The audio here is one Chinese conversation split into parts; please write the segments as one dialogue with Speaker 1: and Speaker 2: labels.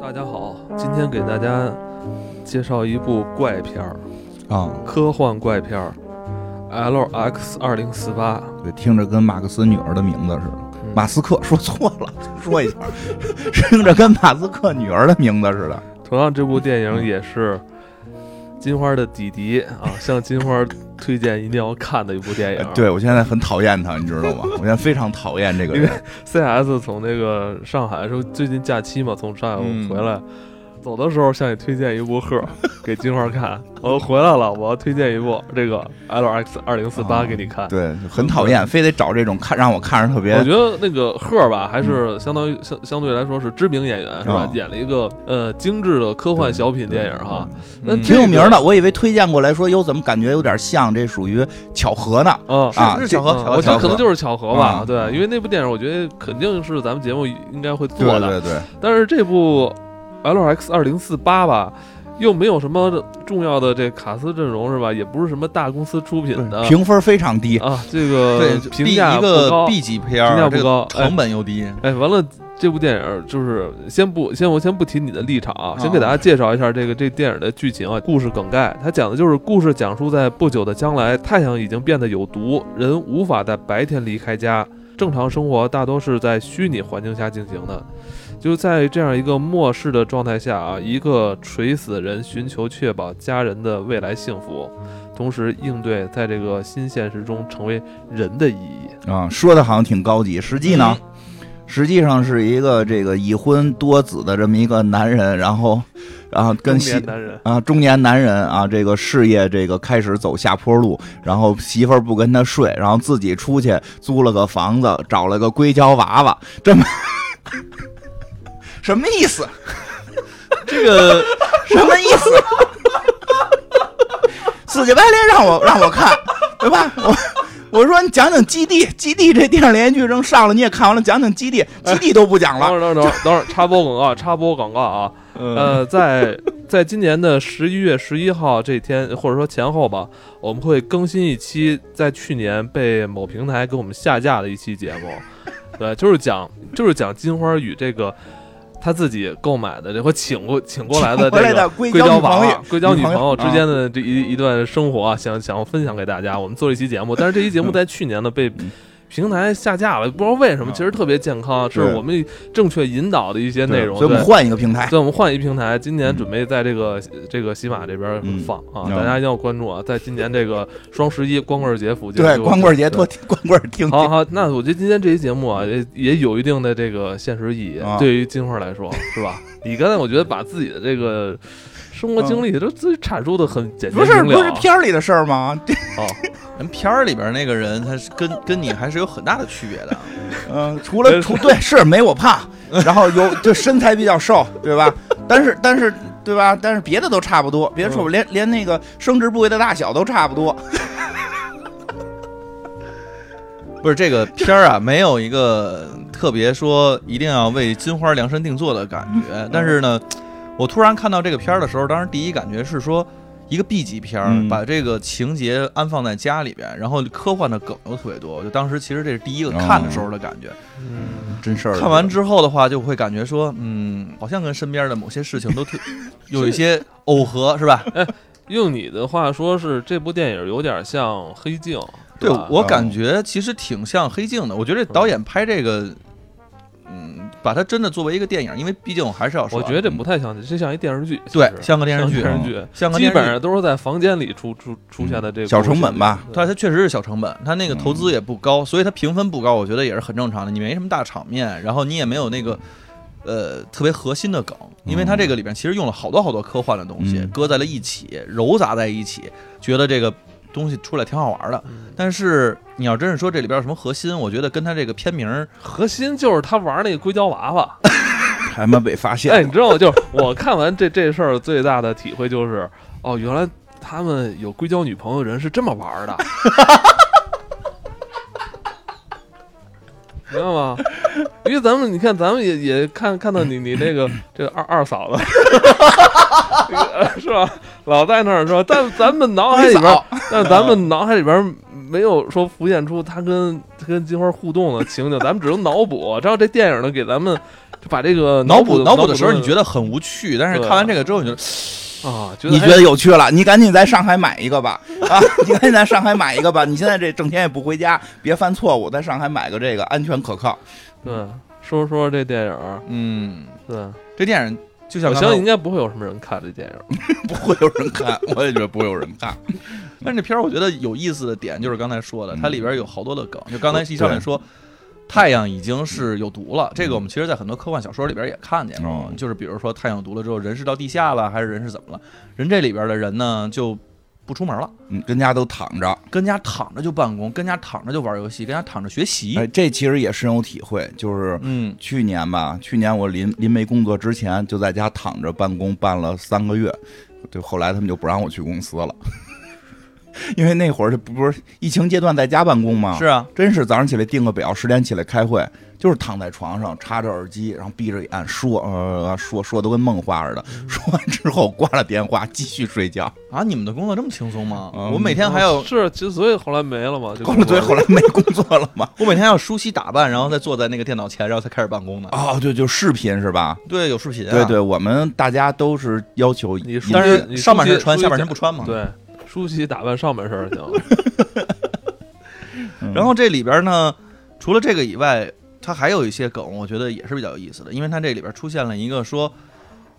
Speaker 1: 大家好，今天给大家介绍一部怪片儿，
Speaker 2: 啊，
Speaker 1: 科幻怪片儿，L X 二零四八。
Speaker 2: 对，听着跟马克思女儿的名字似的。
Speaker 1: 嗯
Speaker 2: 马斯克说错了，说一下，听着跟马斯克女儿的名字似的。
Speaker 1: 同样，这部电影也是金花的弟弟啊，向金花推荐一定要看的一部电
Speaker 2: 哎
Speaker 1: 影。
Speaker 2: 对我现在很讨厌他，你知道吗？我现在非常讨厌这个人。
Speaker 1: ，CS 从那个上海说最近假期嘛，从上海
Speaker 2: 嗯
Speaker 1: 回来。走的时候向你推荐一部《鹤》 给金花看，我回来了，我要推荐一部这个 L X 二零四八
Speaker 2: 啊
Speaker 1: 给你看。
Speaker 2: 对，很讨厌，非得找这种看让我看着特别
Speaker 1: 我觉得那个赫儿吧，还是相当于相相对来说是知名演员是吧
Speaker 2: 啊？
Speaker 1: 演了一个呃精致的科幻小品电影哈，，那
Speaker 2: 嗯对挺有名
Speaker 1: 这个
Speaker 2: 的。我以为推荐过来说，哟，怎么感觉有点像？这属于巧合呢？
Speaker 1: 啊。
Speaker 2: 啊，
Speaker 3: 是巧合
Speaker 1: 嗯
Speaker 3: 巧合
Speaker 1: 我觉得
Speaker 2: 巧合
Speaker 1: 可能就是巧合吧，
Speaker 2: 啊
Speaker 1: 对，因为那部电影我觉得肯定是咱们节目应该会
Speaker 2: 对
Speaker 1: 做的，
Speaker 2: 对对，
Speaker 1: 但是这部 L X 二零四八吧，又没有什么重要的这卡斯阵容是吧？也不是什么大公司出品的
Speaker 2: 评分非常低。
Speaker 1: 啊，这个
Speaker 3: 对，
Speaker 1: 嗯评价
Speaker 3: 一
Speaker 1: 不
Speaker 3: 个
Speaker 1: 高，
Speaker 3: B 级片
Speaker 1: 评价不
Speaker 3: 儿，这个
Speaker 1: 高哎
Speaker 3: 成本又低。
Speaker 1: 哎，完了，这部电影就是先不先我先不提你的立场啊，先给大家介绍一下这个这电影的剧情啊，故事梗概。它讲的就是故事讲述在不久的将来，太阳已经变得有毒，人无法在白天离开家，正常生活大多是在虚拟环境下进行的。就在这样一个末世的状态下啊，一个垂死人寻求确保家人的未来幸福，同时应对在这个新现实中成为人的意义。
Speaker 2: 啊，说的好像挺高级，实际呢，
Speaker 1: 嗯
Speaker 2: 实际上是一个这个已婚多子的这么一个男人，然后，然后跟
Speaker 1: 中
Speaker 2: 媳
Speaker 1: 年男人。
Speaker 2: 啊中年男人啊，这个事业这个开始走下坡路，然后媳妇儿不跟他睡，然后自己出去租了个房子，找了个硅胶娃娃，这么什么意思？
Speaker 1: 这个
Speaker 2: 什么意思？死乞白赖让我让我看，对吧？我我说你讲讲《基地》，《基地》这电视连续剧正上了，你也看完了，讲讲《基地》，
Speaker 1: 哎
Speaker 2: 《基地》都不讲
Speaker 1: 等会
Speaker 2: 了。嗯
Speaker 1: 儿，等会儿， 等会儿，等会儿，插播广告，插播广告啊！呃，在在今年的十一月十一号这天，或者说前后吧，我们会更新一期在去年被某平台给我们下架的一期节目，对，就是讲就是讲金花与这个他自己购买的这或请过请过来的这
Speaker 2: 回来
Speaker 1: 个
Speaker 2: 的硅
Speaker 1: 硅胶
Speaker 2: 女
Speaker 1: 娃
Speaker 2: 朋
Speaker 1: 娃
Speaker 2: 友、，
Speaker 1: 硅胶女朋友之间
Speaker 2: 啊
Speaker 1: 的这一一段生活啊，想想分享给大家。我们做了一期节目，但是这期节目在去年呢被
Speaker 2: 嗯
Speaker 1: 平台下架了，不知道为什么，
Speaker 2: 嗯
Speaker 1: 其实特别健康，是
Speaker 2: 对
Speaker 1: 我们正确引导的一些内容。
Speaker 2: 啊所以我们
Speaker 1: 对，
Speaker 2: 换一个平台。
Speaker 1: 对，我们换一平台，今年
Speaker 2: 嗯
Speaker 1: 准备在这个这个喜马这边放啊，
Speaker 2: 嗯
Speaker 1: 大家一定要关注啊，在今年这个双十一光棍节附近，
Speaker 2: 对，
Speaker 1: 就
Speaker 2: 光棍节多听光棍 听
Speaker 1: 好好，那我觉得今天这期节目啊，也也有一定的这个现实意义，
Speaker 2: 啊
Speaker 1: 对于金花来说，是吧？你刚才我觉得把自己的这个生活经历都自己阐述的很简洁
Speaker 2: 不是
Speaker 1: 明了
Speaker 2: 不是
Speaker 1: 啊，
Speaker 2: 片儿里的事儿吗？这
Speaker 1: 哦
Speaker 3: 人片儿里边那个人，他是跟跟你还是有很大的区别的。 啊
Speaker 2: 嗯、除了除对是没我胖，然后有就身材比较瘦，对吧？但是但是对吧？但是别的都差不多，别的说连连那个生殖部位的大小都差不多。
Speaker 3: 不是这个片儿啊，没有一个特别说一定要为金花量身定做的感觉。但是呢，我突然看到这个片儿的时候，当时第一感觉是说。一个 B 级片儿
Speaker 2: 嗯，
Speaker 3: 把这个情节安放在家里边，然后科幻的梗又特别多。我就当时其实这是第一个看的时候的感觉。
Speaker 1: 嗯，
Speaker 2: 真事儿
Speaker 3: 看完之后的话，就会感觉说，嗯，好像跟身边的某些事情都特有一些耦合，是吧？
Speaker 1: 用你的话说是这部电影有点像《黑镜》是
Speaker 3: 对
Speaker 1: 吧，
Speaker 3: 我感觉其实挺像《黑镜》的。我觉得导演拍这个，嗯，把它真的作为一个电影，因为毕竟我还是要说
Speaker 1: 我
Speaker 3: 啊，
Speaker 1: 觉得这不太像，这像一电视剧，
Speaker 3: 对
Speaker 1: 其，实
Speaker 3: 像个电视剧，
Speaker 1: 像
Speaker 2: 嗯
Speaker 1: 电视
Speaker 3: 像
Speaker 1: 剧，基
Speaker 3: 个电视
Speaker 1: 本
Speaker 3: 剧。
Speaker 1: 上都是在房间里出出出现的这个
Speaker 2: 小成本吧
Speaker 1: 故事，
Speaker 3: 它它确实是小成本，它那个投
Speaker 1: 嗯
Speaker 3: 资也不高，所以它评分不高，我觉得也是很正常的。你没什么大场面，然后你也没有那个，呃，特别核心的梗，因为它
Speaker 1: 嗯
Speaker 3: 这个里边其实用了好多好多科幻的东西，
Speaker 2: 嗯
Speaker 3: 搁在了一起，揉杂在一起，觉得这个东西出来挺好玩的。
Speaker 1: 嗯
Speaker 3: 但是你要真是说这里边有什么核心，我觉得跟它这个片名儿
Speaker 1: 核心就是他玩那个硅胶娃娃，
Speaker 2: 还没被发 现
Speaker 1: 哎，你知道，就是我看完这这事儿最大的体会就是，哦，原来他们有硅胶女朋友的人是这么玩儿的，明白吗？因为咱们你看，咱们也也看看到你你那个这个二二嫂子， 是吧？老在那儿说，但咱们脑海里边
Speaker 2: 二嫂
Speaker 1: 儿，但咱们脑海里边儿没有说浮现出他跟他跟金花互动的情景，咱们只能脑补。然后这电影呢，给咱们就把这个
Speaker 3: 脑
Speaker 1: 补
Speaker 3: 补
Speaker 1: 脑
Speaker 3: 脑补的时候，你觉
Speaker 1: 得
Speaker 3: 得很无趣，但是
Speaker 1: 对
Speaker 3: 看完这个之后，你觉得
Speaker 1: 啊，觉得
Speaker 2: 你
Speaker 1: 还
Speaker 2: 觉得有趣了，你赶紧在上海买一个吧！啊， 你赶紧在上海买一个吧！你现在这整天也不回家，别犯错误，在上海买个这个安全可靠。
Speaker 1: 对？说说这电影，
Speaker 3: 嗯，
Speaker 1: 对，
Speaker 3: 这电影就像
Speaker 1: 我
Speaker 3: 刚才
Speaker 1: 相信应该不会有什么人看这电影。
Speaker 2: 不会有人看， 我也觉得不会有人看。
Speaker 3: 但是这片儿我觉得有意思的点就是刚才说的，
Speaker 2: 嗯
Speaker 3: 它里边有好多的梗。就刚才一上来说，太阳已经是有毒了，这个我们其实在很多科幻小说里边也看见过，
Speaker 2: 哦
Speaker 3: 就是比如说太阳有毒了之后，人是到地下了，还是人是怎么了？人这里边的人呢就不出门了，
Speaker 2: 嗯，跟家都躺着，
Speaker 3: 跟家躺着就办公，跟家躺着就玩游戏，跟家躺着学习。
Speaker 2: 哎，这其实也深有体会。就是
Speaker 3: 嗯，
Speaker 2: 去年吧，去年我临临没工作之前，就在家躺着办公，办了三个月，就后来他们就不让我去公司了， 因为那会儿这不不是疫情阶段在家办公吗？
Speaker 3: 是啊，
Speaker 2: 真是早上起来定个表，十点起来开会，就是躺在床上插着耳机，然后闭着眼说，呃，说说都跟梦话似的。
Speaker 3: 嗯
Speaker 2: 说完之后挂了电话，继续睡觉。
Speaker 3: 啊，你们的工作这么轻松吗？
Speaker 2: 嗯
Speaker 3: 我每天还要，
Speaker 1: 是，其实所以后来没了嘛，就
Speaker 2: 后来对，后来没工作了 嘛。
Speaker 3: 我每天还要梳洗打扮，然后再坐在那个电脑前，然后才开始办公呢。
Speaker 2: 哦，对，就视频是吧？
Speaker 3: 对，有视频、啊，
Speaker 2: 对对，我们大家都是要求一
Speaker 1: 你
Speaker 2: 致，
Speaker 1: 说
Speaker 3: 但
Speaker 1: 你
Speaker 3: 是上半身
Speaker 1: 梳洗梳
Speaker 3: 穿，
Speaker 1: 洗
Speaker 3: 下半身不穿嘛。
Speaker 1: 对，梳洗打扮上半身就行了。
Speaker 2: 嗯
Speaker 3: 然后这里边呢，除了这个以外，它还有一些梗，我觉得也是比较有意思的，因为它这里边出现了一个说，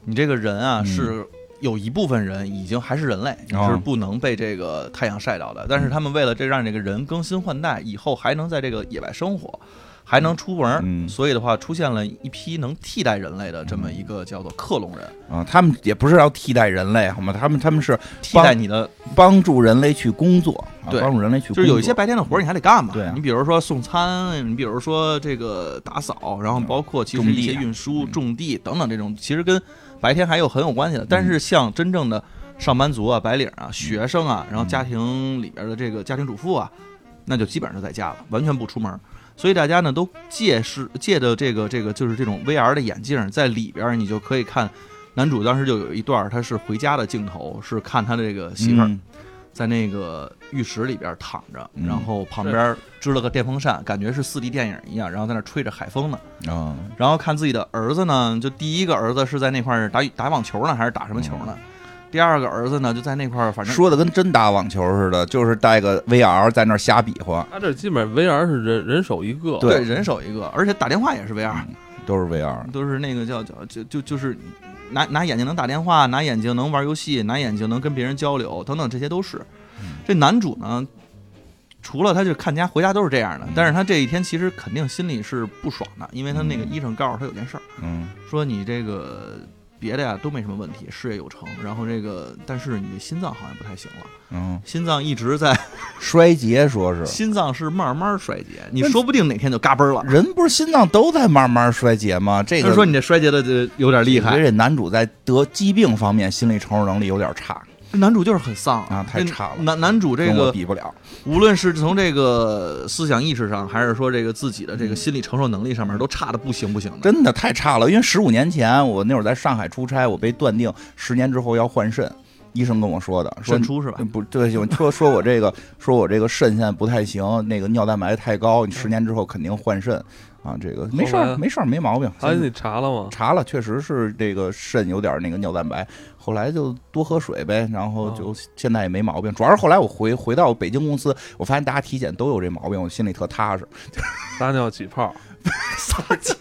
Speaker 3: 你这个人啊、
Speaker 2: 嗯
Speaker 3: 是有一部分人已经还是人类，你
Speaker 2: 哦嗯
Speaker 3: 是不能被这个太阳晒到的，但是他们为了这让这个人更新换代，以后还能在这个野外生活。还能出门儿，
Speaker 2: 嗯
Speaker 3: 所以的话，出现了一批能替代人类的这么一个叫做克隆人，
Speaker 2: 啊，他们也不是要替代人类好吗？他们他们是
Speaker 3: 替代你的，
Speaker 2: 帮助人类去工作，啊、
Speaker 3: 对
Speaker 2: 帮助人类去工
Speaker 3: 就
Speaker 2: 作。
Speaker 3: 是有一些白天的活儿你还得干嘛？
Speaker 2: 对啊
Speaker 3: 你比如说送餐，你比如说这个打扫，然后包括其实
Speaker 2: 种地
Speaker 3: 一些
Speaker 2: 啊
Speaker 3: 运输、
Speaker 2: 嗯
Speaker 3: 种地等等这种，其实跟白天还有很有关系的。
Speaker 2: 嗯
Speaker 3: 但是像真正的上班族啊、白领啊、学生啊，然后
Speaker 2: 嗯
Speaker 3: 家庭里边的这个家庭主妇啊，那就基本上就在家了，完全不出门。所以大家呢都借是借的这个这个就是这种 VR 的眼镜，在里边你就可以看男主当时就有一段他是回家的镜头，是看他的这个媳妇儿。
Speaker 2: 嗯
Speaker 3: 在那个浴室里边躺着，
Speaker 2: 嗯
Speaker 3: 然后旁边支了个电风扇，感觉是四 D 电影一样，然后在那吹着海风呢。
Speaker 2: 啊、
Speaker 3: 然后看自己的儿子呢，就第一个儿子是在那块儿打羽打网球呢，还是打什么球呢？第二个儿子呢，就在那块儿，反
Speaker 2: 嗯
Speaker 3: 正
Speaker 2: 啊说的跟真打网球似的，就是带个 VR 在那儿瞎比划，
Speaker 1: 他这基本上 VR 是人人手一个，
Speaker 2: 对
Speaker 3: 人手一个，而且打电话也是 VR，、
Speaker 2: 都是 VR。
Speaker 3: 都是那个叫叫就就就是拿拿眼睛能打电话，拿眼睛能玩游戏，拿眼睛能跟别人交流等等，这些都是。
Speaker 2: 嗯
Speaker 3: 这男主呢，除了他就看家回家都是这样的
Speaker 2: 嗯，
Speaker 3: 但是他这一天其实肯定心里是不爽的，因为他那个医生告诉他有件事儿，
Speaker 2: 嗯，
Speaker 3: 说你这个别的呀都没什么问题，事业有成，然后这个但是你心脏好像不太行了，
Speaker 2: 嗯，
Speaker 3: 心脏一直在，
Speaker 2: 衰竭说是
Speaker 3: 心脏是慢慢衰竭，你说不定哪天就嘎嘣儿了。
Speaker 2: 人不是心脏都在慢慢衰竭吗？这
Speaker 3: 他
Speaker 2: 个
Speaker 3: 说你这衰竭的这有点厉
Speaker 2: 我觉
Speaker 3: 害，
Speaker 2: 得这男主在得疾病方面心理承受能力有点差，
Speaker 3: 男主就是很丧
Speaker 2: 啊太差了
Speaker 3: 男男主这
Speaker 2: 跟我
Speaker 3: 个
Speaker 2: 比不了。
Speaker 3: 无论是从这个思想意识上，还是说这个自己的这个心理承受能力上面，都差的不行不行的。
Speaker 2: 真的太差了。因为十五年前我那会儿在上海出差，我被断定十年之后要换肾，医生跟我说的，说
Speaker 3: 渗出是吧？
Speaker 2: 嗯不对，就说说我这个说我这个肾现在不太行，那个尿蛋白太高，
Speaker 3: 嗯
Speaker 2: 你十年之后肯定换肾啊。这个没事
Speaker 1: 后
Speaker 2: 儿，
Speaker 1: 来
Speaker 2: 没事儿，没毛病。
Speaker 1: 哎，你查了吗？
Speaker 2: 查了，确实是这个肾有点那个尿蛋白，后来就多喝水呗，然后
Speaker 3: 哦
Speaker 2: 就现在也没毛病。主要是后来我回回到北京公司，我发现大家体检都有这毛病，我心里特踏 实。
Speaker 1: 撒尿起泡，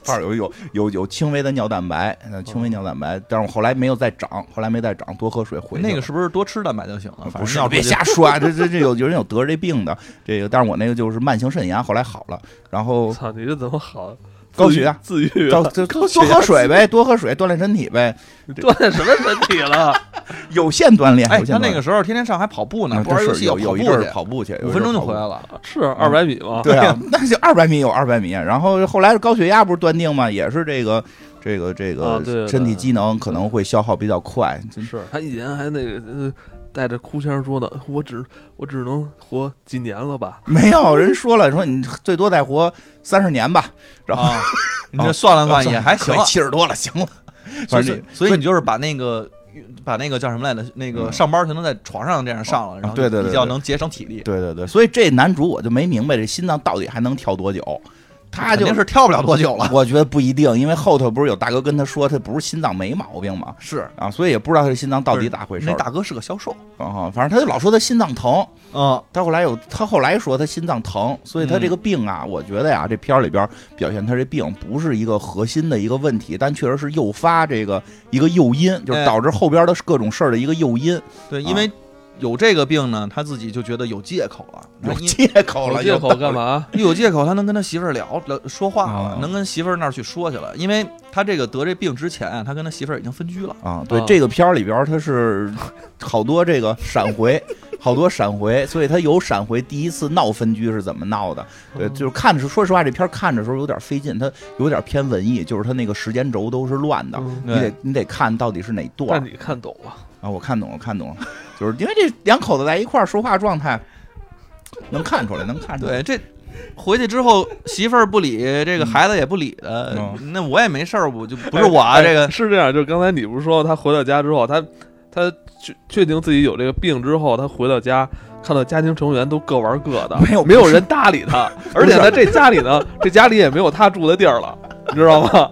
Speaker 2: 这儿有有有有轻微的尿蛋白，呃轻微
Speaker 3: 哦
Speaker 2: 尿蛋白，但是我后来没有再长，后来没再长，多喝水回去
Speaker 3: 那个
Speaker 2: 了
Speaker 3: 是不是多吃蛋白就行了？反
Speaker 2: 啊不
Speaker 3: 正
Speaker 2: 是
Speaker 3: 尿，
Speaker 2: 别瞎说啊！这这这有有人有得这病的，这个，但是我那个就是慢性肾炎，后来好了，然后
Speaker 1: 我操，你这怎么好？
Speaker 2: 高血压
Speaker 1: 自愈自愈啊
Speaker 2: 到，就多喝水呗，多喝水，锻炼身体呗，
Speaker 1: 锻炼什么身体了？
Speaker 2: 有限锻炼。
Speaker 3: 哎，
Speaker 2: 有限
Speaker 3: 他那
Speaker 2: 锻
Speaker 3: 个时候天天上海跑步呢，
Speaker 2: 炼
Speaker 3: 不玩游戏要
Speaker 2: 有有
Speaker 3: 跑
Speaker 2: 一
Speaker 3: 步
Speaker 2: 阵儿
Speaker 3: 去，
Speaker 2: 跑步去，有
Speaker 3: 五
Speaker 2: 一阵
Speaker 3: 分
Speaker 2: 儿
Speaker 3: 钟就
Speaker 2: 跑
Speaker 3: 回
Speaker 2: 步
Speaker 3: 来。了。
Speaker 1: 是二百米吗？
Speaker 2: 嗯对啊，那就二百米有二百米，然后后来高血压不是断定嘛，也是这个这个这
Speaker 1: 啊对
Speaker 2: 个
Speaker 1: 对
Speaker 2: 身体机能可能会消耗比较快，就是
Speaker 1: 他以前还那个呃带着哭腔说呢，我只我只能活几年了吧？
Speaker 2: 没有人说了，说你最多再活三十年吧，然后
Speaker 3: 啊，你这算了算也还行啊。
Speaker 2: 七十多了，行了。
Speaker 3: 所
Speaker 2: 反
Speaker 3: 以
Speaker 2: 正
Speaker 3: 所以你就是把那个把那个叫什么来着？那个
Speaker 2: 嗯
Speaker 3: 上班全都在床上这样上了，然后
Speaker 2: 啊对对对
Speaker 3: 比较
Speaker 2: 对
Speaker 3: 能节省体力。
Speaker 2: 对对对，所以这男主我就没明白这心脏到底还能跳多久，他
Speaker 3: 肯
Speaker 2: 就
Speaker 3: 定是跳不了多久了。
Speaker 2: 我觉得不一定，因为后头不是有大哥跟他说他不是心脏没毛病嘛，
Speaker 3: 是
Speaker 2: 啊，所以也不知道他这心脏到底咋回事
Speaker 3: 那
Speaker 2: 儿。
Speaker 3: 大哥是个销售，
Speaker 2: 啊，反正他就老说他心脏疼，
Speaker 3: 嗯，
Speaker 2: 他后来有他后来说他心脏疼，所以他这个病啊，
Speaker 3: 嗯
Speaker 2: 我觉得呀、这片儿里边表现他这病不是一个核心的一个问题，但确实是诱发这个一个诱因，就是
Speaker 3: 哎
Speaker 2: 导致后边的各种事儿的一个诱因，
Speaker 3: 对，
Speaker 2: 啊
Speaker 3: 因为有这个病呢，他自己就觉得有借口了，
Speaker 2: 有
Speaker 3: 因
Speaker 2: 借口了，
Speaker 1: 借口
Speaker 2: 有
Speaker 1: 干？嘛？
Speaker 3: 一有借口，他能跟他媳妇儿聊聊说话了
Speaker 2: 啊，
Speaker 3: 能跟媳妇儿那儿去说去了。因为他这个得这病之前，啊他跟他媳妇儿已经分居了。
Speaker 2: 啊，对，
Speaker 1: 啊
Speaker 2: 这个片儿里边他是好多这个闪回，好多闪回，所以他有闪回第一次闹分居是怎么闹的，对，
Speaker 1: 嗯
Speaker 2: 就是看着说实话，这片儿看着时候有点费劲，它有点偏文艺，就是它那个时间轴都是乱的，
Speaker 1: 嗯
Speaker 2: 你得你得看到底是哪段
Speaker 1: 但
Speaker 2: 儿
Speaker 1: 你看懂了，
Speaker 2: 啊？我看懂了，看懂了，就是因为这两口子在一块儿说话状态，能看出来，能看出来。
Speaker 3: 对，这回去之后，媳妇儿不理，这个孩子也不理的，
Speaker 2: 嗯
Speaker 3: 那我也没事 儿，我就不是我啊，
Speaker 1: 哎
Speaker 3: 这个
Speaker 1: 是这样。就刚才你不是说他回到家之后，他他确确定自己有这个病之后，他回到家看到家庭成员都各玩各的，
Speaker 2: 没有
Speaker 1: 没有人搭理他，而且 呢，这家里呢，这家里也没有他住的地儿了，你知道 吗？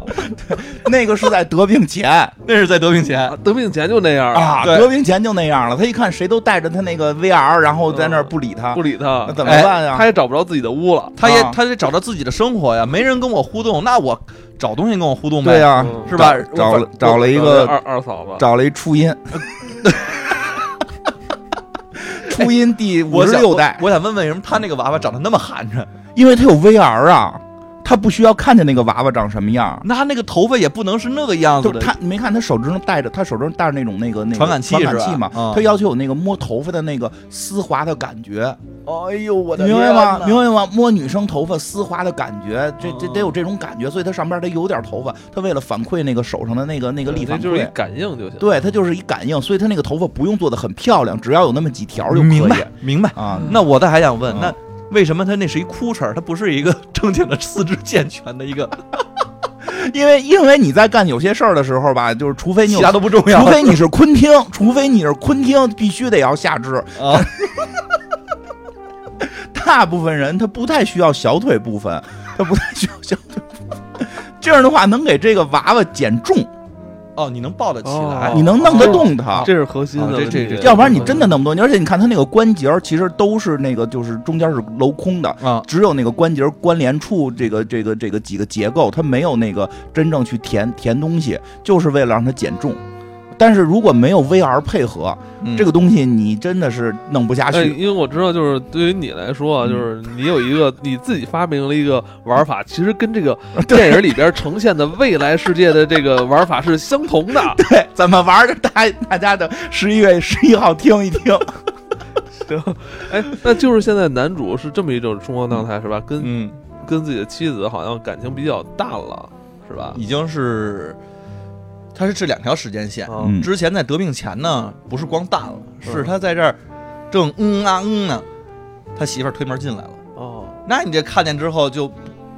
Speaker 2: 那个是在得 病前
Speaker 3: 那是在得病前
Speaker 1: 啊，得病前就那样
Speaker 2: 啊，
Speaker 3: 对
Speaker 2: 得病前就那样了。他一看谁都带着他那个 VR，然后在那儿不理他，
Speaker 1: 不理他哎
Speaker 2: 那，怎么办呀？
Speaker 1: 他也找不着自己的屋了。
Speaker 3: 他也
Speaker 2: 啊
Speaker 3: 他得找到自己的生活呀，没人跟我互动，那我找东西跟我互动呗，
Speaker 2: 对呀
Speaker 1: 嗯，
Speaker 3: 是吧
Speaker 2: 找找了找了一
Speaker 1: 找
Speaker 2: 个
Speaker 1: 二二嫂子，
Speaker 2: 找了一初 音，初音第五
Speaker 3: 哎我
Speaker 2: 十
Speaker 3: 想
Speaker 2: 六代，
Speaker 3: 我，我想问问，为什么他那个娃娃长得那么寒碜？
Speaker 2: 因为他有 VR 啊，他不需要看见那个娃娃长什么样儿。
Speaker 3: 那他那个头发也不能是那个样子
Speaker 2: 就
Speaker 3: 的。
Speaker 2: 他，你没看他手指上戴着，他手指上戴着那种那个那个
Speaker 3: 传感器
Speaker 2: 传
Speaker 3: 是吧
Speaker 2: 感器嘛？
Speaker 3: 嗯
Speaker 2: 他要求有那个摸头发的那个丝滑的感觉，
Speaker 3: 哎呦，我
Speaker 2: 你明白吗？明白吗？摸女生头发丝滑的感觉，这
Speaker 3: 嗯
Speaker 2: 这得有这种感觉，所以他上边得有点头发。他为了反馈那个手上的那个那个力
Speaker 1: 那
Speaker 2: 反
Speaker 1: 就是一
Speaker 2: 馈，
Speaker 1: 感应就行。
Speaker 2: 对他就是一感应，所以他那个头发不用做的很漂亮，只要有那么几条就可以。
Speaker 3: 明白明白。
Speaker 2: 啊，
Speaker 3: 那我倒还想问，
Speaker 2: 嗯
Speaker 3: 那为什么他那是一哭声儿？他不是一个正经的四肢健全的一个，
Speaker 2: 因为因为你在干有些事儿的时候吧，就是除非你有
Speaker 3: 其他都不重要。啊
Speaker 2: 除非你是昆汀，除非你是昆汀，必须得要下肢。
Speaker 3: 啊，
Speaker 2: 大部分人他不太需要小腿部分，他不太需要小腿部分。这样的话，能给这个娃娃减重，
Speaker 3: 哦，你能抱得起来
Speaker 1: 哦
Speaker 2: 你，能弄得动它。
Speaker 1: 这是核心的
Speaker 3: 啊这
Speaker 1: 问题，
Speaker 3: 这这
Speaker 2: 要不然你真的弄不动。而且你看他那个关节儿，其实都是那个，就是中间是镂空的。
Speaker 3: 啊，
Speaker 2: 只有那个关节儿关联处，这个这个这个几个结构，它没有那个真正去填填东西，就是为了让它减重。但是如果没有 VR 配合，
Speaker 3: 嗯
Speaker 2: 这个东西你真的是弄不下
Speaker 1: 哎，
Speaker 2: 去。
Speaker 1: 因为我知道，就是对于你来说啊，
Speaker 2: 嗯
Speaker 1: 就是你有一个你自己发明了一个玩 法，其实跟这个
Speaker 2: 对
Speaker 1: 电影里边呈现的未来世界的这个玩法是相同的。
Speaker 2: 对，怎么玩儿？大大家的十一月十一号听一听。
Speaker 1: 哎，那就是现在男主是这么一种冲荒状态，是吧？跟
Speaker 3: 嗯，
Speaker 1: 跟自己的妻子好像感情比较淡了，是吧？
Speaker 3: 已经是，他是这两条时间线。
Speaker 1: 啊，
Speaker 2: 嗯
Speaker 3: 之前在得病前呢，不是光淡了，是他在这儿正嗯啊嗯呢，他媳妇儿推门进来了。
Speaker 1: 哦，
Speaker 3: 那你这看见之后就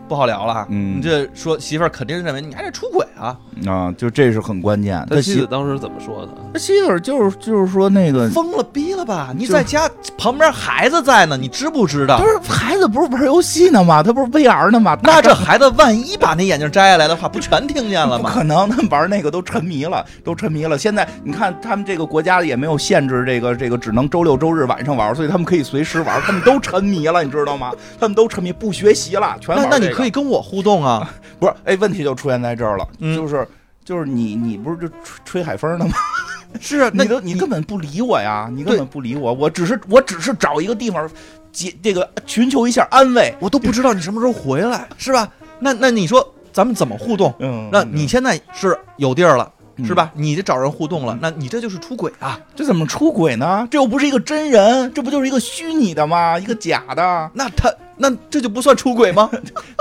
Speaker 3: 不好聊了。
Speaker 2: 嗯
Speaker 3: 你这说媳妇儿肯定认为你还得出轨啊，
Speaker 2: 啊，就这是很关键。
Speaker 1: 他妻
Speaker 2: 媳
Speaker 1: 子当时怎么说的？
Speaker 2: 他媳妇儿就是就是说那个，
Speaker 3: 疯了逼了吧？你
Speaker 2: 就
Speaker 3: 在家旁边孩子在呢，你知不知道
Speaker 2: 不？是孩子不是玩游戏呢吗？他不是 VR 呢 吗？
Speaker 3: 那这孩子万一把那眼镜摘下来的话，不全听见了
Speaker 2: 不
Speaker 3: 吗？
Speaker 2: 可能，他们玩那个都沉迷了，都沉迷了。现在你看他们这个国家也没有限制这个这个，只能周六周日晚上玩，所以他们可以随时玩。他们都沉迷了，你知道 吗？他们都沉迷，不学习了，全
Speaker 3: 那
Speaker 2: 玩、
Speaker 3: 那你可以跟我互动啊，
Speaker 2: 不是？哎，问题就出现在这儿了，
Speaker 3: 嗯
Speaker 2: 就是就是你你不是就吹吹海风呢吗？
Speaker 3: 是啊，那
Speaker 2: 你都你根本不理我呀，你根本不理我，我只是我只是找一个地方解这个寻求一下安慰。
Speaker 3: 我都不知道你什么时候回来，是吧？那那你说咱们怎么互动？
Speaker 2: 嗯，
Speaker 3: 那你现在是有地儿了，
Speaker 2: 嗯
Speaker 3: 是吧？你这找人互动了，那你这就是出轨啊！
Speaker 2: 这怎么出轨呢？这又不是一个真人，这不就是一个虚拟的吗？一个假的。
Speaker 3: 那他那这就不算出轨吗？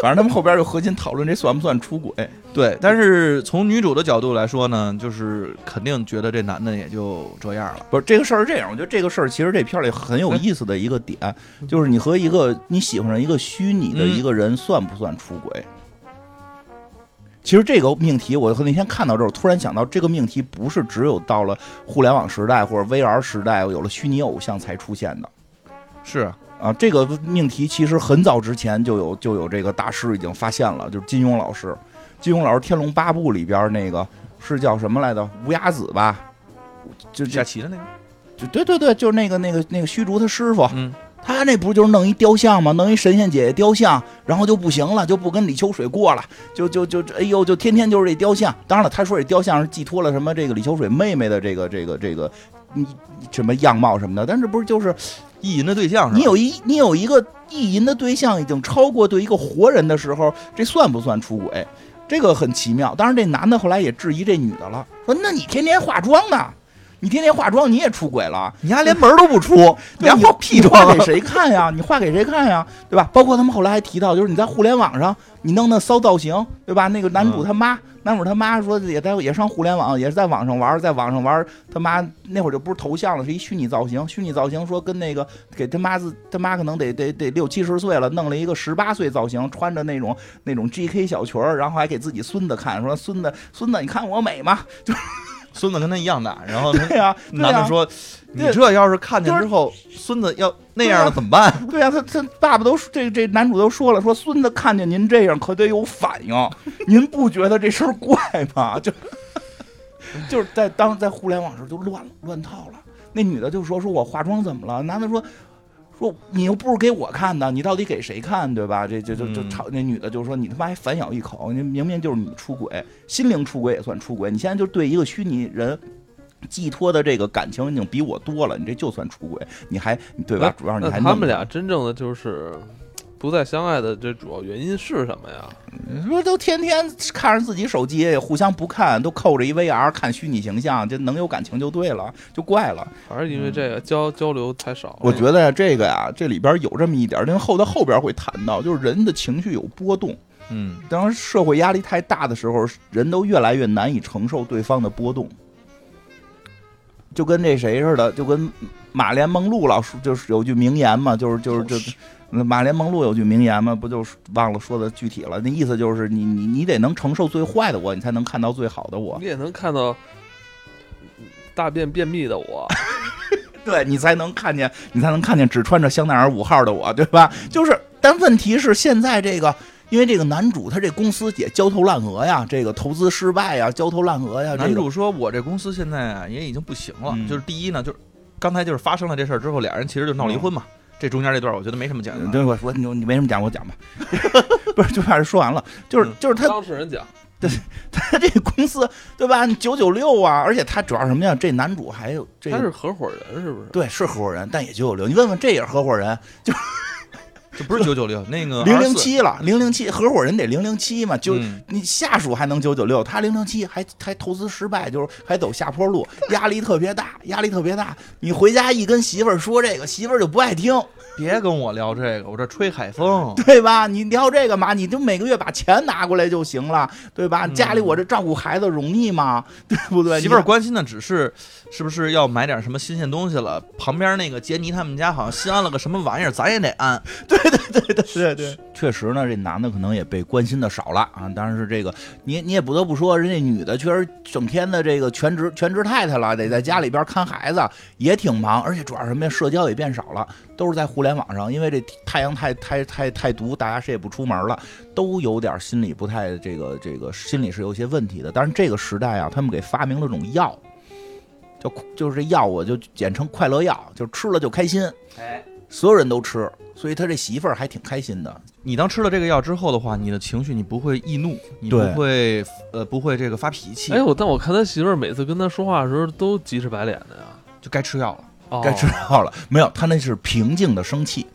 Speaker 2: 反正他们后边有核心讨论这算不算出轨？
Speaker 3: 对，但是从女主的角度来说呢，就是肯定觉得这男的也就这样了。
Speaker 2: 不是这个事儿是这样，我觉得这个事儿其实这片儿里很有意思的一个点，就是你和一个你喜欢上一个虚拟的一个人算不算出轨？其实这个命题，我那天看到这儿，我突然想到，这个命题不是只有到了互联网时代或者 VR 时代有了虚拟偶像才出现的
Speaker 3: 是
Speaker 2: 啊。这个命题其实很早之前就有就有这个大师已经发现了，就是金庸老师。金庸老师《天龙八部》里边那个是叫什么来着？乌鸦子吧？就
Speaker 3: 下
Speaker 2: 这
Speaker 3: 棋的那个，
Speaker 2: 就对对对，就是那个那个那个虚竹他师傅，
Speaker 3: 嗯，
Speaker 2: 他那不就是弄一雕像吗？弄一神仙姐姐雕像，然后就不行了，就不跟李秋水过了，就就就哎呦，就天天就是这雕像。当然了，他说这雕像是寄托了什么这个李秋水妹妹的这个这个这个，嗯，什么样貌什么的，但这不是就是
Speaker 3: 意淫的对象是吧？
Speaker 2: 你有一你有一个意淫的对象已经超过对一个活人的时候，这算不算出轨？这个很奇妙。当然，这男的后来也质疑这女的了，说那你天天化妆呢？你天天化妆，你也出轨了。
Speaker 3: 你丫连门都不出，你
Speaker 2: 对
Speaker 3: 丫
Speaker 2: 你
Speaker 3: 画屁
Speaker 2: 你画
Speaker 3: 妆
Speaker 2: 给
Speaker 3: 啊？
Speaker 2: 谁看呀？你画给谁看呀？对吧？包括他们后来还提到，就是你在互联网上你弄那骚造型，对吧？那个男主
Speaker 3: 嗯
Speaker 2: 他妈，男主他妈说也在也上互联网，也是在网上玩，在网上玩，他妈那会儿就不是头像了，是一虚拟造型，虚拟造型说跟那个给他妈自他妈可能得得得六七十岁了，弄了一个十八岁造型，穿着那种那种 GK 小裙儿，然后还给自己孙子看，说孙子孙子你看我美吗？
Speaker 3: 孙子跟他一样大，然后
Speaker 2: 对呀、对呀、
Speaker 3: 男的说：“你
Speaker 2: 对
Speaker 3: 这要是看见
Speaker 2: 就是
Speaker 3: 之后，孙子要那
Speaker 2: 对
Speaker 3: 样
Speaker 2: 啊
Speaker 3: 了怎么办
Speaker 2: 对呀、他他爸爸都这这男主都说了，说孙子看见您这样可得有反应，您不觉得这事儿怪吗？ 就就是在当在互联网时候就乱了乱套了。那女的就说说我化妆怎么了？男的说说你又不是给我看的，你到底给谁看对吧？这这这这
Speaker 3: 嗯
Speaker 2: 吵那女的就说你他妈还反咬一口，你明明就是你出轨，心灵出轨也算出轨。你现在就对一个虚拟人。寄托的这个感情已经比我多了，你这就算出轨，你还对吧
Speaker 1: 哎？
Speaker 2: 主要你
Speaker 1: 那
Speaker 2: 还
Speaker 1: 他
Speaker 2: 弄
Speaker 1: 们俩真正的就是不再相爱的这主要原因是什么呀？
Speaker 2: 你说都天天看着自己手机，互相不看，都扣着一 VR 看虚拟形象，这能有感情就对了，就怪了。
Speaker 1: 还是因为这个交交流太少了。
Speaker 2: 嗯我觉得这个呀，这里边有这么一点，因为后到后边会谈到，就是人的情绪有波动。？”
Speaker 3: 嗯，
Speaker 2: 当社会压力太大的时候，人都越来越难以承受对方的波动。就跟这谁似的，就跟马连梦露老师就是有句名言嘛，就是就是就是马连梦露有句名言嘛，不就是忘了说的具体了？那意思就是你你你得能承受最坏的我，你才能看到最好的我
Speaker 1: 你，也能看到大便便秘的我，
Speaker 2: 对你才能看见你才能看见只穿着香奈儿五号的我，对吧？就是，但问题是现在这个。因为这个男主他这公司也焦头烂额呀，这个投资失败呀，焦头烂额呀。这
Speaker 3: 男
Speaker 2: 个
Speaker 3: 主说：“我啊这公司现在啊也已经不行了，
Speaker 2: 嗯
Speaker 3: 就是第一呢，就是刚才就是发生了这事儿之后，俩人其实就闹离婚嘛。这中间这段我觉得没什么讲的。
Speaker 2: 对，我说你你没什么讲，我讲吧。 不是，就怕是说完了，就是
Speaker 3: 嗯
Speaker 2: 就是他
Speaker 1: 当事人讲，
Speaker 2: 他这个公司对吧？九九六啊，而且他主要是什么呀？这男主还有这
Speaker 1: 他
Speaker 2: 个
Speaker 1: 是合伙人是不是？
Speaker 2: 对是合伙人，但也九九六。你问问这也是合伙人，
Speaker 3: 这不是九九六那个
Speaker 2: 零零
Speaker 3: 24，
Speaker 2: 七了，零零七合伙人得零零七嘛，就。
Speaker 3: 啊嗯
Speaker 2: 你下属还能九九六，他零零七还还投资失败，就是还走下坡路，压力特别大，压力特别大。你回家一跟媳妇儿说这个，媳妇儿就不爱听，
Speaker 3: 别跟我聊这个，我这吹海风。
Speaker 2: 对吧？你聊这个嘛，你就每个月把钱拿过来就行了，对吧？
Speaker 3: 嗯
Speaker 2: 家里我这照顾孩子容易吗？对不对？
Speaker 3: 媳妇儿
Speaker 2: 你
Speaker 3: 关心的只是是不是要买点什么新鲜东西了。旁边那个杰尼他们家好像新安了个什么玩意儿，咱也得安。
Speaker 2: 对对，确实呢，这男的可能也被关心的少了啊。当然是这个，你你也不得不说，人家女的确实整天的这个全职全职太太了，得在家里边看孩子，也挺忙，而且主要是什么呀，社交也变少了，都是在互联网上，因为这太阳太太太太毒，大家谁也不出门了，都有点心理不太这个这个心理是有些问题的。但是这个时代啊，他们给发明了种药。叫就是这药，我就简称快乐药，就吃了就开心，
Speaker 3: 哎，
Speaker 2: 所有人都吃，所以他这媳妇儿还挺开心的。
Speaker 3: 你当吃了这个药之后的话，你的情绪你不会易怒，你不
Speaker 2: 对
Speaker 3: 会呃不会这个发脾气，
Speaker 1: 哎我但我看他媳妇儿每次跟他说话的时候都急赤白脸的呀。
Speaker 3: 就该吃药了。
Speaker 1: 哦
Speaker 2: 该吃药了。没有，他那是平静的生气。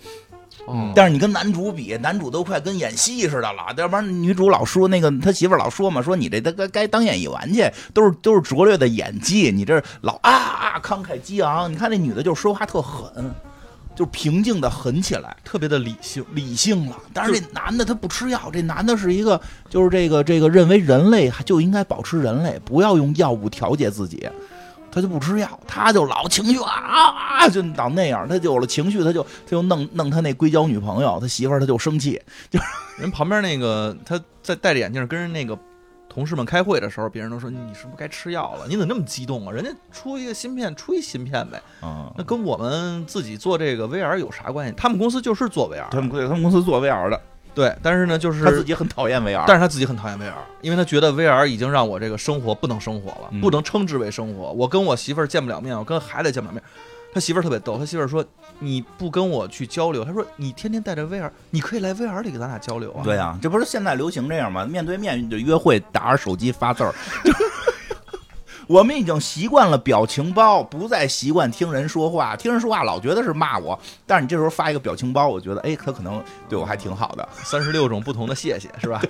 Speaker 1: 哦
Speaker 2: 但是你跟男主比，男主都快跟演戏似的了。要不然女主老说那个他媳妇儿老说嘛，说你这他该该当演员去，都是都是拙劣的演技，你这老啊啊慷慨激昂。你看那女的就说话特狠，就平静的狠起来。
Speaker 3: 特别的理性，
Speaker 2: 理性了，但是这男的他不吃药，这男的是一个就是这个这个认为人类就应该保持人类，不要用药物调节自己，他就不吃药，他就老情绪啊啊啊，就老那样，他就有了情绪，他就他就弄弄他那硅胶女朋友，他媳妇儿他就生气，
Speaker 3: 人旁边那个他在戴着眼镜跟人那个同事们开会的时候，别人都说你是不是该吃药了？你怎么那么激动啊？人家出一个芯片，出一芯片呗，
Speaker 2: 嗯，
Speaker 3: 那跟我们自己做这个 VR 有啥关系？他们公司就是做 VR，
Speaker 2: 他们对他们公司做 VR 的，
Speaker 3: 对，但是呢，就是
Speaker 2: 他自己很讨厌 VR，
Speaker 3: 但是他自己很讨厌 VR，因为他觉得 VR 已经让我这个生活不能生活了，
Speaker 2: 嗯
Speaker 3: 不能称之为生活。我跟我媳妇儿见不了面，我跟孩子也见不了面。他媳妇儿特别逗，他媳妇儿说：“你不跟我去交流，他说你天天带着 VR，你可以来 VR 里给咱俩交流啊。”
Speaker 2: 对呀、这不是现在流行这样吗？面对面就约会，打着手机发字儿。 我们已经习惯了表情包，不再习惯听人说话。听人说话老觉得是骂我，但是你这时候发一个表情包，我觉得哎，他可能对我还挺好的。
Speaker 3: 三十六种不同的谢谢是吧？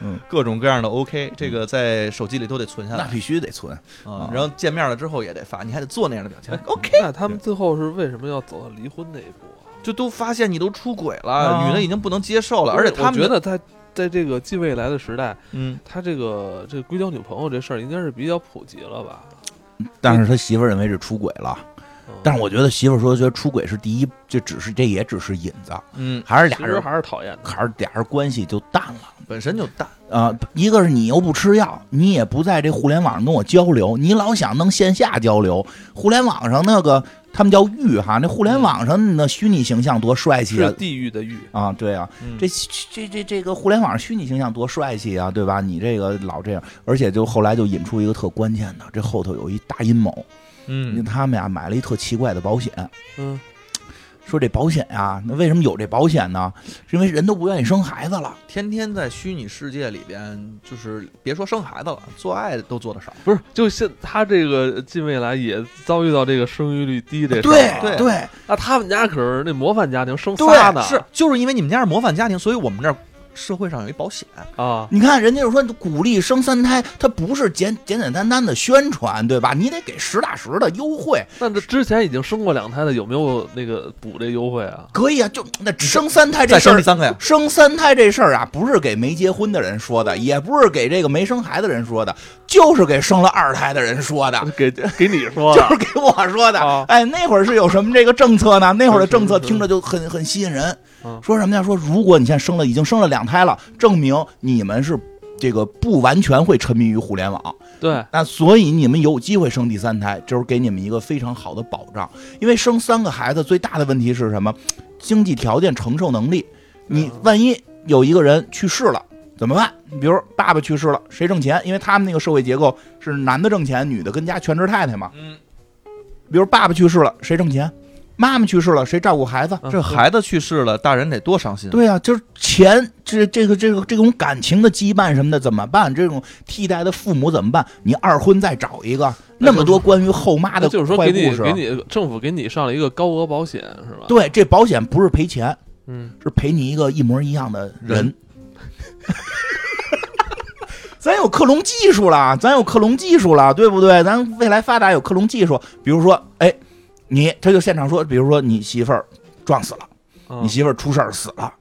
Speaker 2: 嗯，
Speaker 3: 各种各样的 OK，这个在手机里都得存下
Speaker 2: 那
Speaker 3: 来
Speaker 2: 必须得存，
Speaker 3: 啊。然后见面了之后也得发，你还得做那样的表情
Speaker 1: 哎。
Speaker 3: OK，
Speaker 1: 那他们最后是为什么要走到离婚那一步啊？
Speaker 3: 就都发现你都出轨了，
Speaker 2: 啊
Speaker 3: 女的已经不能接受了，而且
Speaker 1: 我
Speaker 3: 他们
Speaker 1: 觉，得他在这个近未来的时代，
Speaker 3: 嗯，
Speaker 1: 他这个这个硅胶女朋友这事儿应该是比较普及了吧？
Speaker 2: 但是他媳妇儿认为是出轨了。
Speaker 1: 嗯、
Speaker 2: 但是我觉得媳妇儿说，觉得出轨是第一，这只是这也只是引子，
Speaker 3: 嗯，
Speaker 2: 还是
Speaker 1: 其
Speaker 2: 俩
Speaker 1: 实
Speaker 2: 人
Speaker 1: 还是讨厌的。
Speaker 2: 还是俩人关系就淡了。
Speaker 3: 本身就淡，
Speaker 2: 呃，一个是你又不吃药，你也不在这互联网上跟我交流，你老想弄线下交流。互联网上那个他们叫玉哈，那互联网上那虚拟形象多帅气
Speaker 1: 是
Speaker 2: 啊！
Speaker 1: 地狱的狱，
Speaker 2: 啊，对啊，
Speaker 3: 嗯
Speaker 2: 这这这这个互联网上虚拟形象多帅气啊，对吧？你这个老这样，而且就后来就引出一个特关键的，这后头有一大阴谋，
Speaker 3: 嗯
Speaker 2: 他们呀买了一特奇怪的保险，
Speaker 1: 嗯，
Speaker 2: 说这保险呀，那为什么有这保险呢？是因为人都不愿意生孩子了，
Speaker 3: 天天在虚拟世界里边，就是别说生孩子了，做爱都做得少。
Speaker 1: 不是，就现他这个近未来也遭遇到这个生育率低这事儿、
Speaker 2: 对
Speaker 1: 啊。
Speaker 3: 对
Speaker 2: 对，
Speaker 1: 那他们家可是那模范家庭，生仨呢，
Speaker 3: 是就是因为你们家是模范家庭，所以我们这儿社会上有一保险。
Speaker 1: 啊，
Speaker 2: 你看人家就说鼓励生三胎，它不是简简简单单的宣传，对吧？你得给实打实的优惠，
Speaker 1: 那这之前已经生过两胎的，有没有那个补这优惠啊？
Speaker 2: 可以啊。就那生三胎这
Speaker 3: 再
Speaker 2: 事
Speaker 3: 生
Speaker 2: 儿
Speaker 3: 第，三个呀？
Speaker 2: 生三胎这事儿啊，不是给没结婚的人说的，也不是给这个没生孩子的人说的，就是给生了二胎的人说的。
Speaker 1: 给给你说 啊
Speaker 2: 就
Speaker 1: 的，
Speaker 2: 是给我说的
Speaker 1: 啊，
Speaker 2: 哎，那会儿是有什么这个政策呢？那会儿的政策
Speaker 1: 是是是
Speaker 2: 听着就很很吸引人
Speaker 1: 嗯，
Speaker 2: 说什么呀？说如果你现在生了已经生了两胎了，证明你们是这个不完全会沉迷于互联网，
Speaker 1: 对，
Speaker 2: 那所以你们有机会生第三胎，这是给你们一个非常好的保障。因为生三个孩子最大的问题是什么？经济条件、承受能力。你万一有一个人去世了。怎么办？你比如爸爸去世了，谁挣钱？因为他们那个社会结构是男的挣钱，女的跟家全职太太嘛。
Speaker 3: 嗯，
Speaker 2: 比如爸爸去世了，谁挣钱？妈妈去世了，谁照顾孩子？
Speaker 1: 嗯
Speaker 3: 这 孩子去世了，大人得多伤心。，
Speaker 2: 对啊，就是钱，这这个这个这种感情的羁绊什么的怎么办？这种替代的父母怎么办？你二婚再找一个，
Speaker 1: 那就是
Speaker 2: 那么多关于后妈
Speaker 1: 那
Speaker 2: 的
Speaker 1: 就是说
Speaker 2: 坏
Speaker 1: 给
Speaker 2: 故
Speaker 1: 你
Speaker 2: 事。啊
Speaker 1: 给你政府给你上了一个高额保险是吧？，
Speaker 2: 对，这保险不是赔钱，
Speaker 1: 嗯，
Speaker 2: 是赔你一个一模一样的人
Speaker 3: 人。
Speaker 2: 咱有克隆技术了，咱有克隆技术了，对不对？咱未来发达有克隆技术，比如说，哎，你他就现场说，比如说你媳妇儿撞死了，
Speaker 1: 啊
Speaker 2: 你媳妇儿出事儿死了，
Speaker 1: 啊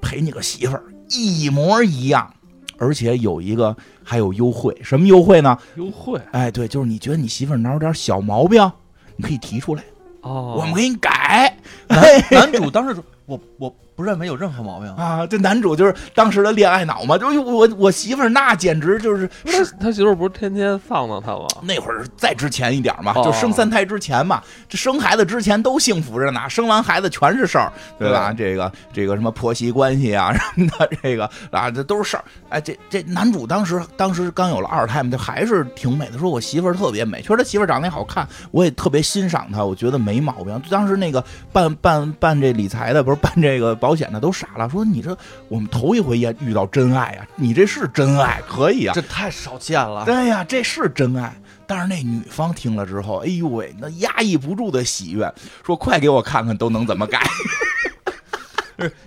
Speaker 2: 赔你个媳妇儿一模一样，而且有一个还有优惠，什么优惠呢？
Speaker 1: 优惠
Speaker 2: 哎，对，就是你觉得你媳妇儿哪有点小毛病，你可以提出来，
Speaker 1: 哦，
Speaker 2: 我们给你改。哎
Speaker 3: 男主当时说：“我我不认为有任何毛 病。
Speaker 2: 啊，这男主就是当时的恋爱脑嘛，就是我我媳妇儿那简直就是
Speaker 1: 不是他他媳妇儿不是天天放荡他吗？
Speaker 2: 那会儿再之前一点嘛，
Speaker 1: 哦
Speaker 2: 就生三胎之前嘛，这生孩子之前都幸福着呢，生完孩子全是事儿，对吧？这个这个什么婆媳关系啊什么的，这个啊这都是事儿。哎，这这男主当时当时刚有了二胎嘛，就还是挺美的，说我媳妇儿特别美，确实他媳妇儿长得也好看，我也特别欣赏她，我觉得没毛病。当时那个办办办这理财的，不是办这个保险的都傻了，说你这我们头一回也遇到真爱啊，你这是真爱，可以啊”，
Speaker 3: 这太少见了。
Speaker 2: 对哎呀，这是真爱。但是那女方听了之后，哎呦喂，那压抑不住的喜悦，说：“快给我看看都能怎么改，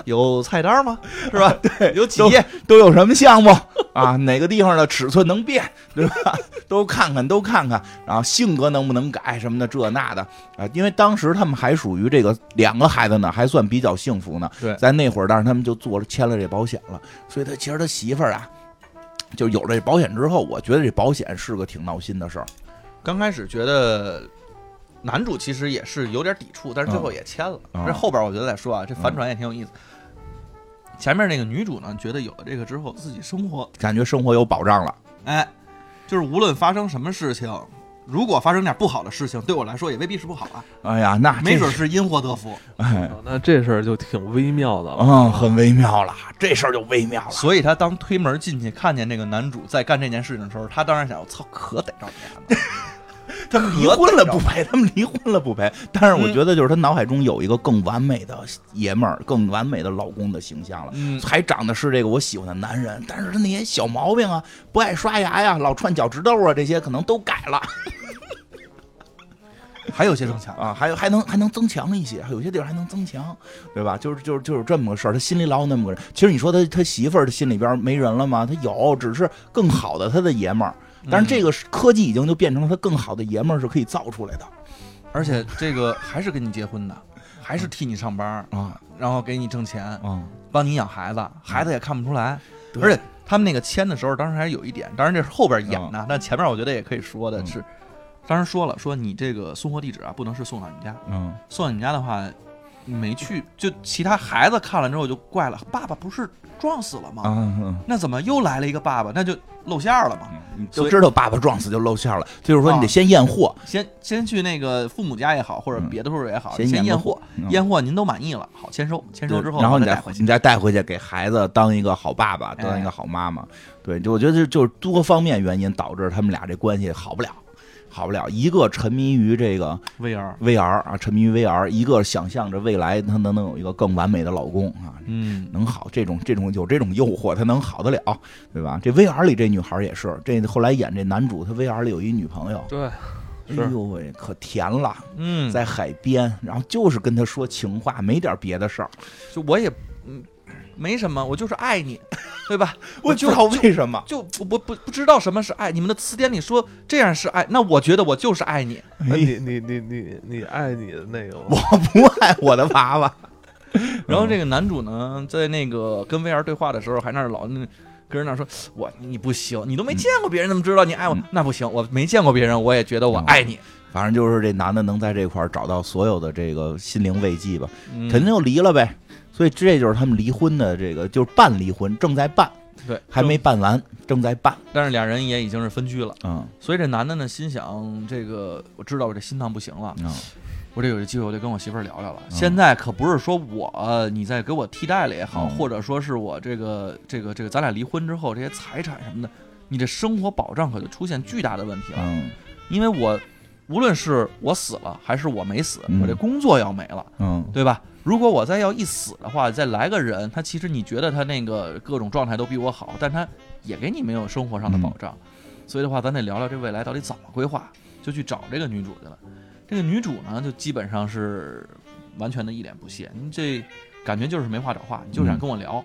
Speaker 3: 有菜单 吗？是吧？对，有几
Speaker 2: 都
Speaker 3: 页？
Speaker 2: 都有什么项目啊？ 哪个地方的尺寸能变， 对吧？都看看，都看看，然后性格能不能改什么的，这那的啊。因为当时他们还属于这个两个孩子呢，还算比较幸福呢。
Speaker 3: 对
Speaker 2: 在那会儿，但是他们就做了签了这保险了，所以他其实他媳妇儿啊，就有了这保险之后，我觉得这保险是个挺闹心的事儿。
Speaker 3: 刚开始觉得男主其实也是有点抵触，但是最后也签了。
Speaker 2: 嗯
Speaker 3: 嗯这后边我觉得再说啊，这反转也挺有意思。前面那个女主呢，觉得有了这个之后，自己生活，
Speaker 2: 感觉生活有保障了。
Speaker 3: 哎，就是无论发生什么事情，如果发生点不好的事情，对我来说也未必是不好啊，
Speaker 2: 哎呀，那这
Speaker 3: 没准
Speaker 2: 是
Speaker 3: 是因祸得福。
Speaker 2: 哎，
Speaker 1: 那这事儿就挺微妙的了。
Speaker 2: 嗯，很微妙了，这事儿就微妙了。
Speaker 3: 所以他当推门进去，看见那个男主在干这件事情的时候，他当然想，我操，可逮着你啊了！
Speaker 2: 他们离婚了不赔，他们离婚了不赔。 但是我
Speaker 3: 嗯
Speaker 2: 觉得就是他脑海中有一个更完美的爷们儿、更完美的老公的形象了。
Speaker 3: 嗯，
Speaker 2: 还长得是这个我喜欢的男人，但是他那些小毛病啊，不爱刷牙呀，老串脚趾头啊，这些可能都改了
Speaker 3: 还有些挣钱，
Speaker 2: 啊，还有还能还能增强一些，还有些地儿还能增强，对吧？就是就是就是这么个事儿，他心里老有那么个人。其实你说他他媳妇儿心里边没人了吗？他有，只是更好的他的爷们儿。但是
Speaker 3: 嗯
Speaker 2: 这个是科技已经就变成了他更好的爷们儿是可以造出来的
Speaker 3: 而且这个还是跟你结婚的，还是替你上班，
Speaker 2: 啊
Speaker 3: 然后给你挣钱，
Speaker 2: 啊！
Speaker 3: 帮你养孩子，孩子也看不出来。
Speaker 2: 嗯对
Speaker 3: 而且他们那个签的时候，当时还有一点，当然这是后边演
Speaker 2: 嗯
Speaker 3: 的，但前面我觉得也可以说的是，当时说了，说你这个送货地址啊，不能是送到你们家，
Speaker 2: 嗯，
Speaker 3: 送到你们家的话，你没去，就其他孩子看了之后就怪了，爸爸不是撞死了吗？
Speaker 2: 啊，
Speaker 3: 那怎么又来了一个爸爸？那就露馅儿了嘛。
Speaker 2: 你就知道爸爸撞死就露馅了，就是说你得
Speaker 3: 啊
Speaker 2: 先验货，
Speaker 3: 先先去那个父母家也好，或者别的处也好，
Speaker 2: 嗯先
Speaker 3: 啊先
Speaker 2: 验
Speaker 3: 验
Speaker 2: 个
Speaker 3: 货
Speaker 2: 嗯，
Speaker 3: 验货您都满意了，好签收，签收之后
Speaker 2: 然后你再
Speaker 3: 再带回去。
Speaker 2: 你再带回去给孩子当一个好爸爸，
Speaker 3: 哎
Speaker 2: 当一个好妈妈。对，就我觉得就就是多方面原因导致他们俩这关系好不了。好不了，一个沉迷于这个
Speaker 3: VR，
Speaker 2: VR 啊，沉迷于 VR；一个想象着未来他能能有一个更完美的老公啊，
Speaker 3: 嗯，
Speaker 2: 能好这种这种有这种诱惑，他能好得了，对吧？这 VR 里这女孩也是，这后来演这男主，他 VR 里有一女朋友，
Speaker 1: 对，
Speaker 2: 哎
Speaker 1: 是
Speaker 2: 呦喂，可甜了，
Speaker 3: 嗯，
Speaker 2: 在海边，然后就是跟他说情话，没点别的事儿。
Speaker 3: 就我也嗯没什么，我就是爱你，对吧？我
Speaker 2: 不
Speaker 3: 就
Speaker 2: 知道为什么，
Speaker 3: 就我我不不知道什么是爱，你们的词典里说这样是爱，那我觉得我就是爱你。
Speaker 1: 那你哎你你你你爱你的那个吗，
Speaker 2: 我不爱我的娃娃。
Speaker 3: 然后这个男主呢，在那个跟 VR 对话的时候，还那儿老那跟人那儿说：“我你不行，你都没见过别人怎么知道你爱我？
Speaker 2: 嗯
Speaker 3: 那不行，我没见过别人，我也觉得我爱你。
Speaker 2: 反正就是这男的能在这块儿找到所有的这个心灵慰藉吧，
Speaker 3: 嗯
Speaker 2: 肯定就离了呗。所以这就是他们离婚的这个，就是办离婚，正在办，
Speaker 3: 对，
Speaker 2: 还没办完，正在办。
Speaker 3: 但是俩人也已经是分居了，
Speaker 2: 嗯
Speaker 3: 所以这男的呢心想，这个我知道我这心脏不行了，
Speaker 2: 嗯
Speaker 3: 我这有这机会我得跟我媳妇儿聊聊了。
Speaker 2: 嗯
Speaker 3: 现在可不是说我你再给我替代了也好，
Speaker 2: 嗯
Speaker 3: 或者说是我这个这个这个咱俩离婚之后这些财产什么的，你的生活保障可就出现巨大的问题了，
Speaker 2: 嗯
Speaker 3: 因为我无论是我死了还是我没死，
Speaker 2: 嗯
Speaker 3: 我这工作要没了，
Speaker 2: 嗯，
Speaker 3: 对吧？如果我再要一死的话，再来个人，他其实你觉得他那个各种状态都比我好，但他也给你没有生活上的保障，所以的话，咱得聊聊这未来到底怎么规划，就去找这个女主去了。这个女主呢，就基本上是完全的一脸不屑，你这感觉就是没话找话，你就想跟我聊，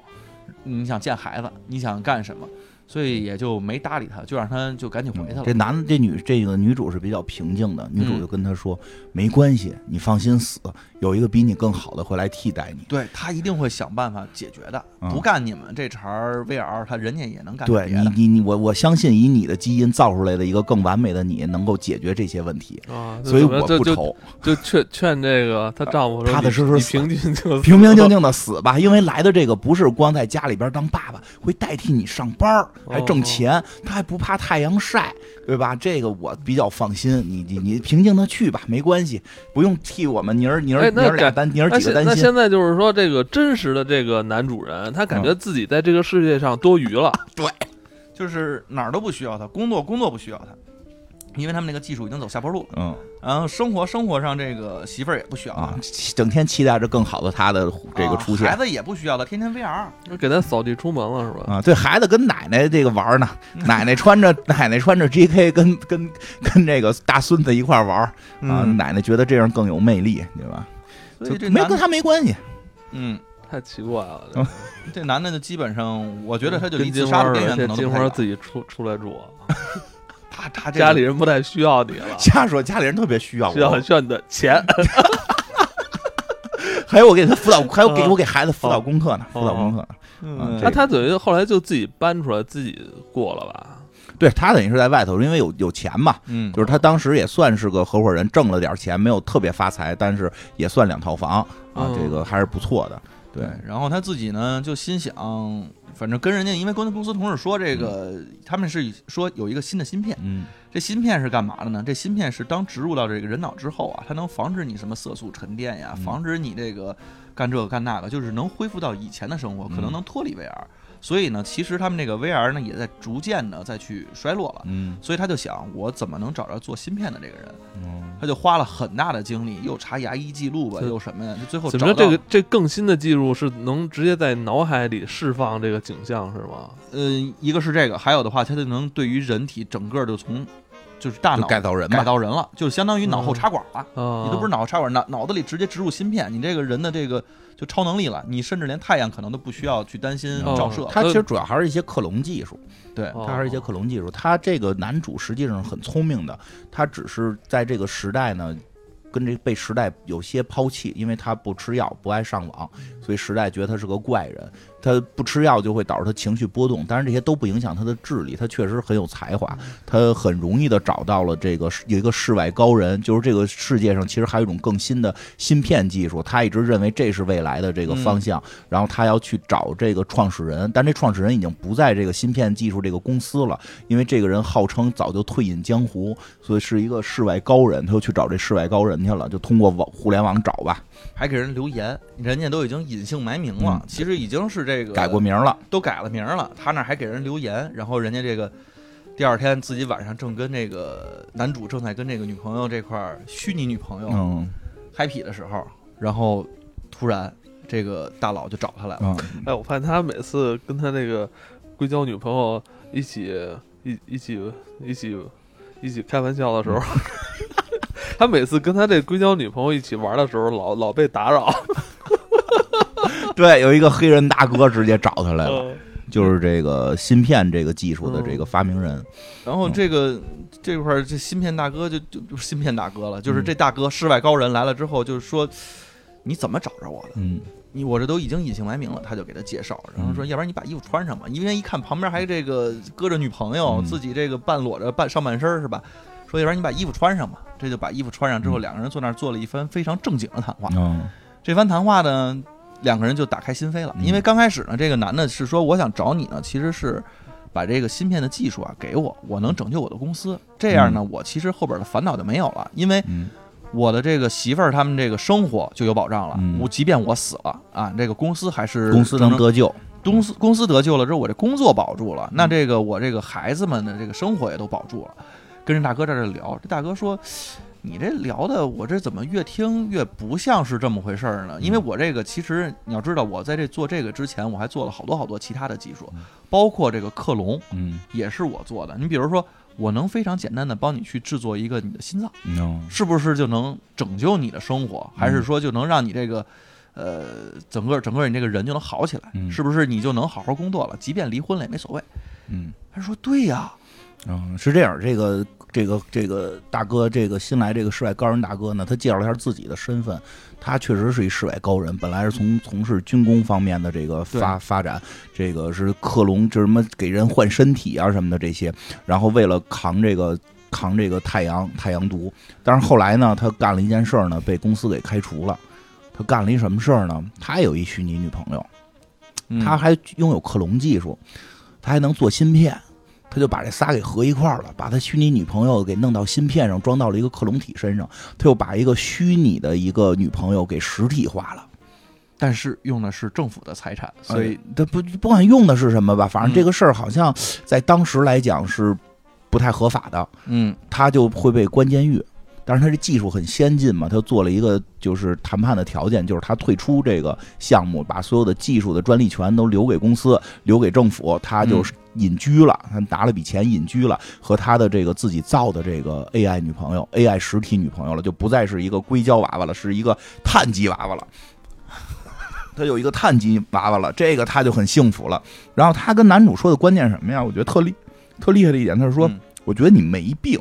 Speaker 3: 你想见孩子，你想干什么，所以也就没搭理他，就让他就赶紧回去了。
Speaker 2: 嗯这男的这女这个女主是比较平静的，女
Speaker 1: 嗯
Speaker 2: 主就跟他说：“没关系，你放心死，有一个比你更好的会来替代你。”
Speaker 3: 对他一定会想办法解决的，
Speaker 2: 嗯
Speaker 3: 不干你们这茬儿 VR，他人家也能干
Speaker 2: 对
Speaker 3: 别的
Speaker 2: 你，你你我我相信以你的基因造出来的一个更完美的你，能够解决这些问题，
Speaker 1: 啊，
Speaker 2: 所以
Speaker 1: 就怎么
Speaker 2: 我
Speaker 1: 就
Speaker 2: 不
Speaker 1: 就
Speaker 2: 愁，
Speaker 1: 就劝劝这个她丈夫说你，
Speaker 2: 踏踏实实
Speaker 1: 你
Speaker 2: 死
Speaker 1: 平静就
Speaker 2: 平平静静的死吧。因为来的这个不是光在家里边当爸爸，会代替你上班儿，还
Speaker 1: 哦
Speaker 2: 挣钱，他还不怕太阳晒，对吧？这个我比较放心。你你你平静的去吧，没关系，不用替我们妮儿妮儿
Speaker 1: 哎
Speaker 2: 妮
Speaker 1: 那
Speaker 2: 儿俩
Speaker 1: 感
Speaker 2: 担妮儿
Speaker 1: 那
Speaker 2: 几个
Speaker 1: 现
Speaker 2: 担
Speaker 1: 那
Speaker 2: 心。
Speaker 1: 现在就是说，这个真实的这个男主人，他感觉
Speaker 2: 嗯
Speaker 1: 自己在这个世界上多余了，
Speaker 3: 就是哪儿都不需要他，工作工作不需要他，因为他们那个技术已经走下坡路了。
Speaker 2: 嗯
Speaker 3: 然后生活生活上这个媳妇儿也不需要他，
Speaker 2: 啊，整天期待着更好的他的这个
Speaker 3: 啊
Speaker 2: 出现
Speaker 3: 孩。子也不需要他，天天 VR。
Speaker 1: 给他扫地出门了是吧？
Speaker 2: 啊，对孩子跟奶奶这个玩 呢，奶奶穿着奶奶穿着 GK 跟跟跟这个大孙子一块玩儿啊，
Speaker 3: 嗯
Speaker 2: 奶奶觉得这样更有魅力，对吧？
Speaker 3: 所以
Speaker 2: 就
Speaker 3: 这
Speaker 2: 没
Speaker 3: 男
Speaker 2: 跟
Speaker 3: 的，
Speaker 2: 他没关系，
Speaker 3: 嗯，
Speaker 1: 太奇怪了，
Speaker 2: 嗯
Speaker 3: 这男的就基本上，我
Speaker 1: 我
Speaker 3: 觉得他就
Speaker 1: 嗯
Speaker 3: 离
Speaker 1: 金
Speaker 3: 自
Speaker 1: 花
Speaker 3: 杀
Speaker 1: 儿
Speaker 3: 的边
Speaker 1: 了
Speaker 3: 缘可
Speaker 1: 这
Speaker 3: 能
Speaker 1: 金
Speaker 3: 都不
Speaker 1: 花
Speaker 3: 太
Speaker 1: 儿
Speaker 3: 远
Speaker 1: 自己出出来住，
Speaker 3: 他他这个
Speaker 1: 家里人不太需要你了，
Speaker 2: 瞎说，家里人特别需要
Speaker 1: 需要
Speaker 2: 我，
Speaker 1: 需要你的 钱。
Speaker 2: 还有我给他辅导，还有给我给孩子
Speaker 3: 哦
Speaker 2: 辅导功课呢，辅导功课呢。嗯
Speaker 3: 嗯，
Speaker 1: 那
Speaker 2: 这个
Speaker 1: 他等于后来就自己搬出来，自己过了吧？
Speaker 2: 对他等于是在外头，因为有有钱嘛，
Speaker 3: 嗯
Speaker 2: 就是他当时也算是个合伙人，挣了点钱，没有特别发财，但是也算两套房啊，
Speaker 1: 嗯
Speaker 2: 这个还是不错的。对，
Speaker 3: 然后他自己呢就心想，反正跟人家因为公公司同事说这个，他们是说有一个新的芯片，
Speaker 2: 嗯
Speaker 3: 这芯片是干嘛的呢？这芯片是当植入到这个人脑之后啊，它能防止你什么色素沉淀呀，
Speaker 2: 嗯
Speaker 3: 防止你这个干这个干那个，就是能恢复到以前的生活，可能
Speaker 2: 嗯
Speaker 3: 能脱离 VR。所以呢，其实他们这个 VR 呢也在逐渐的再去衰落了。
Speaker 2: 嗯
Speaker 3: 所以他就想，我怎么能找着做芯片的这个人？
Speaker 2: 嗯
Speaker 3: 他就花了很大的精力，又查牙医记录吧，
Speaker 1: 对
Speaker 3: 又什么呀？就最后
Speaker 1: 怎
Speaker 3: 找
Speaker 1: 么
Speaker 3: 到
Speaker 1: 着？这个这更新的技术是能直接在脑海里释放这个景象是吗？
Speaker 3: 呃，一个是这个，还有的话，它就能对于人体整个就从就是大
Speaker 2: 就
Speaker 3: 脑
Speaker 2: 改造人
Speaker 3: 改
Speaker 2: 吧，
Speaker 3: 造人了，就相当于脑后插管了。
Speaker 1: 啊，
Speaker 2: 嗯
Speaker 3: 你都不是脑后插管，脑脑子里直接植入芯片，你这个人的这个就超能力了，你甚至连太阳可能都不需要去担心
Speaker 2: 哦
Speaker 3: 照射。
Speaker 2: 它其实主要还是一些克隆技术，
Speaker 3: 对，
Speaker 1: 哦
Speaker 2: 它还是一些克隆技术。它这个男主实际上很聪明的，他只是在这个时代呢，跟这被时代有些抛弃，因为他不吃药，不爱上网，所以时代觉得他是个怪人。他不吃药就会导致他情绪波动，当然这些都不影响他的智力。他确实很有才华，他很容易的找到了这个有一个世外高人，就是这个世界上其实还有一种更新的芯片技术，他一直认为这是未来的这个方向。然后他要去找这个创始人，但这创始人已经不在这个芯片技术这个公司了，因为这个人号称早就退隐江湖，所以是一个世外高人，他又去找这世外高人去了，就通过网互联网找吧，
Speaker 3: 还给人留言，人家都已经隐姓埋名了，
Speaker 2: 嗯
Speaker 3: 其实已经是这个
Speaker 2: 改过名了，
Speaker 3: 都改了名儿了，他那儿还给人留言，然后人家这个第二天自己晚上正跟这个男主正在跟这个女朋友这块儿虚拟女朋友、
Speaker 2: 嗯
Speaker 3: happy 的时候，然后突然这个大佬就找他来了，
Speaker 2: 嗯，
Speaker 1: 哎，我发现他每次跟他那个硅胶女朋友一起一一起一起一起开玩笑的时候，
Speaker 2: 嗯
Speaker 1: 他每次跟他这硅胶女朋友一起玩的时候，老老被打扰。
Speaker 2: 对，有一个黑人大哥直接找他来了，
Speaker 1: 嗯
Speaker 2: 就是这个芯片这个技术的这个发明人，
Speaker 3: 然
Speaker 2: 嗯
Speaker 3: 后这个、这块儿这芯片大哥就就就芯片大哥了，
Speaker 2: 嗯
Speaker 3: 就是这大哥世外高人来了之后，就是说你怎么找着我的？
Speaker 2: 嗯
Speaker 3: 你我这都已经隐姓埋名了，他就给他介绍，然后说，
Speaker 2: 嗯
Speaker 3: 要不然你把衣服穿上吧，因为一看旁边还这个搁着女朋友，
Speaker 2: 嗯
Speaker 3: 自己这个半裸着半上半身儿是吧？说要不然你把衣服穿上吧，这就把衣服穿上之后，
Speaker 2: 嗯
Speaker 3: 两个人坐那儿做了一番非常正经的谈话。
Speaker 2: 嗯
Speaker 3: 这番谈话呢，两个人就打开心扉了，
Speaker 2: 嗯
Speaker 3: 因为刚开始呢，这个男的是说我想找你呢，其实是。把这个芯片的技术啊给我，我能拯救我的公司。这样呢，我其实后边的烦恼就没有了，因为
Speaker 2: 嗯
Speaker 3: 我的这个媳妇儿他们这个生活就有保障了。
Speaker 2: 嗯
Speaker 3: 我即便我死了啊，这个公司还是
Speaker 2: 公司能
Speaker 3: 正正
Speaker 2: 得救，
Speaker 3: 公司公司得救了之后，我这工作保住了，那这个我这个孩子们的这个生活也都保住了。跟这大哥在这聊，这大哥说。你这聊的，我这怎么越听越不像是这么回事儿呢？因为我这个其实你要知道，我在这做这个之前，我还做了好多好多其他的技术
Speaker 2: 嗯，
Speaker 3: 包括这个克隆
Speaker 2: 嗯
Speaker 3: 也是我做的。你比如说，我能非常简单的帮你去制作一个你的心脏。
Speaker 2: 嗯
Speaker 3: 是不是就能拯救你的生活，还是说就能让你这个，呃，整个整个你这个人就能好起来？
Speaker 2: 嗯
Speaker 3: 是不是你就能好好工作了？即便离婚了也没所谓。
Speaker 2: 嗯。
Speaker 3: 他说对呀，
Speaker 2: 嗯，是这样，这个这个这个大哥，这个新来这个世外高人大哥呢，他介绍了一下自己的身份，他确实是一世外高人，本来是从从事军工方面的这个发发展，这个是克隆，这什么给人换身体啊什么的这些，然后为了扛这个。扛这个太阳太阳毒，但是后来呢，他干了一件事儿呢，被公司给开除了。他干了一什么事儿呢？他也有一虚拟女朋友，
Speaker 3: 嗯
Speaker 2: 他还拥有克隆技术，他还能做芯片，他就把这仨给合一块儿了，把他虚拟女朋友给弄到芯片上，装到了一个克隆体身上，他又把一个虚拟的一个女朋友给实体化了。
Speaker 3: 但是用的是政府的财产，所以
Speaker 2: 呃他不不管用的是什么吧，反正
Speaker 3: 嗯
Speaker 2: 这个事儿好像在当时来讲是不太合法的，
Speaker 3: 嗯，
Speaker 2: 他就会被关监狱。但是他这技术很先进嘛，他做了一个就是谈判的条件，就是他退出这个项目，把所有的技术的专利权都留给公司，留给政府，他就是隐居了，他拿了笔钱隐居了，和他的这个自己造的这个 AI 女朋友、AI 实体女朋友了，就不再是一个硅胶娃娃了，是一个碳基娃娃了。他有一个碳基娃娃了，这个他就很幸福了。然后他跟男主说的观点是什么呀？我觉得特厉特厉害的一点，他是说，
Speaker 3: 嗯
Speaker 2: 我觉得你没病，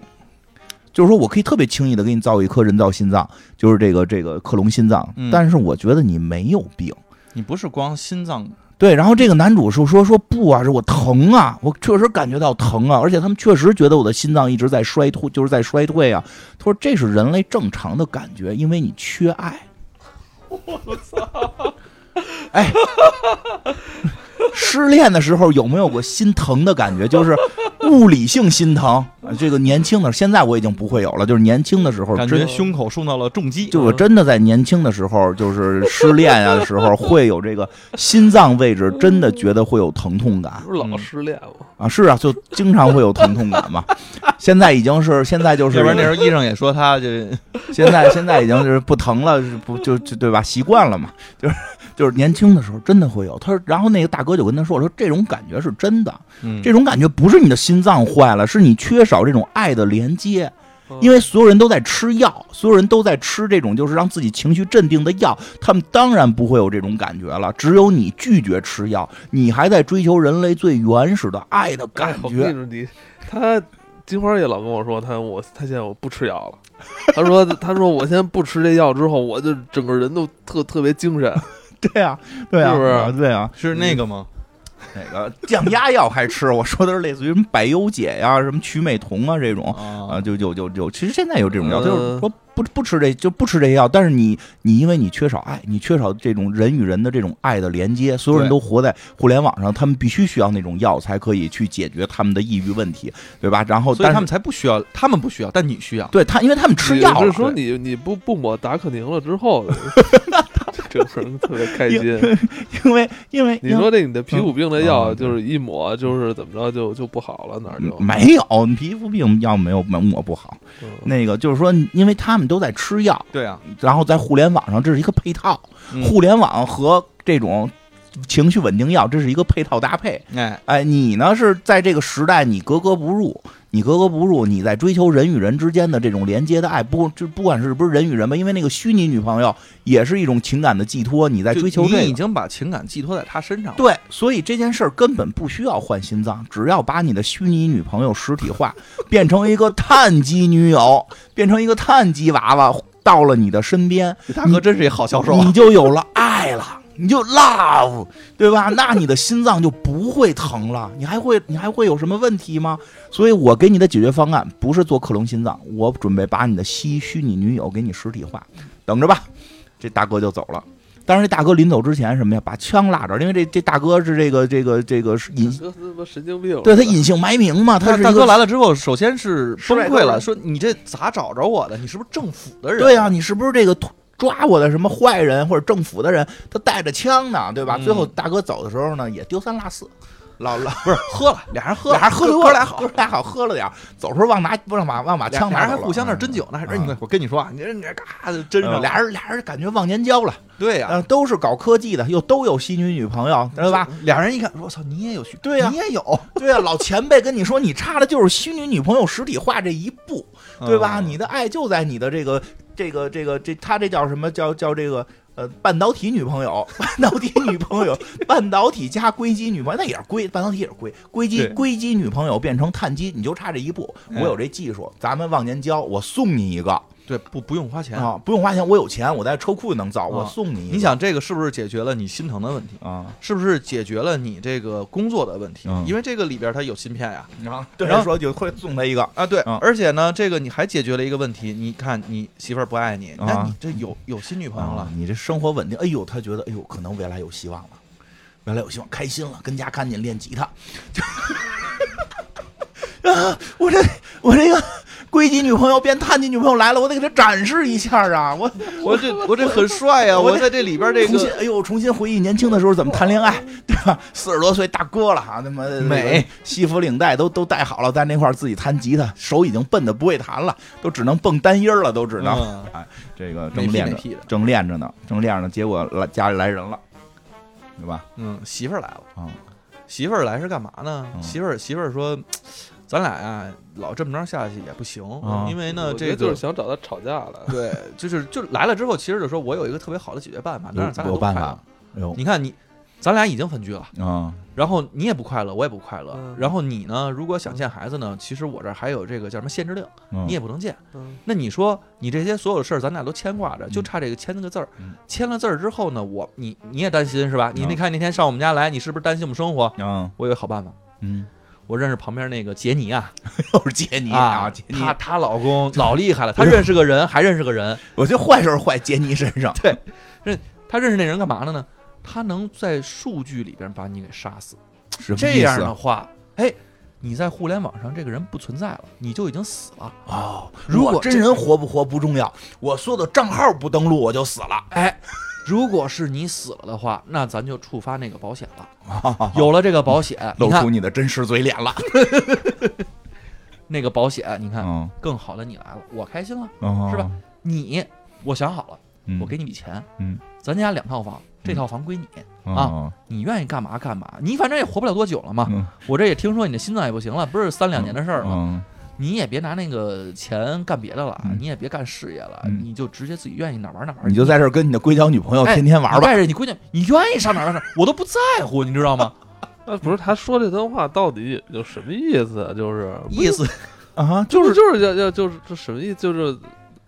Speaker 2: 就是说我可以特别轻易的给你造一颗人造心脏，就是这个这个克隆心脏
Speaker 3: 嗯，
Speaker 2: 但是我觉得你没有病。
Speaker 3: 你不是光心脏，
Speaker 2: 对，然后这个男主是说说不啊，是我疼啊，我确实感觉到疼啊，而且他们确实觉得我的心脏一直在衰退，就是在衰退啊。他说这是人类正常的感觉，因为你缺爱。我操！哎，失恋的时候有没有过心疼的感觉？就是物理性心疼。这个年轻的，现在我已经不会有了。就是年轻的时候，
Speaker 3: 感
Speaker 2: 真
Speaker 3: 觉胸口受到了重击。
Speaker 2: 就我真的在年轻的时候，就是失恋啊的时候，会有这个心脏位置真的觉得会有疼痛感
Speaker 1: 不是老失恋吗？
Speaker 2: 啊，是啊，就经常会有疼痛感嘛。现在已经是现在就是
Speaker 3: 要不然那时候医生也说他就
Speaker 2: 现在现在已经就是不疼了，是不就就对吧？习惯了嘛，就是就是年轻的时候真的会有。他说，然后那个大哥就跟他说，说这种感觉是真的，
Speaker 3: 嗯
Speaker 2: 这种感觉不是你的心脏坏了，是你缺少这种爱的连接。
Speaker 1: 嗯
Speaker 2: 因为所有人都在吃药，所有人都在吃这种就是让自己情绪镇定的药，他们当然不会有这种感觉了。只有你拒绝吃药，你还在追求人类最原始的爱的
Speaker 1: 哎
Speaker 2: 感
Speaker 1: 我
Speaker 2: 觉
Speaker 1: 跟。你说，你他金花也老跟我说，他我他现在我不吃药了。他说他说我现在不吃这药之后，我就整个人都特特别精神。
Speaker 2: 对啊，对啊，
Speaker 1: 是不是
Speaker 2: 啊对啊，
Speaker 3: 是那个吗？
Speaker 2: 哪 个降压药还吃？我说的是类似于什么百忧解呀、什么曲美酮啊这种啊，
Speaker 3: 啊，
Speaker 2: 就就就就，其实现在有这种药，就是
Speaker 1: 呃
Speaker 2: 说不不吃这就不吃这些药，但是你你因为你缺少爱，你缺少这种人与人的这种爱的连接，所有人
Speaker 3: 对
Speaker 2: 都活在互联网上，他们必须需要那种药才可以去解决他们的抑郁问题，对吧？然后
Speaker 3: 所以
Speaker 2: 但
Speaker 3: 他
Speaker 2: 是
Speaker 3: 们才不需要，他们不需要，但你需要。
Speaker 2: 对他，因为他们吃
Speaker 1: 你
Speaker 2: 药了，
Speaker 1: 是说你你不不抹达克宁了之后， 整个人特别开心。
Speaker 2: 因为因为
Speaker 1: 你说这你的皮肤病的
Speaker 2: 嗯
Speaker 1: 药，
Speaker 2: 嗯
Speaker 1: 就是一抹就是怎么着就就不好了，哪儿就
Speaker 2: 没有皮肤病药没有没有抹不好，
Speaker 1: 嗯
Speaker 2: 那个就是说，因为他们都在吃药，
Speaker 3: 对啊，
Speaker 2: 然后在互联网上，这是一个配套，
Speaker 3: 嗯
Speaker 2: 互联网和这种情绪稳定药，这是一个配套搭配。
Speaker 3: 哎，
Speaker 2: 哎，你呢是在这个时代你格格不入，你格格不入，你在追求人与人之间的这种连接的爱，不就不管是不是人与人吧，因为那个虚拟女朋友也是一种情感的寄托，你在
Speaker 3: 就
Speaker 2: 追求
Speaker 3: 你
Speaker 2: 这
Speaker 3: 已
Speaker 2: 个。
Speaker 3: 经把情感寄托在他身上了。
Speaker 2: 对，所以这件事儿根本不需要换心脏，只要把你的虚拟女朋友实体化，变成一个碳基女友，变成一个碳基娃娃，到了你的身边，
Speaker 3: 大哥真是一好销售啊
Speaker 2: 你！就有了爱了，你就 love，对吧？那你的心脏就不会疼了，你还会你还会有什么问题吗？所以我给你的解决方案不是做克隆心脏，我准备把你的西虚拟女友给你实体化，等着吧。这大哥就走了。当然，这大哥临走之前什么呀，把枪落着，因为这这大哥是这个这个这个是隐，
Speaker 1: 哥他妈神经病了。
Speaker 2: 对他隐姓埋名嘛，他
Speaker 3: 大
Speaker 2: 是一
Speaker 3: 嗯大
Speaker 2: 个
Speaker 3: 哥来了之后，首先是
Speaker 2: 失
Speaker 3: 崩
Speaker 2: 败
Speaker 3: 溃
Speaker 2: 高
Speaker 3: 了，
Speaker 2: 人
Speaker 3: 说你这咋找着我的？你是不是政府的人？
Speaker 2: 对啊，你是不是这个突抓我的什么坏人或者政府的人？他带着枪呢，对吧？
Speaker 3: 嗯
Speaker 2: 最后大哥走的时候呢，也丢三落四，老 老
Speaker 3: 不是喝了，俩人喝了，
Speaker 2: 俩人喝
Speaker 3: 哥
Speaker 2: 多
Speaker 3: 哥
Speaker 2: 了，
Speaker 3: 俩好
Speaker 2: 哥，俩好喝了点儿，走时候忘拿忘把忘把
Speaker 3: 俩
Speaker 2: 枪
Speaker 3: 俩
Speaker 2: 拿
Speaker 3: 人
Speaker 2: 走
Speaker 3: 还
Speaker 2: 了，
Speaker 3: 互相那儿针灸呢，还说
Speaker 2: 嗯
Speaker 3: 你我跟你说啊，你这你这嘎就针
Speaker 2: 嗯。
Speaker 3: 上了，
Speaker 2: 俩人俩人感觉忘年交了，
Speaker 3: 对呀
Speaker 2: 呃，都是搞科技的，又都有西女女朋友，对吧？？
Speaker 3: 俩人一看，我操，你也有虚，
Speaker 2: 对呀
Speaker 3: 你也有，
Speaker 2: 对啊，老前辈跟你说，你差的就是西女女朋友实体化这一步，对吧？
Speaker 3: 嗯
Speaker 2: 你的爱就在你的这个这个这个这，他这叫什么叫叫这个呃半导体女朋友， 半导体女朋 友，半导体加硅基女朋友，那也是硅，半导体也是硅，硅基
Speaker 3: 对
Speaker 2: 硅基女朋友变成碳基，你就差这一步。我
Speaker 3: 哎
Speaker 2: 有这技术，咱们忘年交，我送你一个
Speaker 3: 对不不用花钱。
Speaker 2: 啊，不用花钱，我有钱，我在车库能造，我
Speaker 3: 啊
Speaker 2: 送你一个。
Speaker 3: 你想这个是不是解决了你心疼的问题？
Speaker 2: 啊，
Speaker 3: 是不是解决了你这个工作的问题？
Speaker 2: 嗯
Speaker 3: 因为这个里边它有芯片呀。
Speaker 2: 然后对
Speaker 3: 然后
Speaker 2: 说就会送他一个。
Speaker 3: 啊，对，
Speaker 2: 嗯
Speaker 3: 而且呢，这个你还解决了一个问题。你看，你媳妇儿不爱你，那你这有有新女朋友
Speaker 2: 啊
Speaker 3: 了，
Speaker 2: 你这生活稳定，哎呦，他觉得哎呦，可能未来有希望了，未来有希望，开心了，跟家赶紧练吉他。 就啊，我这我这个硅基女朋友变碳基女朋友来了，我得给她展示一下啊！我
Speaker 3: 我这我这很帅呀！
Speaker 2: 我
Speaker 3: 我在这里 边这
Speaker 2: 重新
Speaker 3: 个
Speaker 2: 哎呦，重新回忆年轻的时候怎么谈恋爱，对吧？四十多岁大哥了哈，他妈
Speaker 3: 美
Speaker 2: 西服领带都都戴好了，在那块儿自己弹吉他，手已经笨的不会弹了，都只能蹦单音儿了，都只能。
Speaker 3: 嗯
Speaker 2: 哎，这个
Speaker 3: 没
Speaker 2: 正
Speaker 3: 屁
Speaker 2: 练
Speaker 3: 没
Speaker 2: 着
Speaker 3: 屁的，
Speaker 2: 正练着呢，正练着呢，结果来家里来人了，对吧？
Speaker 3: 嗯，媳妇儿来了，
Speaker 2: 啊、
Speaker 3: 媳妇儿来是干嘛呢？
Speaker 2: 嗯
Speaker 3: 媳妇儿媳妇儿说，咱俩呀老这么着下去也不行，
Speaker 2: 啊
Speaker 3: 因为
Speaker 1: 我
Speaker 3: 呢
Speaker 1: 觉得
Speaker 3: 这
Speaker 1: 就
Speaker 3: 个
Speaker 1: 是想找他吵架 了。
Speaker 3: 对，就是就来了之后，其实就说我有一个特别好的解决办法，能让咱俩
Speaker 2: 有
Speaker 3: 都
Speaker 2: 有办
Speaker 3: 快乐
Speaker 2: 法。哎呦，
Speaker 3: 你看你，咱俩已经分居了，
Speaker 2: 啊、
Speaker 3: 然后你也不快乐，我也不快乐
Speaker 1: 嗯。
Speaker 3: 然后你呢，如果想见孩子呢，其实我这儿还有这个叫什么限制令，
Speaker 2: 嗯，
Speaker 3: 你也不能见。
Speaker 1: 嗯
Speaker 3: 那你说你这些所有事儿，咱俩都牵挂着，就差这个签个字儿
Speaker 2: 嗯。
Speaker 3: 签了字儿之后呢，我你你也担心是吧？你
Speaker 2: 嗯
Speaker 3: 你看那天上我们家来，你是不是担心我们生活？
Speaker 2: 啊，
Speaker 3: 我有一好办法，
Speaker 2: 嗯，
Speaker 3: 我认识旁边那个杰尼啊，
Speaker 2: 又是杰尼啊，杰尼，
Speaker 3: 她她老 公老厉害了，她认识个 人，还认识个人，
Speaker 2: 我觉得坏事儿坏杰尼身上，
Speaker 3: 她认识那人干嘛的呢？他能在数据里边把你给杀死。
Speaker 2: 什么
Speaker 3: 这
Speaker 2: 意
Speaker 3: 样
Speaker 2: 思啊
Speaker 3: 的话，哎，你在互联网上这个人不存在了，你就已经死了。
Speaker 2: 哦，
Speaker 3: 如果
Speaker 2: 我真人活不活不重要，我所有的账号不登录我就死了。
Speaker 3: 哎，如果是你死了的话，那咱就触发那个保险了。
Speaker 2: 有
Speaker 3: 有了这个保险，你
Speaker 2: 露
Speaker 3: 看
Speaker 2: 出你的真实嘴脸了。
Speaker 3: 那个保险，你看
Speaker 2: 嗯，
Speaker 3: 更好的你来了，我开心了。
Speaker 2: 哦
Speaker 3: 是吧？你，我想好了，
Speaker 2: 嗯
Speaker 3: 我给你笔钱，
Speaker 2: 嗯，
Speaker 3: 咱家两套房，这套房归你，
Speaker 2: 哦
Speaker 3: 你愿意干嘛干嘛，你反正也活不了多久了嘛。
Speaker 2: 嗯
Speaker 3: 我这也听说你的心脏也不行了，不是三两年的事儿嘛，
Speaker 2: 嗯
Speaker 3: 你也别拿那个钱干别的了，
Speaker 2: 嗯
Speaker 3: 你也别干事业了，
Speaker 2: 嗯
Speaker 3: 你就直接自己愿意哪儿玩哪儿玩。
Speaker 2: 你就在这儿跟你的硅胶女朋友
Speaker 3: 哎
Speaker 2: 天天玩吧。
Speaker 3: 带着你闺女，你愿意上哪儿玩哪儿，我都不在乎，你知 道吗？
Speaker 1: 那不是他说这段话到底有什么意思啊？就是
Speaker 3: 意思
Speaker 2: 啊，
Speaker 1: 就是就是要要就是这什么意思？就是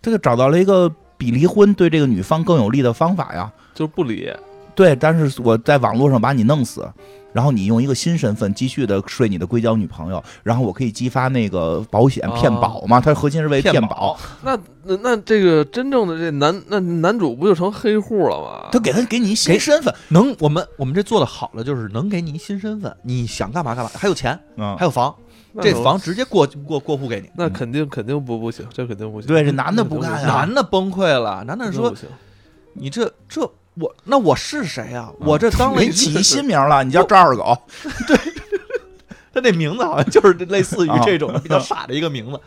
Speaker 2: 这个找到了一个比离婚对这个女方更有利的方法呀。
Speaker 1: 就是不理，
Speaker 2: 对，但是我在网络上把你弄死，然后你用一个新身份继续的睡你的硅胶女朋友，然后我可以激发那个保险
Speaker 1: 哦
Speaker 2: 骗保嘛？它核心是为骗
Speaker 3: 保，哦
Speaker 1: 那那那这个真正的这男那男主不就成黑户了吗？
Speaker 2: 他给他给你一新
Speaker 3: 给
Speaker 2: 身份，
Speaker 3: 能我们我们这做的好了，就是能给你一新身份，你想干嘛干嘛，还有钱，
Speaker 2: 嗯
Speaker 3: 还有房，
Speaker 1: 那
Speaker 3: 这
Speaker 1: 能
Speaker 3: 房直接过过过户给你。
Speaker 1: 那肯定肯定不不行，这肯定不行。
Speaker 2: 对这男的不干啊
Speaker 3: 男的崩溃了，男的
Speaker 1: 的
Speaker 3: 说
Speaker 1: 不：“行，
Speaker 3: 你这这我那我是谁呀、
Speaker 2: 嗯
Speaker 3: 我这当了
Speaker 2: 给
Speaker 3: 一
Speaker 2: 你起一新名了，你叫赵二狗。
Speaker 3: 他这名字好像就是类似于这种
Speaker 2: 啊
Speaker 3: 比较傻的一个 名字。”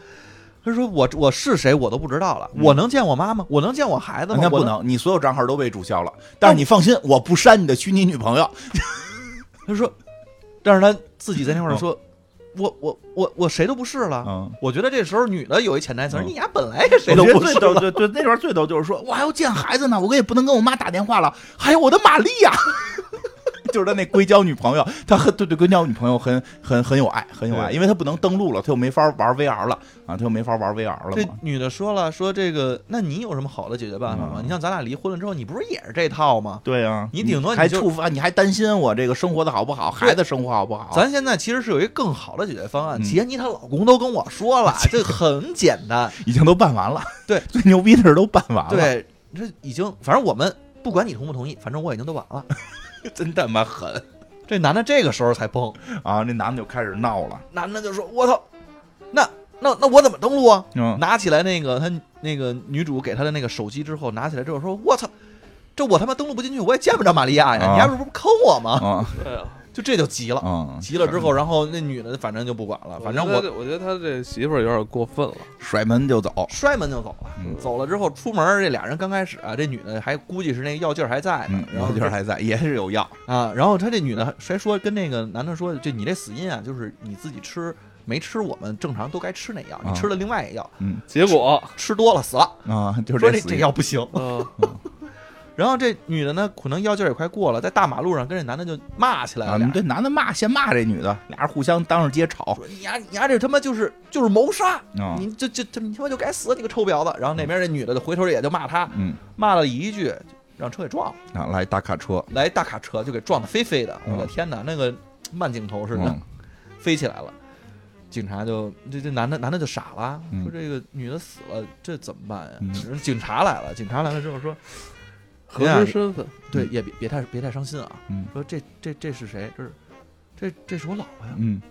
Speaker 3: 他说我：“我是谁我都不知道了，我能见我妈吗？我能见我孩子吗？
Speaker 2: 那嗯
Speaker 3: 我
Speaker 2: 不。能，你所有账号都被注销了。但是你放心，我不删你的虚拟女朋友。”
Speaker 3: 他说：“但是他自己在那块儿说，我我我我谁都不是了。
Speaker 2: 嗯，
Speaker 3: 我觉得这时候女的有一潜台词儿，
Speaker 2: 嗯
Speaker 3: 你丫本来也 谁都
Speaker 2: 我觉得
Speaker 3: 不
Speaker 2: 最
Speaker 3: 是
Speaker 2: 逗，
Speaker 3: 了。
Speaker 2: 对对，那边最逗就是说，我还要见孩子呢，我也不能跟我妈打电话了，还有我的玛丽亚， 就是他那硅胶女朋友，他很对对硅胶女朋友很很很有爱，很有爱，
Speaker 1: 对
Speaker 2: 因为他不能登录了，他又没法玩 VR 了啊，他又没法玩 VR
Speaker 3: 这
Speaker 2: 了嘛。
Speaker 3: 女的说了，说这个，那你有什么好的解决办法吗？
Speaker 2: 嗯
Speaker 3: 你像咱俩离婚了之后，你不是也是这套吗？
Speaker 2: 对啊，
Speaker 3: 你顶多你
Speaker 2: 还
Speaker 3: 就
Speaker 2: 触发，你还担心我这个生活的好不好，孩子生活好不好？
Speaker 3: 咱现在其实是有一个更好的解决方案，
Speaker 2: 嗯
Speaker 3: 杰尼她老公都跟我 说了，这很简单。
Speaker 2: 已经都办完了，
Speaker 3: 对，
Speaker 2: 最牛逼的是都办完了，，
Speaker 3: 对，这已经，反正我们不管你同不同意，反正我已经都完 了。
Speaker 2: 真他妈狠
Speaker 3: 这男的这个时候才崩，
Speaker 2: 啊！那男的就开始闹了，
Speaker 3: 男的就说：“我操，那那那我怎么登录啊？”
Speaker 2: 嗯，
Speaker 3: 拿起来那个他那个女主给他的那个手机之后，拿起来之后说：“我操，这我他妈登录不进去，我也见不着玛利亚呀！
Speaker 2: 啊
Speaker 3: 你还不是不坑我吗
Speaker 2: 啊？”
Speaker 1: 对啊。
Speaker 3: 就这就急了，
Speaker 2: 啊，
Speaker 3: 急了之后，然后那女的反正就不管了，反正
Speaker 1: 我
Speaker 3: 我
Speaker 1: 觉得我觉得他这媳妇儿有点过分了，
Speaker 2: 甩门就走，
Speaker 3: 摔门就走了。
Speaker 2: 嗯
Speaker 3: 走了之后出门儿，这俩人刚开始啊，这女的还估计是那个药劲儿还在呢
Speaker 2: 嗯，，
Speaker 3: 然后
Speaker 2: 药劲儿还在，也是有药。
Speaker 3: 啊，然后她这女的还说跟那个男的说，这你这死因啊，就是你自己吃没吃我们正常都该吃那药，你
Speaker 2: 啊
Speaker 3: 吃了另外一药，
Speaker 2: 嗯
Speaker 1: 结果
Speaker 3: 吃多了死了，
Speaker 2: 啊， 就是
Speaker 3: 说
Speaker 2: 这
Speaker 3: 这
Speaker 2: 死
Speaker 3: 这
Speaker 2: 因
Speaker 3: 药 不行。
Speaker 1: 嗯，
Speaker 3: 然后这女的呢，可能药劲儿也快过了，在大马路上跟这男的就骂起来
Speaker 2: 啊，
Speaker 3: 了
Speaker 2: 你
Speaker 3: 俩，
Speaker 2: 对男的骂，先骂这女的，俩人互相当着街吵
Speaker 3: 说你呀你呀这他妈就是就是谋杀，
Speaker 2: 啊，
Speaker 3: 你这这这你他妈就该死你个臭婊子。然后那边这女的就回头也就骂他，
Speaker 2: 嗯，
Speaker 3: 骂了一句让车给撞了。
Speaker 2: 啊，来大卡车，
Speaker 3: 来大卡车就给撞得飞飞的，我的
Speaker 2: 嗯
Speaker 3: 天哪，那个慢镜头似的、
Speaker 2: 嗯
Speaker 3: 飞起来了。警察就这这男的男的就傻了，
Speaker 2: 嗯
Speaker 3: 说这个女的死了，这怎么办呀？
Speaker 2: 嗯
Speaker 3: 警察来了，警察来了之后说，哎
Speaker 1: 核实身份，
Speaker 3: 对，也别别太别太伤心啊，
Speaker 2: 嗯
Speaker 3: 说这这这是谁？这是这这是我老婆呀，
Speaker 2: 嗯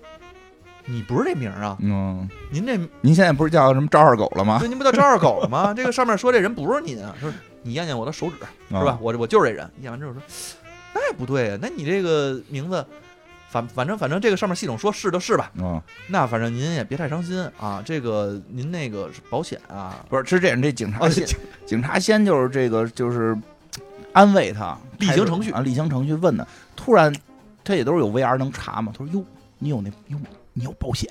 Speaker 3: 你不是这名儿啊？
Speaker 2: 嗯，
Speaker 3: 您这
Speaker 2: 您现在不是叫什么赵二狗了吗？
Speaker 3: 对您不叫赵二狗了 吗？这个上面说这人不是您啊，说你验验我的手指，是吧？？我我就是这人。验完之后说，那也不对啊呀，那你这个名字，反反正反正这个上面系统说是就是吧，
Speaker 2: 啊，
Speaker 3: 那反正您也别太伤心啊。这个您那个保险啊，
Speaker 2: 不是，是这样，这哦警察
Speaker 3: 啊
Speaker 2: 先，警察先就是这个就是安慰他，
Speaker 3: 例行程序
Speaker 2: 啊，例行程序问他，突然他也都是有 VR 能查嘛，他说哟，你有那哟，你有保险，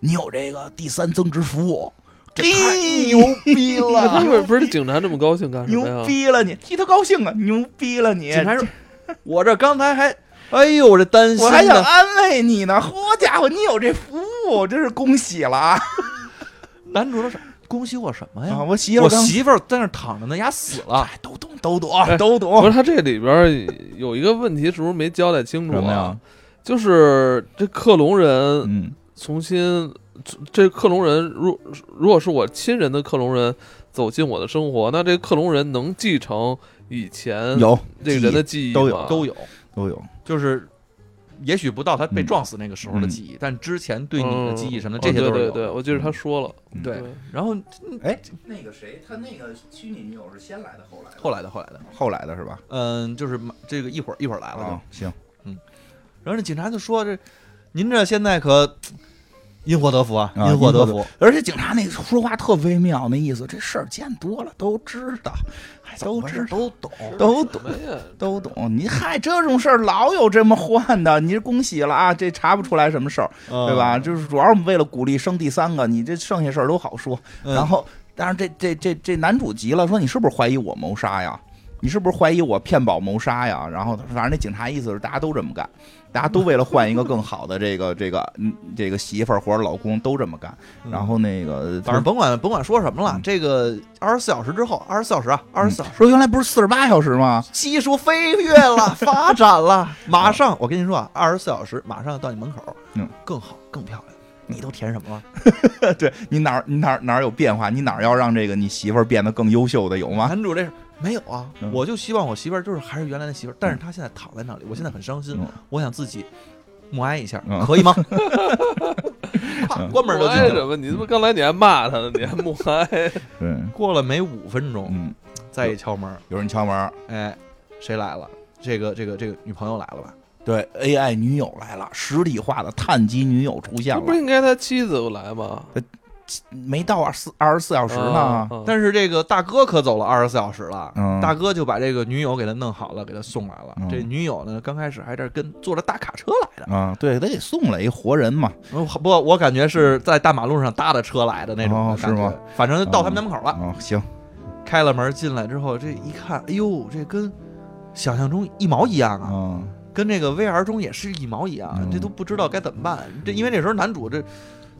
Speaker 2: 你有这个第三增值服务，这
Speaker 3: 哎
Speaker 2: 太牛逼
Speaker 1: 那
Speaker 2: 了
Speaker 1: 他！们不是警察这么高兴干什么
Speaker 2: 牛
Speaker 1: 呀？
Speaker 2: 逼了你，替他高兴啊！牛逼了你，
Speaker 3: 警察说， 我这刚才还，哎呦，我这担心
Speaker 2: 我还想
Speaker 3: 呢。
Speaker 2: 安慰你呢。好家伙，你有这服务，真是恭喜了啊！
Speaker 3: 男主说是恭喜我什么呀？
Speaker 2: 啊我媳妇
Speaker 3: 我
Speaker 2: 儿刚
Speaker 3: 媳妇儿在那儿躺着呢，丫死了。
Speaker 2: 哎都懂，都懂，
Speaker 1: 哎
Speaker 2: 都
Speaker 1: 不
Speaker 2: 懂。
Speaker 1: 是他这里边儿有一个问题，是不是没交代清楚
Speaker 2: 什么
Speaker 1: 啊
Speaker 2: 呀？
Speaker 1: 就是这克隆人
Speaker 2: 嗯
Speaker 1: 重新这克隆人，如如果是我亲人的克隆人走进我的生活，那这克隆人能继承以前
Speaker 2: 有
Speaker 1: 呃这个人的记忆
Speaker 2: 都有
Speaker 1: 吗
Speaker 3: 都有，嗯
Speaker 2: 都有，
Speaker 3: 就是也许不到他被撞死那个时候的记忆，但之前对你的记忆什么
Speaker 1: 嗯
Speaker 3: 的，这些
Speaker 1: 哦
Speaker 3: 都是
Speaker 1: 对
Speaker 3: 有
Speaker 1: 对对，
Speaker 3: 的。
Speaker 1: 我记得他说了，
Speaker 2: 嗯
Speaker 3: 对， 然后
Speaker 2: 哎
Speaker 4: 那个谁，他那个虚拟女友是先来的，后来的？
Speaker 3: 后来的后来的，
Speaker 2: 后来的是吧？
Speaker 3: 嗯，就是马这个一会儿一会儿来了就。
Speaker 2: 啊，行，
Speaker 3: 然后那警察就说：“这您这现在可因祸得福啊，
Speaker 2: 啊
Speaker 3: 祸得
Speaker 2: 因
Speaker 3: 福。
Speaker 2: 而且警察那说话特微妙，那意思这事儿见多了都知道，哎，都知道，
Speaker 3: 都懂。
Speaker 2: 都懂
Speaker 1: 什。么呀？
Speaker 2: 都懂，你嗨，这种事儿老有这么换的，你恭喜了啊，这查不出来什么事儿，对吧？
Speaker 3: 嗯
Speaker 2: 就是主要我们为了鼓励生第三个，你这剩下事儿都好说。
Speaker 3: 嗯
Speaker 2: 然后，但是这这这这男主急了，说你是不是怀疑我谋杀呀？你是不是怀疑我骗保谋杀呀？然后反正那警察意思是大家都这么干，大家都为了换一个更好的这个这个嗯这个媳妇儿或者老公都这么干。然后那个
Speaker 3: 嗯反正甭管甭管说什么了，
Speaker 2: 嗯
Speaker 3: 这个二十四小时之后，二十四小时啊，二十四小时，
Speaker 2: 说原来不是四十八小时吗？
Speaker 3: 技术飞跃了，发展 了，马上我跟你说啊，二十四小时马上到你门口，
Speaker 2: 嗯，
Speaker 3: 更好更漂亮。你都填什么了？嗯
Speaker 2: 对你哪儿你哪儿哪儿有变化？你哪儿要让这个你媳妇儿变得更优秀的有吗？
Speaker 3: 男主这是没有啊
Speaker 2: 嗯，
Speaker 3: 我就希望我媳妇儿就是还是原来的媳妇儿，但是她现在躺在那里，我现在很伤心
Speaker 2: 嗯，
Speaker 3: 我想自己默哀一下
Speaker 2: 嗯，
Speaker 3: 可 以吗？啪关门就
Speaker 1: 默
Speaker 3: 进
Speaker 1: 哀
Speaker 3: 去了。
Speaker 1: 什么？你他妈刚来你还骂他呢，你 还默哀？
Speaker 2: 对，
Speaker 3: 过了没五分钟，
Speaker 2: 嗯，
Speaker 3: 再一敲门，
Speaker 2: 有人敲门，
Speaker 3: 哎，谁来了？这个这个这个女朋友来了吧？
Speaker 2: 对，AI 女友来了，实体化的碳基女友出现
Speaker 1: 这不
Speaker 2: 了，
Speaker 1: 应该他妻子来吗？
Speaker 2: 没到二四二十四小时呢
Speaker 1: 啊，，但
Speaker 3: 但是这个大哥可走了二十四小时了，
Speaker 2: 嗯
Speaker 3: 哦大哥就把这个女友给他弄好了，给他送来了。
Speaker 2: 嗯
Speaker 3: 这女友呢，刚开始还这跟坐着大卡车来的，
Speaker 2: 啊，对，他给送了一活人嘛，
Speaker 3: 我不，我感觉是在大马路上搭的车来的那种
Speaker 2: 哦
Speaker 3: 的感觉
Speaker 2: 是吗？
Speaker 3: 反正就到他们家门口了，
Speaker 2: 啊，行，
Speaker 3: 开了门进来之后，这一看，哎呦，这跟想象中一毛一样啊，
Speaker 2: 啊，
Speaker 3: 跟这个 VR 中也是一毛一样
Speaker 2: 嗯，
Speaker 3: 这都不知道该怎么办。这因为那时候男主这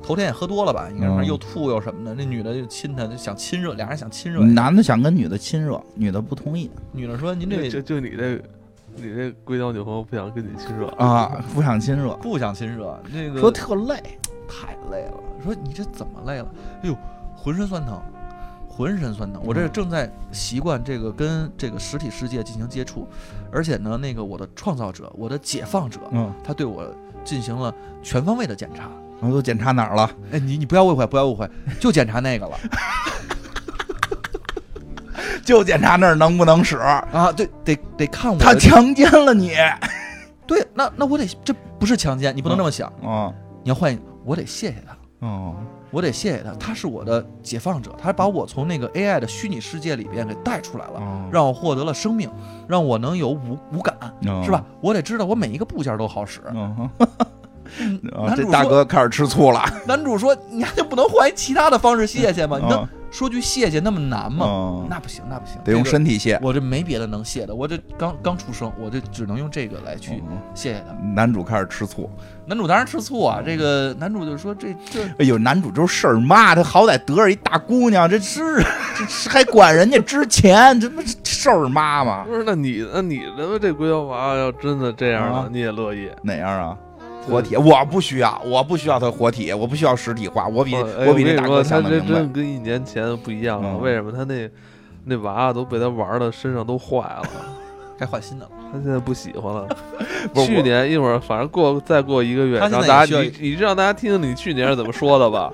Speaker 3: 头天也喝多了吧，应该
Speaker 2: 嗯
Speaker 3: 是又吐又什么的，那女的就亲他，就想亲热，俩人想亲热一下，
Speaker 2: 男的想跟女的亲热，女的不同意
Speaker 3: 女的说：“您
Speaker 1: 这就
Speaker 3: 这
Speaker 1: 就你这，你这硅胶女朋友不想跟你亲热，
Speaker 2: 啊，不想亲热，
Speaker 3: 不想亲热，那个
Speaker 2: 说特累，
Speaker 3: 太累了。说你这怎么累了？哎呦，浑身酸疼，浑身酸疼。我这正在习惯这个跟这个实体世界进行接触，而且呢，那个我的创造者，我的解放者，
Speaker 2: 嗯，
Speaker 3: 他对我进行了全方位的检查。
Speaker 2: 然后都检查哪儿了？
Speaker 3: 哎，你你不要误会，不要误会，就检查那个了
Speaker 2: 就检查那儿能不能使，
Speaker 3: 啊。对，得得看我
Speaker 2: 他
Speaker 3: 的。
Speaker 2: 强奸了你，
Speaker 3: 对，那那我得这不是强奸，你不能这么想。
Speaker 2: 啊，
Speaker 3: 你要换一，我得谢谢他。”
Speaker 2: 哦，
Speaker 3: 我得谢谢他，他是我的解放者，他把我从那个 AI 的虚拟世界里边给带出来了，
Speaker 2: 哦
Speaker 3: 让我获得了生命，让我能有五五感，是吧？？我得知道我每一个部件都好使。
Speaker 2: 哦嗯，啊
Speaker 3: 嗯 男
Speaker 2: 这
Speaker 3: 主
Speaker 2: 大
Speaker 3: 说
Speaker 2: 哥开始吃醋了，
Speaker 3: 男主说：“你还就不能换一其他的方式谢谢吗？你能
Speaker 2: 啊
Speaker 3: 说句谢谢那么难吗？
Speaker 2: 嗯
Speaker 3: 那不行，那不行，
Speaker 2: 得用
Speaker 3: 这个
Speaker 2: 身体卸。
Speaker 3: 我这没别的能谢的，我这刚刚出生，我这只能用这个来去
Speaker 2: 嗯
Speaker 3: 谢谢他。
Speaker 2: 男主开始吃醋，
Speaker 3: 男主当然吃醋啊，这个男主就说：“这这
Speaker 2: 哎呦，男主就是事儿妈，他好歹得着一大姑娘，这是 这是还管人家之前，这不是事儿妈吗？
Speaker 1: 不是？那你那你的这硅胶娃要真的这样
Speaker 2: 啊
Speaker 1: 了，你也乐意？
Speaker 2: 哪样啊？活体，我不需要，我不需要他活体，我不需要实体化，我比、
Speaker 1: 哦哎我
Speaker 2: 我比那大哥
Speaker 1: 他
Speaker 2: 想的
Speaker 1: 这
Speaker 2: 明白
Speaker 1: 真。跟一年前不一样了。
Speaker 2: 嗯
Speaker 1: 为什么他那那娃娃都被他玩的身上都坏了？
Speaker 3: 该换新的了。”
Speaker 1: 他现在不喜欢了。
Speaker 2: 不是
Speaker 1: 去年一会儿，反正过再过一个月，
Speaker 3: 他
Speaker 1: 让
Speaker 3: 现在
Speaker 1: 大
Speaker 3: 也需
Speaker 1: 家
Speaker 3: 要
Speaker 1: 你你让大家听听你去年是怎么说的吧。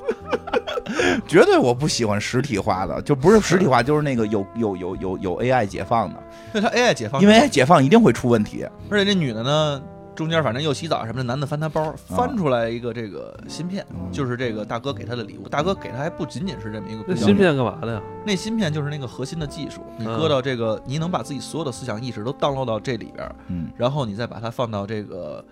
Speaker 2: 绝对我不喜欢实体化的，就不是实体化，就是那个有有有有有 AI 解放的，
Speaker 3: 对他 AI 解放，
Speaker 2: 因为 AI 解放一定会出问题。
Speaker 3: 而且这女的呢，中间反正又洗澡什么的，男的翻她包，翻出来一个这个芯片，
Speaker 2: 嗯
Speaker 3: 就是这个大哥给她的礼物。大哥给她还不仅仅是这么一个
Speaker 1: 那
Speaker 3: 硅胶
Speaker 1: 芯，片干嘛的呀？
Speaker 3: 那芯片就是那个核心的技术，你
Speaker 1: 嗯
Speaker 3: 搁到这个，你能把自己所有的思想意识都 download 到这里边儿，
Speaker 2: 嗯，
Speaker 3: 然后你再把它放到这个。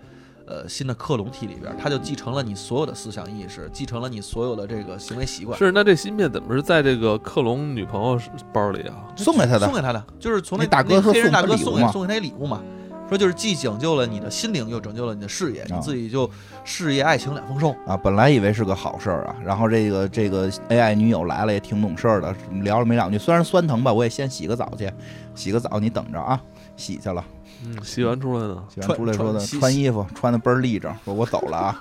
Speaker 3: 呃，新的克隆体里边儿，它就继承了你所有的思想意识，继承了你所有的这个行为习惯。
Speaker 1: 是那这芯片怎么是在这个克隆女朋友包里啊？
Speaker 2: 送给他的
Speaker 3: 送给他的，就是从那
Speaker 2: 那大哥
Speaker 3: 那
Speaker 2: 说
Speaker 3: 黑人
Speaker 2: 送
Speaker 3: 大
Speaker 2: 个
Speaker 3: 哥
Speaker 2: 礼物
Speaker 3: 送给
Speaker 2: 嘛
Speaker 3: 送给他一礼物嘛，说就是既拯救了你的心灵，又拯救了你的事业，
Speaker 2: 啊
Speaker 3: 你自己就事业爱情两丰收。
Speaker 2: 啊，本来以为是个好事儿啊，然后这个这个 AI 女友来了也挺懂事儿的，聊了没两句，虽然酸疼吧，我也先洗个澡去，洗个澡你等着啊，洗去了，
Speaker 1: 嗯，洗完出来呢。
Speaker 2: 洗完出来说的
Speaker 3: 穿穿 洗
Speaker 2: 穿衣服穿的倍儿立正，说我走了啊，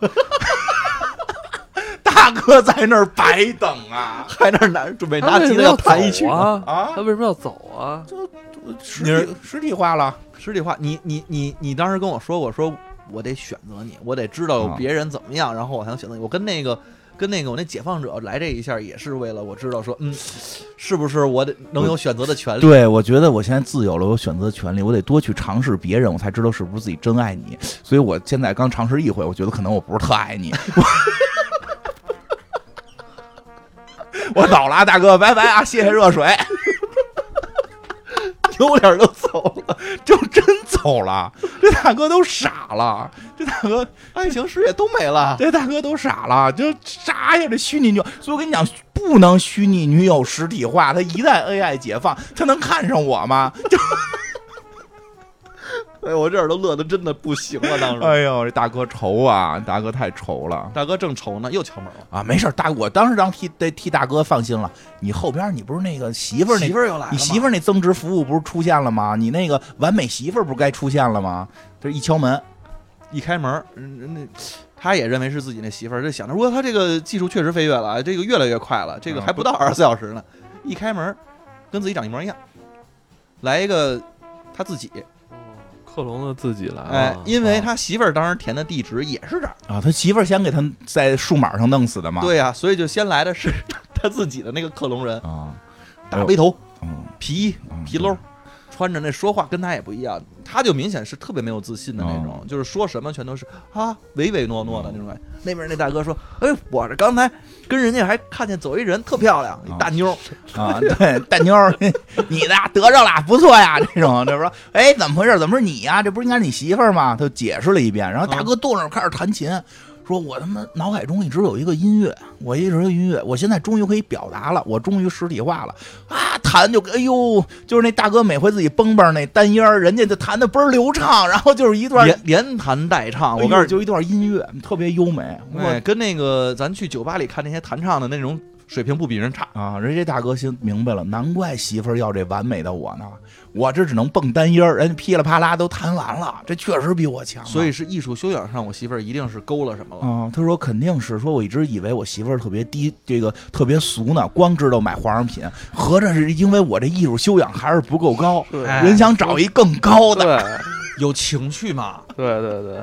Speaker 2: 大大哥在那儿白等啊
Speaker 3: 还那儿拿准备
Speaker 1: 他
Speaker 3: 拿
Speaker 1: 为什
Speaker 3: 吉
Speaker 1: 么
Speaker 3: 他
Speaker 1: 要
Speaker 3: 要弹一曲
Speaker 1: 走
Speaker 3: 呢
Speaker 1: 啊？
Speaker 2: 啊
Speaker 1: 他！为什么要走啊？
Speaker 2: 实
Speaker 3: 你是
Speaker 2: 体实体化了，
Speaker 3: 实体话，你你你你当时跟我说过，说我得选择你，我得知道有
Speaker 2: 啊
Speaker 3: 别人怎么样，然后我才能选择你。我跟那个跟那个我那解放者来这一下，也是为了我知道说，嗯，是不是我得能有选择的权利？
Speaker 2: 对，我觉得我现在自由了，我有选择的权利，我得多去尝试别人，我才知道是不是自己真爱你。所以我现在刚尝试一回，我觉得可能我不是特爱 你。我我走了啊，大哥，拜拜啊！谢谢热水，
Speaker 3: 有点都走了，
Speaker 2: 就真走了。这大哥都傻了，这大哥，
Speaker 3: 爱情事业都没了。
Speaker 2: 这大哥都傻了，就啥呀？这虚拟女友，所以我跟你讲，不能虚拟女友实体化。她一旦 AI 解放，她能看上我吗？
Speaker 3: 哎，我这儿都乐得真的不行了，当时。
Speaker 2: 哎呦，这大哥愁啊，大哥太愁了。
Speaker 3: 大哥正愁呢，又敲门了。
Speaker 2: 啊，没事儿，大我当时当替得替大哥放心了。你后边儿你不是那个媳妇儿那
Speaker 3: 媳妇儿又来了吗，
Speaker 2: 你媳妇儿那增值服务不是出现了吗？你那个完美媳妇儿不是该出现了吗？这一敲门，
Speaker 3: 一开门，嗯那他也认为是自己那媳妇儿，就想着，如果他这个技术确实飞跃了，啊，这个越来越快了，这个
Speaker 2: 嗯
Speaker 3: 还不到二十四小时呢。一开门，跟自己长一模一样，来一个他自己，
Speaker 1: 克隆的自己来了，
Speaker 3: 哎，因为他媳妇儿当时填的地址也是这儿，
Speaker 2: 啊，他媳妇儿先给他在数码上弄死的嘛。
Speaker 3: 对呀、所以就先来的是 他自己的那个克隆人，
Speaker 2: 啊，
Speaker 3: 大背头、
Speaker 2: 嗯，
Speaker 3: 皮衣、
Speaker 2: 嗯
Speaker 3: 皮褛，穿着那说话跟他也不一样，他就明显是特别没有自信的那种，就是说什么全都是啊唯唯诺诺的那种感觉。那边那大哥说：“哎，我这刚才跟人家还看见走一人特漂亮，一大妞 儿，
Speaker 2: 啊，对， 大妞儿，你的呀得着了，不错呀，这种，这不说，哎，怎么回事？怎么是你呀？这不是应该是你媳妇儿吗？他就解释了一遍，然后大
Speaker 3: 嗯
Speaker 2: 哥坐那儿开始弹琴，说我他妈脑海中一直有一个音乐，我一直有音乐，我现在终于可以表达了，我终于实体化了啊！弹就哎呦，就是那大哥每回自己蹦蹦那单音儿，人家就弹的倍儿流畅，然后就是一段，
Speaker 3: 连连弹带唱。”我
Speaker 2: 告诉
Speaker 3: 告诉
Speaker 2: 你，
Speaker 3: 你，
Speaker 2: 就一段音乐，特别优美，
Speaker 3: 哎，
Speaker 2: 我。
Speaker 3: 跟那个咱去酒吧里看那些弹唱的那种水平不比人差。
Speaker 2: 啊，人家这大哥心明白了，难怪媳妇儿要这完美的我呢，我这只能蹦单音儿，人家噼里啪啦都弹完了，这确实比我强啊、
Speaker 3: 所以是艺术修养上，我媳妇儿一定是勾了什么了。
Speaker 2: 啊，他说肯定是说，我一直以为我媳妇儿特别低，这个特别俗呢，光知道买化妆品，合着是因为我这艺术修养还是不够高，
Speaker 1: 对
Speaker 3: 哎
Speaker 2: 人想找一更高的。
Speaker 1: 对
Speaker 3: 有情趣 嘛？
Speaker 1: 对对对，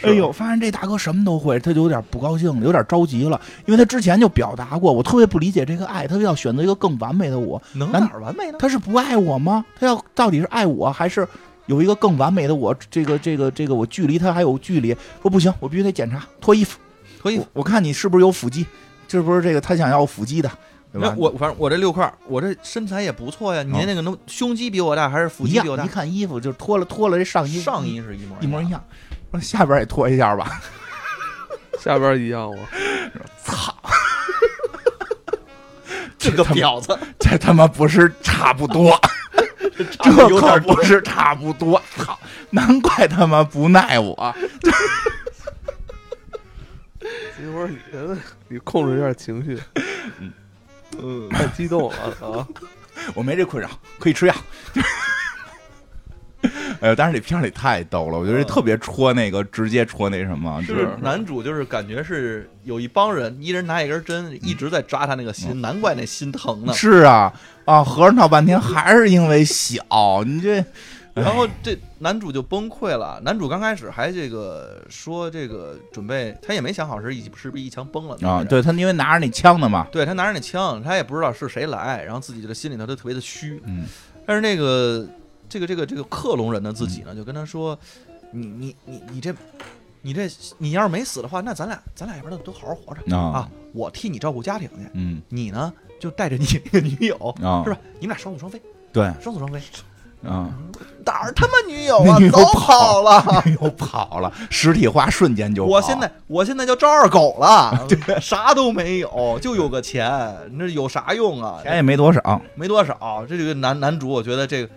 Speaker 1: 是
Speaker 2: 哎呦，发现这大哥什么都会，他就有点不高兴了，有点着急了，因为他之前就表达过，我特别不理解这个爱，他要选择一个更完美的我，
Speaker 3: 能
Speaker 2: 难
Speaker 3: 哪儿完美呢？
Speaker 2: 他是不爱我吗？他要到底是爱我，还是有一个更完美的我？这个这个这个，我距离他还有距离。说不行，我必须得检查，脱衣服，
Speaker 3: 脱衣服
Speaker 2: 我。我看你是不是有腹肌，是不是这个他想要腹肌的，对
Speaker 3: 那
Speaker 2: 吧？
Speaker 3: 我反正我这六块儿，我这身材也不错呀。您那个能胸肌比我大还是腹
Speaker 2: 一
Speaker 3: 肌比我
Speaker 2: 样，
Speaker 3: 大
Speaker 2: 一？看衣服就脱了脱了这上衣，
Speaker 3: 上衣是一模
Speaker 2: 嗯一模一
Speaker 3: 样。
Speaker 2: 样。说下边也脱一下 吧，
Speaker 1: 下边一样吗？
Speaker 3: 这个 婊子，
Speaker 2: 这他妈不是差不 多，这
Speaker 3: 啊有
Speaker 2: 可
Speaker 3: 点
Speaker 2: 不是差不多。操，难怪他妈不耐我。
Speaker 1: 一会儿你你控制一下情绪，嗯，太激动了啊！
Speaker 2: 我没这困扰，可以吃药。 哎呦，但是这片儿里太逗了，我觉得这特别戳那个，直接戳那什么，就
Speaker 3: 就是是男主就是感觉是有一帮人，一人拿一根针一直在扎他那个心，难怪那心疼呢。
Speaker 2: 嗯是啊啊，合着闹半天还是因为小，你这啊
Speaker 3: 然后这男主就崩溃了。男主刚开始还这个说这个准备，他也没想好是一是不是一枪崩了呢
Speaker 2: 啊，，对他因为拿着那枪呢嘛，
Speaker 3: 对他拿着那枪，他也不知道是谁来，然后自己的心里头就特别的虚。
Speaker 2: 嗯，
Speaker 3: 但是那个这个这个这个克隆人的自己呢，就跟他说：“你你你你这，你这你要是没死的话，那咱俩咱俩要不然都好好活着
Speaker 2: 啊
Speaker 3: 啊，，我替你照顾家庭去，
Speaker 2: 嗯
Speaker 3: 你呢就带着你那个女友。”
Speaker 2: 啊，
Speaker 3: 是吧？你们俩双宿双飞，
Speaker 2: 对
Speaker 3: 双宿双飞，
Speaker 2: 啊，
Speaker 3: 哪儿他妈女友
Speaker 2: 那
Speaker 3: 啊
Speaker 2: 女？友
Speaker 3: 早跑了！
Speaker 2: 又跑了，实体化瞬间就跑
Speaker 3: 我现在我现在叫赵二狗了，啥都没有，就有个钱，那有啥用啊？
Speaker 2: 钱也没多少，
Speaker 3: 没多少。这这个男男主，我觉得这个，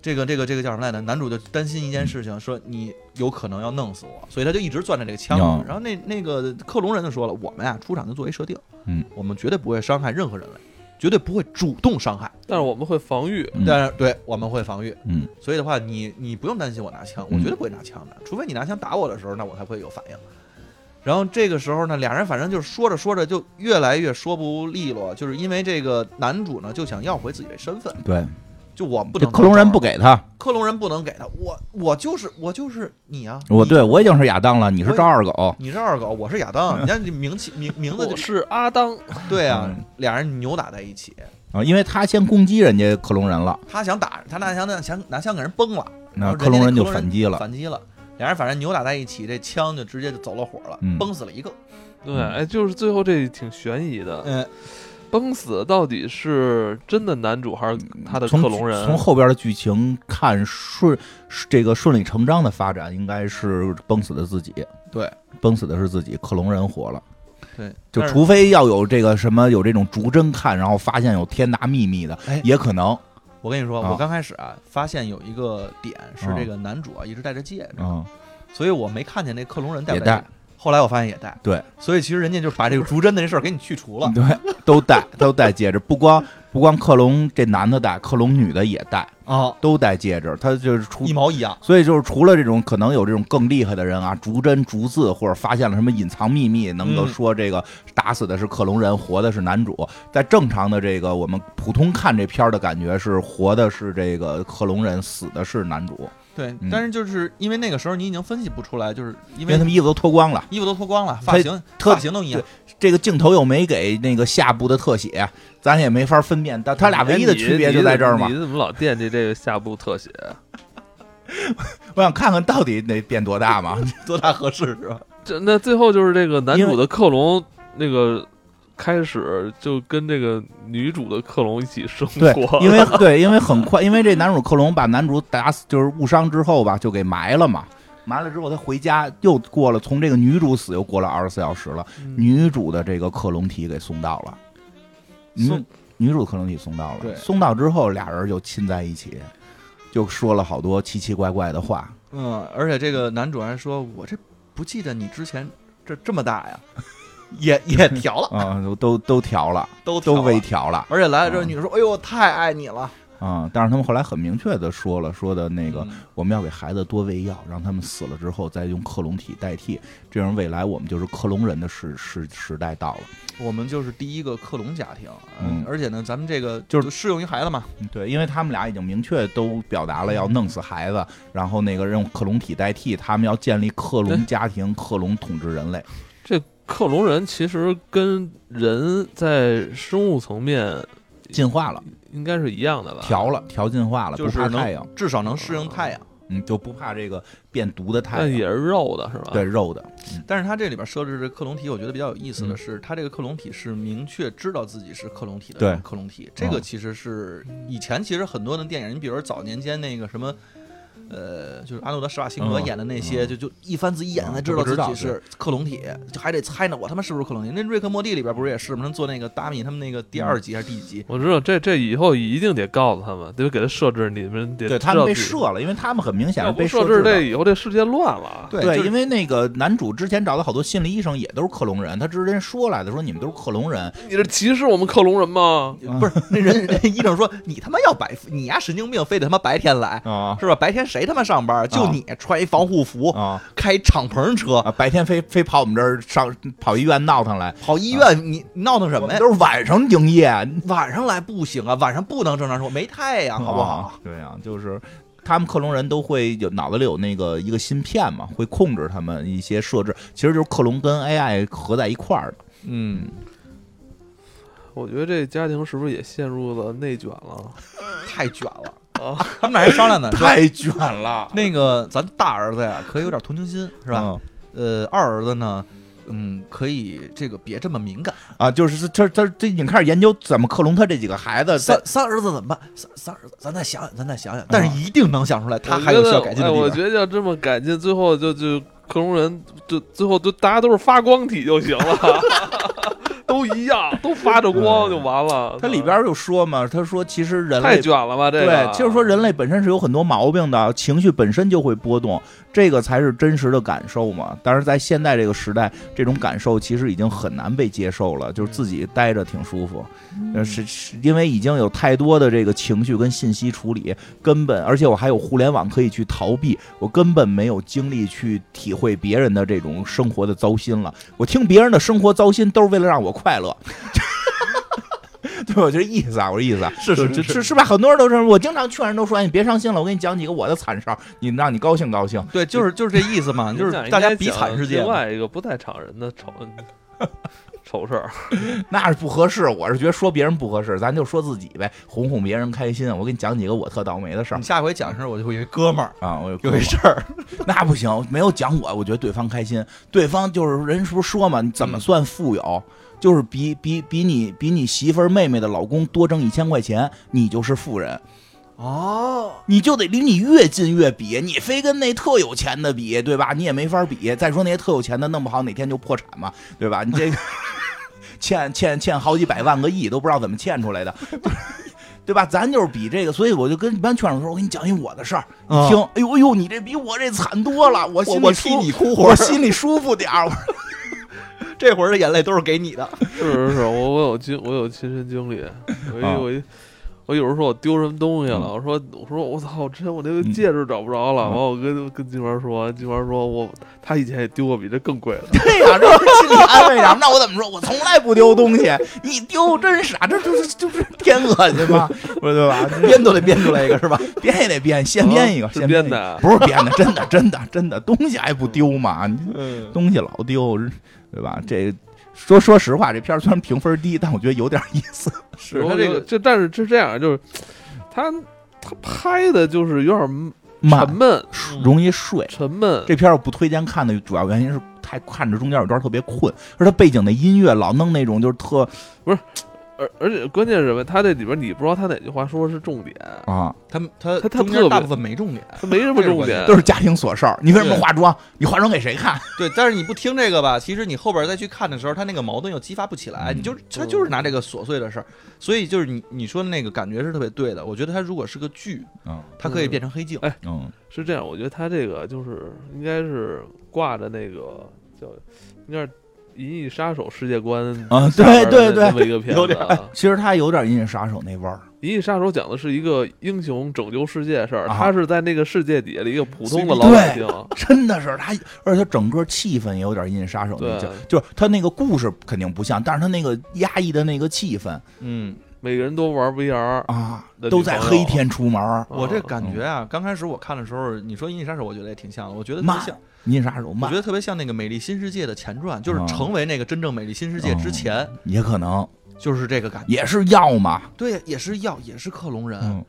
Speaker 3: 这个这个这个叫什么来着？男主就担心一件
Speaker 2: 嗯
Speaker 3: 事情，说你有可能要弄死我，所以他就一直攥着这个枪
Speaker 2: 嗯。
Speaker 3: 然后那那个克隆人就说了，我们呀、出场就做一设定，
Speaker 2: 嗯，
Speaker 3: 我们绝对不会伤害任何人类，绝对不会主动伤害，
Speaker 1: 但是我们会防御，
Speaker 2: 嗯
Speaker 3: 但是对我们会防御。
Speaker 2: 嗯
Speaker 3: 所以的话，你你不用担心我拿枪，我绝对不会拿枪的，除非你拿枪打我的时候，那我才会有反应。然后这个时候呢，俩人反正就是说着说着就越来越说不利落，就是因为这个男主呢就想要回自己的身份，
Speaker 2: 对，
Speaker 3: 就我们不
Speaker 2: 这
Speaker 3: 能
Speaker 2: 克隆哎人不
Speaker 3: 给
Speaker 2: 给他，
Speaker 3: 克隆人不能给他，我我就是我就是你啊，
Speaker 2: 我
Speaker 3: 你
Speaker 2: 对我已经是亚当了，你是
Speaker 3: 我
Speaker 2: 赵二狗，
Speaker 3: 你是二狗，我是亚 当，你看这名气名名字
Speaker 1: 我
Speaker 3: 就是
Speaker 1: 阿当，
Speaker 3: 对啊
Speaker 2: 嗯，
Speaker 3: 俩人扭打在一起，
Speaker 2: 啊，因为他先攻击人家克隆人了，
Speaker 3: 他想打他拿枪拿枪拿枪给人崩了，
Speaker 2: 那
Speaker 3: 然后
Speaker 2: 克隆人就
Speaker 3: 哦人家那克隆人
Speaker 2: 反击了，
Speaker 3: 反击了，俩人反正扭打在一起，这枪就直接就走了火了，
Speaker 2: 嗯
Speaker 3: 崩死了一个，
Speaker 1: 对，哎，就是最后这挺悬疑的，
Speaker 3: 嗯，
Speaker 1: 崩死到底是真的男主还是他的克
Speaker 2: 从
Speaker 1: 隆人？
Speaker 2: 从后边的剧情看顺是这个顺理成章的发展，应该是崩死的自己，
Speaker 3: 对，
Speaker 2: 崩死的是自己，克隆人活了。
Speaker 3: 对，
Speaker 2: 就
Speaker 3: 但是
Speaker 2: 除非要有这个什么有这种逐帧看，然后发现有天大秘密的
Speaker 3: 哎，
Speaker 2: 也可能，
Speaker 3: 我跟你说，
Speaker 2: 啊
Speaker 3: 我刚开始啊发现有一个点是
Speaker 2: 啊
Speaker 3: 这个男主啊一直戴着戒指，
Speaker 2: 嗯，
Speaker 3: 所以我没看见那克隆人戴不
Speaker 2: 也
Speaker 3: 戴
Speaker 2: 戴
Speaker 3: 戒指。后来我发现也戴，
Speaker 2: 对，
Speaker 3: 所以其实人家就把这个逐帧的这事儿给你去除了。
Speaker 2: 对，都戴都戴戒指，不光不光克隆这男的戴，克隆女的也戴，
Speaker 3: 啊，
Speaker 2: 都戴戒指，他就是除
Speaker 3: 一毛一样。
Speaker 2: 所以就是除了这种可能有这种更厉害的人啊，逐帧逐字或者发现了什么隐藏秘密，能够
Speaker 3: 嗯
Speaker 2: 说这个打死的是克隆人，活的是男主。在正常的这个我们普通看这片儿的感觉是活的是这个克隆人，死的是男主，
Speaker 3: 对
Speaker 2: 嗯，
Speaker 3: 但是就是因为那个时候你已经分析不出来，就是因
Speaker 2: 因
Speaker 3: 为
Speaker 2: 为他们衣服都脱光了。
Speaker 3: 衣服都脱光了，发型
Speaker 2: 特
Speaker 3: 发型都一样。
Speaker 2: 这个镜头又没给那个下部的特写，咱也没法分辨。但他俩唯一的区别就在这儿嘛
Speaker 1: 哎你。你怎么老惦记这个下部特写？
Speaker 2: 我想看看到底得变多大嘛？
Speaker 3: 多大合适是吧？
Speaker 1: 这那最后就是这个男
Speaker 2: 因为
Speaker 1: 主的克隆那个。开始就跟这个女主的克隆一起生
Speaker 2: 对
Speaker 1: 活，，
Speaker 2: 因为对，因为很快，因为这男主克隆把男主打死，就是误伤之后吧，就给埋了嘛。埋了之后，他回家又过了，从这个女主死又过了二十四小时了，
Speaker 1: 嗯
Speaker 3: 嗯
Speaker 2: 女主的这个克隆体给送到了，
Speaker 3: 送
Speaker 2: 女女主克隆体送到
Speaker 3: 对
Speaker 2: 了，送到之后俩人就亲在一起，就说了好多奇奇怪怪的话。
Speaker 3: 嗯，而且这个男主还说：“我这不记得你之前这这么大呀， 也 也调了，
Speaker 2: 啊、都都都调了，
Speaker 3: 都
Speaker 2: 都微
Speaker 3: 微。
Speaker 2: 调了
Speaker 3: 而且来了之后，
Speaker 2: 嗯
Speaker 3: 女主说：“哎呦，太爱你了。
Speaker 2: 啊、但是他们后来很明确的说了，说的那个、
Speaker 3: 嗯
Speaker 2: 我们要给孩子多喂药，让他们死了之后再用克隆体代替，这样未来我们就是克隆人的时时时代到了。
Speaker 3: 我们就是第一个克隆家庭，
Speaker 2: 嗯
Speaker 3: 而且呢，咱们这个
Speaker 2: 就是
Speaker 3: 适用于孩子嘛，
Speaker 2: 对，因为他们俩已经明确都表达了要弄死孩子，然后那个用克隆体代替，他们要建立克隆家庭，克隆统治人类。
Speaker 1: 这克隆人其实跟人在生物层面
Speaker 2: 进化了，
Speaker 1: 应该是一样的吧？
Speaker 2: 调了，调进化了，
Speaker 3: 就
Speaker 2: 不
Speaker 3: 是
Speaker 2: 怕太阳
Speaker 3: 能，至少能适应太阳。
Speaker 2: 嗯，就不怕这个变毒的太
Speaker 1: 但
Speaker 2: 阳，
Speaker 1: 也是肉的是吧？
Speaker 2: 对，肉的，
Speaker 3: 但是它这里边设置的克隆体，我觉得比较有意思的
Speaker 2: 嗯
Speaker 3: 是，它这个克隆体是明确知道自己是克隆体的
Speaker 2: 对嗯
Speaker 3: 克隆体，这个其实是以前其实很多的电影，你比如说早年间那个什么。呃，就是阿诺德·施瓦辛格
Speaker 2: 嗯
Speaker 3: 演的那些，
Speaker 2: 嗯
Speaker 3: 就就一翻自己眼
Speaker 2: 嗯
Speaker 3: 才
Speaker 2: 都不
Speaker 3: 知道
Speaker 2: 知
Speaker 3: 自
Speaker 2: 道
Speaker 3: 己是克隆体，就还得猜呢，我他妈是不是克隆体？那《瑞克莫蒂》里边不是也是吗？他们做那个达米他们那个第
Speaker 2: 嗯
Speaker 3: 二集还是第几集？
Speaker 1: 我知道这这以后一定得告诉他们，得给他设置，你们得
Speaker 2: 对他
Speaker 1: 知道
Speaker 2: 们被
Speaker 1: 自己
Speaker 2: 射了，因为他们很明显
Speaker 1: 要
Speaker 2: 是
Speaker 1: 不
Speaker 2: 被
Speaker 1: 设
Speaker 2: 置
Speaker 1: 置
Speaker 2: 的
Speaker 1: 这以后这世界乱了。
Speaker 3: 对
Speaker 2: 对，
Speaker 3: 就是
Speaker 2: 因为那个男主之前找的好多心理医生也都是克隆人，他之前说来的，说你们都是克隆人，
Speaker 1: 你这歧视我们克隆人吗？
Speaker 2: 嗯
Speaker 3: 不是，那人人医生说你他妈要白，你呀神经病，非得他妈白天来
Speaker 2: 啊
Speaker 3: 是吧？白天谁他妈上班？
Speaker 2: 嗯
Speaker 3: 就你穿一防护服，
Speaker 2: 啊
Speaker 3: 开敞篷车
Speaker 2: 啊！白天非非跑我们这儿上跑医院闹腾来，
Speaker 3: 跑医
Speaker 1: 啊
Speaker 3: 院，你闹腾什
Speaker 2: 我
Speaker 3: 么
Speaker 2: 们
Speaker 3: 呀？
Speaker 2: 都是晚上营业，
Speaker 3: 晚上来不行啊，晚上不能正常生活，没太阳好不好？
Speaker 2: 啊？对啊，就是。他们克隆人都会有脑子里有那个一个芯片嘛，会控制他们一些设置，其实就是克隆跟 AI 合在一块儿的。
Speaker 3: 嗯，
Speaker 1: 我觉得这家庭是不是也陷入了内卷了？
Speaker 3: 太卷了。
Speaker 1: 啊，
Speaker 3: 他们俩还商量 呢，说
Speaker 2: 太卷了，
Speaker 3: 那个咱大儿子呀，可以有点同情心是
Speaker 2: 是
Speaker 3: 吧？？
Speaker 1: 啊
Speaker 3: 呃，二儿子呢，嗯，可以这个别这么敏感。
Speaker 2: 啊，就是这这这已经开始研究怎么克隆他这几个孩子。
Speaker 3: 三三儿子怎么办？三三儿子，咱再想想，咱再想想，但是一定能想出来，他还有需要改进的
Speaker 1: 啊我觉得哎，我觉
Speaker 3: 地方。
Speaker 1: 得要这么改进，最后就就克隆人就最后就大家都是发光体就行了， 都一样，都发着
Speaker 3: 嗯
Speaker 1: 光就完了。嗯
Speaker 2: 它里边就说嘛，他说其实人
Speaker 1: 太
Speaker 2: 类
Speaker 1: 卷了啊吧？这
Speaker 2: 对
Speaker 1: 个，
Speaker 2: 就是说人类本身是有很多毛病的，情绪本身就会波动，这个才是真实的感受嘛。但是在现在这个时代，这种感受其实已经很难被接受了，就是自己待着挺舒服，呃是是因为已经有太多的这个情绪跟信息处理，根本而且我还有互联网可以去逃避，我根本没有精力去体会别人的这种生活的糟心了。我听别人的生活糟心都是为了让我快乐。 对，我这意思啊，我这意思啊，
Speaker 3: 是是
Speaker 2: 就是是是吧？很多人都是，我经常劝人都说，哎，你别伤心了，我给你讲几个我的惨事儿，你让你高兴高兴。
Speaker 3: 对，就是就是这意 思嘛，就是
Speaker 1: 人
Speaker 3: 大家
Speaker 1: 应该
Speaker 3: 比
Speaker 1: 讲
Speaker 3: 惨世界
Speaker 1: 另
Speaker 3: 嘛。
Speaker 1: 外一个不太敞人 的丑丑事儿，
Speaker 2: 那是不合适，我是觉得说别人不合适，咱就说自己呗，哄哄别人开心。我给你讲几个我特倒霉的事儿
Speaker 3: 你下回讲事儿，我就会有一哥们儿
Speaker 2: 啊，我有
Speaker 3: 有一事儿，
Speaker 2: 那不行，没有讲我，我觉得对方开心。对方就是人是不是说嘛，你
Speaker 3: 嗯
Speaker 2: 怎么算富有？就是比比比你比你媳妇儿妹妹的老公多挣一千块钱，你就是富人。
Speaker 3: 哦，
Speaker 2: 你就得离你越近越比，你非跟那特有钱的比，对吧？你也没法比。再说那些特有钱的，弄不好哪天就破产嘛，对吧？你这个欠欠欠好几百万个亿，都不知道怎么欠出来的， 对吧？咱就是比这个，所以我就跟一般劝说，我给你讲一我的事儿，你
Speaker 3: 啊
Speaker 2: 听，哎呦哎呦，你这比我这惨多了，我
Speaker 3: 我
Speaker 2: 心
Speaker 3: 我
Speaker 2: 里
Speaker 3: 替
Speaker 2: 舒
Speaker 3: 你哭会
Speaker 2: 我
Speaker 3: 儿，
Speaker 2: 心里舒服点儿。
Speaker 3: 这会儿的眼泪都是给你的。
Speaker 1: 是是是，我我有经我有亲身经历，我一
Speaker 2: 啊
Speaker 1: 我一。我有时候说我丢什么东西了，
Speaker 2: 嗯
Speaker 1: 我说我说我操，真我那个
Speaker 2: 嗯
Speaker 1: 戒指找不着了。
Speaker 2: 嗯
Speaker 1: 完、我跟跟金花说，金花说我他以前也丢过比这更贵的。
Speaker 2: 对呀、这不是心里安慰点儿吗？那我怎么说？我从来不丢东西，你丢真傻，这就是就是天恶心嘛，对 吧？
Speaker 3: 编都得编出来一个是吧？
Speaker 2: 编也得编，先编
Speaker 3: 哦
Speaker 2: 一个，
Speaker 1: 啊是
Speaker 2: 先
Speaker 1: 编
Speaker 2: 一个，
Speaker 1: 的
Speaker 2: 不是编的，真的，真的，真的，东西还不丢吗？你
Speaker 3: 嗯，
Speaker 2: 东西老丢，对吧？这说说实话，这片儿虽然评分低，但我觉得有点意思。
Speaker 3: 是
Speaker 1: 我
Speaker 3: 他这个
Speaker 1: 就但是是这样，就是他他拍的就是有点沉
Speaker 2: 慢，
Speaker 1: 闷，
Speaker 2: 容易睡。
Speaker 1: 沉闷。
Speaker 2: 这片儿我不推荐看的主要原因是太看着中间有段特别困，而它背景的音乐老弄那种就是特
Speaker 1: 而而且关键是什么？他这里边你不知道他哪句话说的是重点，
Speaker 2: 啊，
Speaker 3: 他他
Speaker 1: 他他
Speaker 3: 中
Speaker 1: 特别
Speaker 3: 间大部分 没重点，
Speaker 1: 他没什么重点。
Speaker 2: 都是家庭琐事儿。你为什么
Speaker 3: 对
Speaker 2: 化妆？你化妆给谁看？
Speaker 3: 对，但是你不听这个吧，其实你后边再去看的时候，他那个矛盾又激发不起来，
Speaker 2: 嗯
Speaker 3: 你就是他就是拿这个琐碎的事儿，所以就是你你说的那个感觉是特别对的。我觉得他如果是个剧，
Speaker 2: 嗯
Speaker 3: 它可以变成黑镜
Speaker 1: 嗯，
Speaker 2: 嗯
Speaker 1: 是这样，我觉得他这个就是应该是挂着那个叫应该是《银翼杀手》世界观
Speaker 2: 啊，
Speaker 1: 下边
Speaker 2: 对
Speaker 1: 儿
Speaker 2: 对
Speaker 1: 的
Speaker 2: 对
Speaker 1: 这，么一 个片
Speaker 3: 有
Speaker 1: 子
Speaker 3: 点
Speaker 1: 啊。
Speaker 2: 其实它有点《银翼杀手》那味儿。
Speaker 1: 《银翼杀手》讲的是一个英雄拯救世界的事儿，
Speaker 2: 啊
Speaker 1: 他是在那个世界底下的一个普通的
Speaker 3: 随
Speaker 1: 老
Speaker 2: 便
Speaker 1: 百
Speaker 2: 对
Speaker 1: 姓。
Speaker 2: 真的是他，而且他整个气氛也有点《阴杀手》那劲儿，就是他那个故事肯定不像，但是他那个压抑的那个气氛
Speaker 3: 嗯，
Speaker 1: 每个人都玩 VR，
Speaker 2: 啊
Speaker 1: 那，
Speaker 2: 都
Speaker 1: 女
Speaker 2: 在
Speaker 1: 朋
Speaker 2: 黑
Speaker 1: 友
Speaker 2: 天出门儿，
Speaker 3: 我这
Speaker 1: 啊
Speaker 3: 感
Speaker 2: 哦
Speaker 3: 觉啊，刚开始我看的时候，你说《银翼杀手》，我觉得也挺像的，我觉得特
Speaker 2: 慢
Speaker 3: 别像，
Speaker 2: 《阴杀手》
Speaker 3: 我觉
Speaker 2: 慢，
Speaker 3: 得特别像那个《美丽新世界》的前传，就是
Speaker 2: 嗯哦
Speaker 3: 成为那个真正《美丽新世界》之前，
Speaker 2: 也可能
Speaker 3: 就是这个感觉。
Speaker 2: 也是药嘛，
Speaker 3: 对，也是药，也是克隆人、
Speaker 2: 嗯，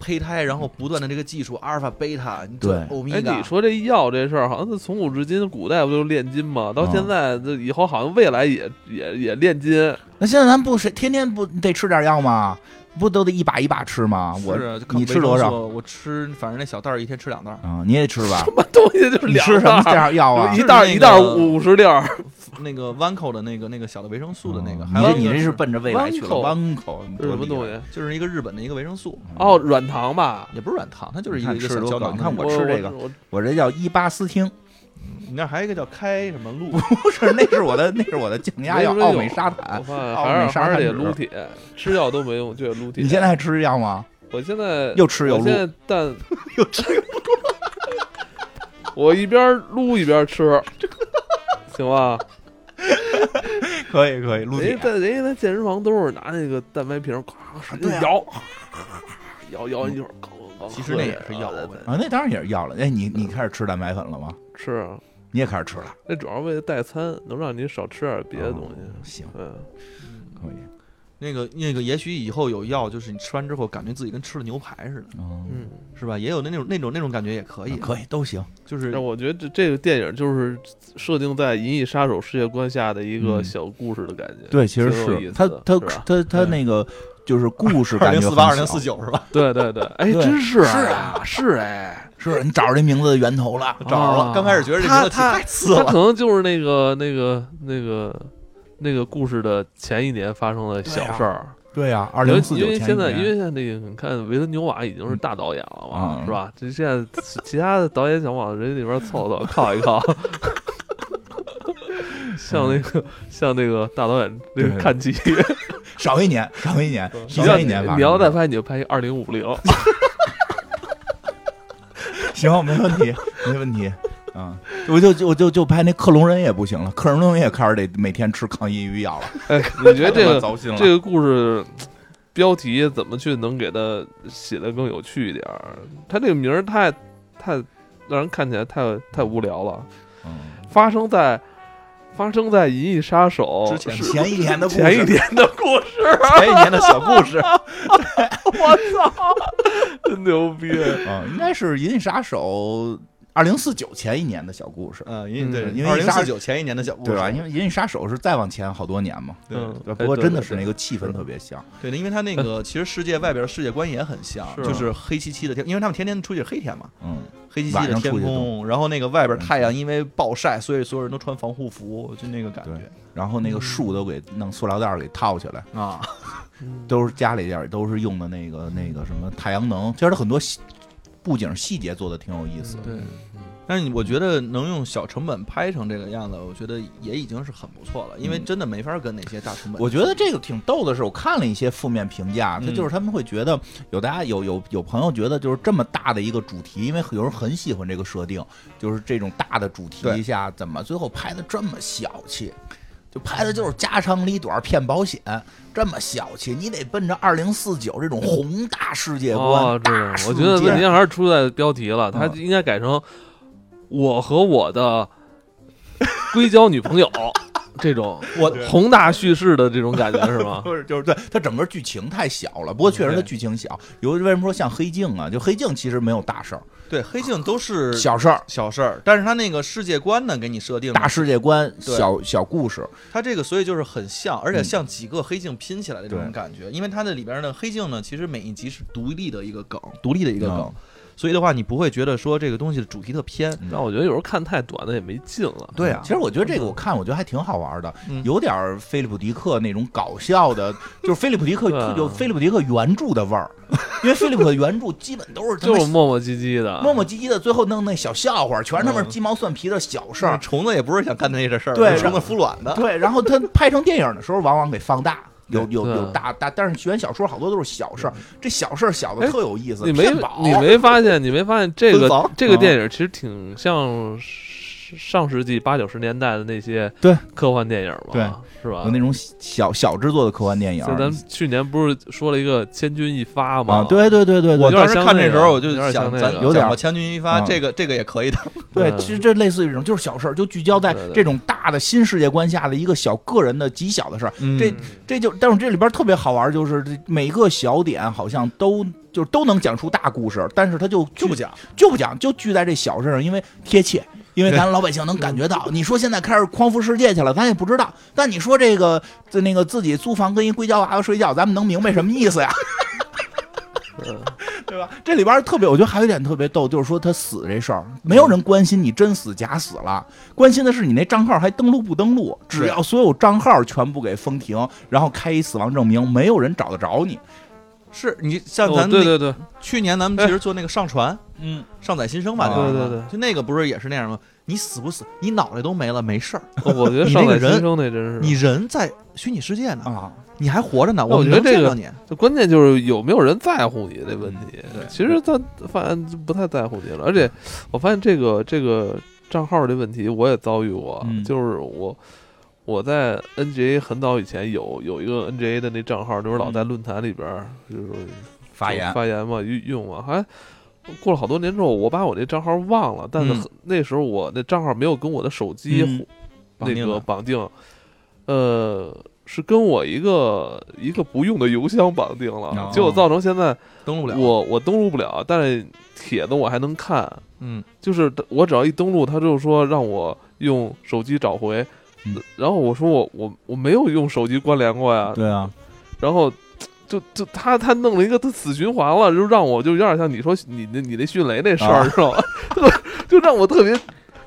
Speaker 3: 胚胎，然后不断的这个技术，阿尔法、贝塔，你
Speaker 2: 对
Speaker 3: 欧米
Speaker 1: 哎，
Speaker 3: 伽
Speaker 1: 你，说这药这事儿，好像是从古至今，古代不就是炼金吗？到
Speaker 2: 啊
Speaker 1: 现在，这以后好像未来也也也炼金。
Speaker 2: 那现在咱不是天天不得吃点药吗？不都得一把一把吃吗？我
Speaker 3: 是啊就
Speaker 2: 你
Speaker 3: 维
Speaker 2: 吃
Speaker 3: 生
Speaker 2: 多少
Speaker 3: 素我吃，反正那小袋儿一天吃两袋儿，
Speaker 2: 啊，你也吃吧
Speaker 1: 什，么东西就是
Speaker 2: 你
Speaker 1: 两
Speaker 2: 吃什么
Speaker 1: 袋儿
Speaker 2: 样药啊
Speaker 1: 一？袋儿
Speaker 3: 就
Speaker 1: 一
Speaker 3: 是那个
Speaker 1: 袋儿五十粒儿，
Speaker 3: 那个 Vanco 的那个那个小的维生素的那个，
Speaker 2: 嗯
Speaker 3: 还
Speaker 2: 你
Speaker 3: 有
Speaker 2: 这
Speaker 3: 一个
Speaker 2: 你这
Speaker 3: 是
Speaker 2: 是奔着未来去了，
Speaker 1: 弯
Speaker 2: 弯口
Speaker 1: 是什么东？
Speaker 2: 多厉害
Speaker 1: 西？
Speaker 3: 就是一个日本的一个维生素，
Speaker 1: 哦，软糖吧。
Speaker 3: 也不是软糖，它就是一个
Speaker 2: 嗯你看
Speaker 3: 一个
Speaker 2: 吃
Speaker 3: 小
Speaker 2: 多
Speaker 3: 胶
Speaker 2: 高
Speaker 3: 囊。
Speaker 2: 你看 我
Speaker 1: 我
Speaker 2: 吃这个
Speaker 1: 我
Speaker 2: 我这叫伊巴斯汀，
Speaker 3: 你那儿还有一个叫开什么露，
Speaker 2: 不是，那是我的，那是我的降压药，
Speaker 1: 没什么
Speaker 2: 奥
Speaker 1: 用
Speaker 2: 美沙坦
Speaker 1: 我。看
Speaker 2: 哎奥
Speaker 1: 还
Speaker 2: 美
Speaker 1: 是
Speaker 2: 沙
Speaker 1: 还是
Speaker 2: 滩
Speaker 1: 得
Speaker 2: 纸
Speaker 1: 撸铁，吃药都没用，就得撸铁。
Speaker 2: 你现在还吃药吗？
Speaker 1: 我现在
Speaker 2: 又吃又
Speaker 1: 呃我
Speaker 2: 撸
Speaker 1: 现在 蛋又吃又撸， 我一边撸一边 吃，行吧？
Speaker 2: 可以可以，
Speaker 1: 人家在人家在健身房都是拿那个蛋白瓶儿，咵使劲
Speaker 2: 对啊
Speaker 1: 摇，摇摇一会儿，咣
Speaker 2: 嗯
Speaker 1: 咣咣。
Speaker 3: 其实那也是药呗
Speaker 2: 啊，那当然也是药了。哎，你你开始吃蛋白粉了吗？
Speaker 1: 吃啊，
Speaker 2: 你也开始吃了？
Speaker 1: 那主要为了代餐，能让你少吃点别的东
Speaker 2: 哦
Speaker 1: 西。
Speaker 2: 行，
Speaker 1: 嗯，
Speaker 2: 可以。
Speaker 3: 那个那个，也许以后有药，就是你吃完之后感觉自己跟吃了牛排似的，
Speaker 2: 嗯，
Speaker 1: 嗯，
Speaker 3: 是吧？也有那种那种那种感觉也可以，
Speaker 2: 可以都行。
Speaker 3: 就是
Speaker 1: 但我觉得这这个电影就是设定在《银翼杀手》世界观下的一个
Speaker 2: 嗯
Speaker 1: 小故事的感觉。
Speaker 2: 对，其实
Speaker 1: 挺有意
Speaker 2: 是
Speaker 1: 思
Speaker 2: 他
Speaker 1: 的
Speaker 2: 他
Speaker 1: 是吧
Speaker 2: 他他
Speaker 1: 对
Speaker 2: 那个就是故事
Speaker 3: 二
Speaker 2: 感
Speaker 3: 零
Speaker 2: 觉
Speaker 3: 四
Speaker 2: 很
Speaker 3: 八、
Speaker 2: 小
Speaker 3: 二零四，九是吧？
Speaker 1: 对对对，哎，
Speaker 2: 对
Speaker 1: 真是
Speaker 2: 是
Speaker 1: 啊，是哎，
Speaker 2: 是你找着这名字的源头了。
Speaker 1: 找着了啊
Speaker 3: 刚开始觉得这名
Speaker 1: 他
Speaker 3: 字起
Speaker 1: 他
Speaker 3: 太次
Speaker 1: 他可
Speaker 3: 了，
Speaker 1: 能就是那个那个那个那个故事的前一年发生的小事儿。
Speaker 2: 对啊呀、二
Speaker 1: 因为
Speaker 2: 零四
Speaker 1: 因
Speaker 2: 九
Speaker 1: 为
Speaker 2: 前一
Speaker 1: 现在，因
Speaker 2: 年
Speaker 1: 为现在那个，你看维伦纽瓦已经是大导演了嘛，
Speaker 5: 嗯
Speaker 1: 是吧？这现在其他的导演想往人里边凑凑，靠一靠，向那个向那个大导演那个
Speaker 2: 对
Speaker 1: 看齐。
Speaker 2: 少一年，少一年，
Speaker 1: 你
Speaker 2: 提
Speaker 1: 要
Speaker 2: 前一年吧。
Speaker 1: 嗯你要再拍，你就拍一二零五 零。
Speaker 2: 行，没问题，没问题。啊、我就我就就拍那克隆人也不行了，克隆人也开始得每天吃抗抑郁药了。
Speaker 1: 哎，你觉得这个
Speaker 2: 糟心了。
Speaker 1: 这个故事标题怎么去能给它写的更有趣一点儿？它这个名儿太太让人看起来太太无聊了。
Speaker 2: 嗯
Speaker 1: 发生在发生在《银翼杀手》
Speaker 3: 之前
Speaker 1: 哦是
Speaker 2: 前一年的故事，
Speaker 1: 前一年 的故事，
Speaker 2: 前一年的小故事，
Speaker 1: 我操，真牛逼！
Speaker 2: 嗯，应该是《银翼杀手》二零四九前一年的小故事，
Speaker 3: 嗯，因
Speaker 1: 嗯
Speaker 3: 为
Speaker 2: 因为
Speaker 3: 二零
Speaker 2: 一杀
Speaker 3: 四九前一年的小故事，
Speaker 2: 对吧？因为《银翼杀手》是再往前好多年嘛。
Speaker 3: 对
Speaker 1: 嗯
Speaker 2: 呃不过真的是那
Speaker 1: 个
Speaker 2: 个气氛特别像，
Speaker 3: 对，因为他那
Speaker 2: 呃
Speaker 3: 个其实世界外边的世界观也很像，
Speaker 2: 啊
Speaker 1: 是
Speaker 3: 就是黑漆漆的天，因为他们天天出去黑天嘛，
Speaker 2: 嗯，
Speaker 3: 黑漆漆
Speaker 2: 晚
Speaker 3: 的
Speaker 2: 上
Speaker 3: 天
Speaker 2: 出去嗯
Speaker 3: 空，然后那个外边太阳因为暴晒，所以所有人都穿防护服，就那个感
Speaker 2: 对
Speaker 3: 觉。
Speaker 2: 然后那个树都给弄塑料袋儿给套起来，
Speaker 3: 啊，
Speaker 1: 嗯
Speaker 2: 都是家里点儿都是用的那个那个什么太阳能，其实它很多细布景细节做的挺有意思的，
Speaker 1: 对，
Speaker 3: 但是我觉得能用小成本拍成这个样子，我觉得也已经是很不错了，因为真的没法跟那些大成
Speaker 2: 嗯
Speaker 3: 本。
Speaker 2: 我觉得这个挺逗的是，我看了一些负面评价，
Speaker 3: 嗯
Speaker 2: 他就是他们会觉得有大家有有有朋友觉得就是这么大的一个主题，因为有人很喜欢这个设定，就是这种大的主题
Speaker 3: 对
Speaker 2: 下，怎么最后拍的这么小气？就拍的就是家长里短骗保险，这么小气，你得奔着二零四九这种宏大世界观。
Speaker 1: 哦，这
Speaker 2: 大
Speaker 1: 个
Speaker 2: 世
Speaker 1: 我
Speaker 2: 界
Speaker 1: 觉得问题还是出在标题了，它
Speaker 2: 嗯
Speaker 1: 应该改成“我和我的硅胶女 朋友”这种
Speaker 3: 我
Speaker 1: 宏大叙事的这种感觉是吗？
Speaker 2: 不是，就是对它整个剧情太小了。不过确实它
Speaker 1: 对
Speaker 2: 剧情小，有为什么说像黑镜啊？就黑镜其实没有大事儿，
Speaker 3: 对黑镜都是
Speaker 2: 小事儿，
Speaker 3: 小事儿，但是他那个世界观呢，给你设定
Speaker 2: 大世界观，
Speaker 3: 对
Speaker 2: 小小故事。
Speaker 3: 它这个所以就是很像，而且像几个黑镜拼起来的这种
Speaker 2: 对
Speaker 3: 感觉，因为它的里边呢，黑镜呢，其实每一集是独立的一个梗，独立的一个梗
Speaker 2: 嗯，
Speaker 3: 所以的话你不会觉得说这个东西的主题特偏，
Speaker 1: 但我觉得有时候看太短的也没劲了。
Speaker 2: 对啊，其实我觉得这个我看，我觉得还挺好玩的，
Speaker 3: 嗯
Speaker 2: 有点儿菲利普迪克那种搞笑 的，就是菲利普迪克
Speaker 1: 对啊
Speaker 2: 有菲利普迪克原著的味 儿，因为菲利普的原著基本都是嗯他
Speaker 1: 就
Speaker 2: 妈
Speaker 1: 是磨磨唧唧的，
Speaker 2: 磨磨唧唧的，最后弄那小笑话，全是他妈鸡毛蒜皮的小事儿。
Speaker 3: 虫子也不是想啊干那事儿，
Speaker 2: 嗯对
Speaker 3: 虫子孵卵的，
Speaker 2: 对，然后 他拍成电影的时候，往往给放大。有有
Speaker 1: 对啊
Speaker 2: 有大大，但是原小说好多都是小事儿，这小事儿小的
Speaker 1: 哎
Speaker 2: 特有意思。
Speaker 1: 你没
Speaker 2: 骗保
Speaker 1: 你没发现你没发现这
Speaker 3: 分
Speaker 1: 个
Speaker 3: 房
Speaker 1: 这个
Speaker 2: 啊
Speaker 1: 电影其实挺像是上世纪八九十年代的那些
Speaker 2: 对
Speaker 1: 科幻电影嘛，
Speaker 2: 对
Speaker 1: 是吧
Speaker 2: 有？那种小小制作的科幻电影
Speaker 1: 就咱们去年不是说了一个千钧一发吗？
Speaker 2: 啊，对对对对对，
Speaker 1: 有
Speaker 3: 我
Speaker 1: 点
Speaker 3: 当时
Speaker 1: 像
Speaker 3: 看
Speaker 1: 那
Speaker 3: 这时
Speaker 1: 个
Speaker 3: 候我就
Speaker 1: 有点
Speaker 3: 想
Speaker 1: 像，那
Speaker 3: 咱
Speaker 1: 个
Speaker 2: 有点
Speaker 3: 讲过千钧一发，
Speaker 2: 嗯
Speaker 3: 这个这个也可以的，
Speaker 2: 对，
Speaker 1: 嗯
Speaker 2: 其实这类似于这种，就是小事儿，就聚焦在
Speaker 1: 对对
Speaker 2: 这种大的新世界观下的一个小个人的极小的事儿。
Speaker 3: 嗯
Speaker 1: 嗯
Speaker 2: 这这就，但是这里边特别好玩儿，就是这每个小点好像都就都能讲出大故事，但是他就
Speaker 3: 就不
Speaker 2: 聚
Speaker 3: 讲，
Speaker 2: 就不讲，就聚在这小事儿上，因为贴切。因为咱老百姓能感觉 到，
Speaker 3: 嗯
Speaker 2: 你说现在开始匡扶世界去了，咱也不知道。但你说这个，这那个自己租房跟一硅胶娃娃睡觉，咱们能明白什么意思呀？
Speaker 1: 嗯
Speaker 2: 对吧？这里边儿特别，我觉得还有一点特别逗，就是说他死这事儿，没有人关心你真死假死了，关心的是你那账号还登录不登录。只要所有账号全部给封停，然后开一死亡证明，没有人找得着你。
Speaker 3: 是你像
Speaker 1: 哦
Speaker 3: 咱
Speaker 1: 对
Speaker 3: 们
Speaker 1: 对对，
Speaker 3: 去年咱们其实做那个上传，
Speaker 2: 嗯，
Speaker 3: 上载新生吧，
Speaker 2: 啊
Speaker 3: 就是
Speaker 1: 哦对对对
Speaker 3: 就那个不是也是那样吗？你死不死，你脑袋都没了，没事儿，
Speaker 1: 哦我觉得
Speaker 3: 你
Speaker 1: 上
Speaker 3: 那
Speaker 1: 海
Speaker 3: 个人
Speaker 1: 新生那真是
Speaker 3: 你人在虚拟世界呢，
Speaker 2: 啊，
Speaker 3: 你还活着呢，
Speaker 1: 那我
Speaker 3: 我们
Speaker 1: 觉得
Speaker 3: 能见
Speaker 1: 这个
Speaker 3: 到你。
Speaker 1: 就关键就是有没有人在乎你这问题。
Speaker 2: 嗯对
Speaker 1: 其实他发现不太在乎你了，而且我发现这个这个账号这问题我也遭遇过，
Speaker 2: 嗯
Speaker 1: 就是我我在 NGA 很早以前有有一个 NGA 的那账号，就是老在
Speaker 2: 嗯
Speaker 1: 论坛里边儿就是
Speaker 2: 发言
Speaker 1: 发言嘛用用嘛，还过了好多年之后，我把我那账号忘了，但是
Speaker 2: 嗯
Speaker 1: 很那时候我那账号没有跟我的手机
Speaker 2: 嗯
Speaker 1: 那
Speaker 3: 绑定
Speaker 1: 个
Speaker 3: 的
Speaker 1: 绑定，呃，是跟我一个一个不用的邮箱绑定了
Speaker 2: 哦，
Speaker 1: 结果造成现在
Speaker 3: 登录不了。
Speaker 1: 我我登录不了，但是帖子我还能看，
Speaker 3: 嗯，
Speaker 1: 就是我只要一登录，他就说让我用手机找回
Speaker 2: 嗯，
Speaker 1: 然后我说我我我没有用手机关联过呀，
Speaker 2: 对啊，
Speaker 1: 然后。就就他他弄了一个他死循环了， 就让我就有点像你说你那你那迅雷那事儿，
Speaker 2: 啊
Speaker 1: 知道吗？就就让我特别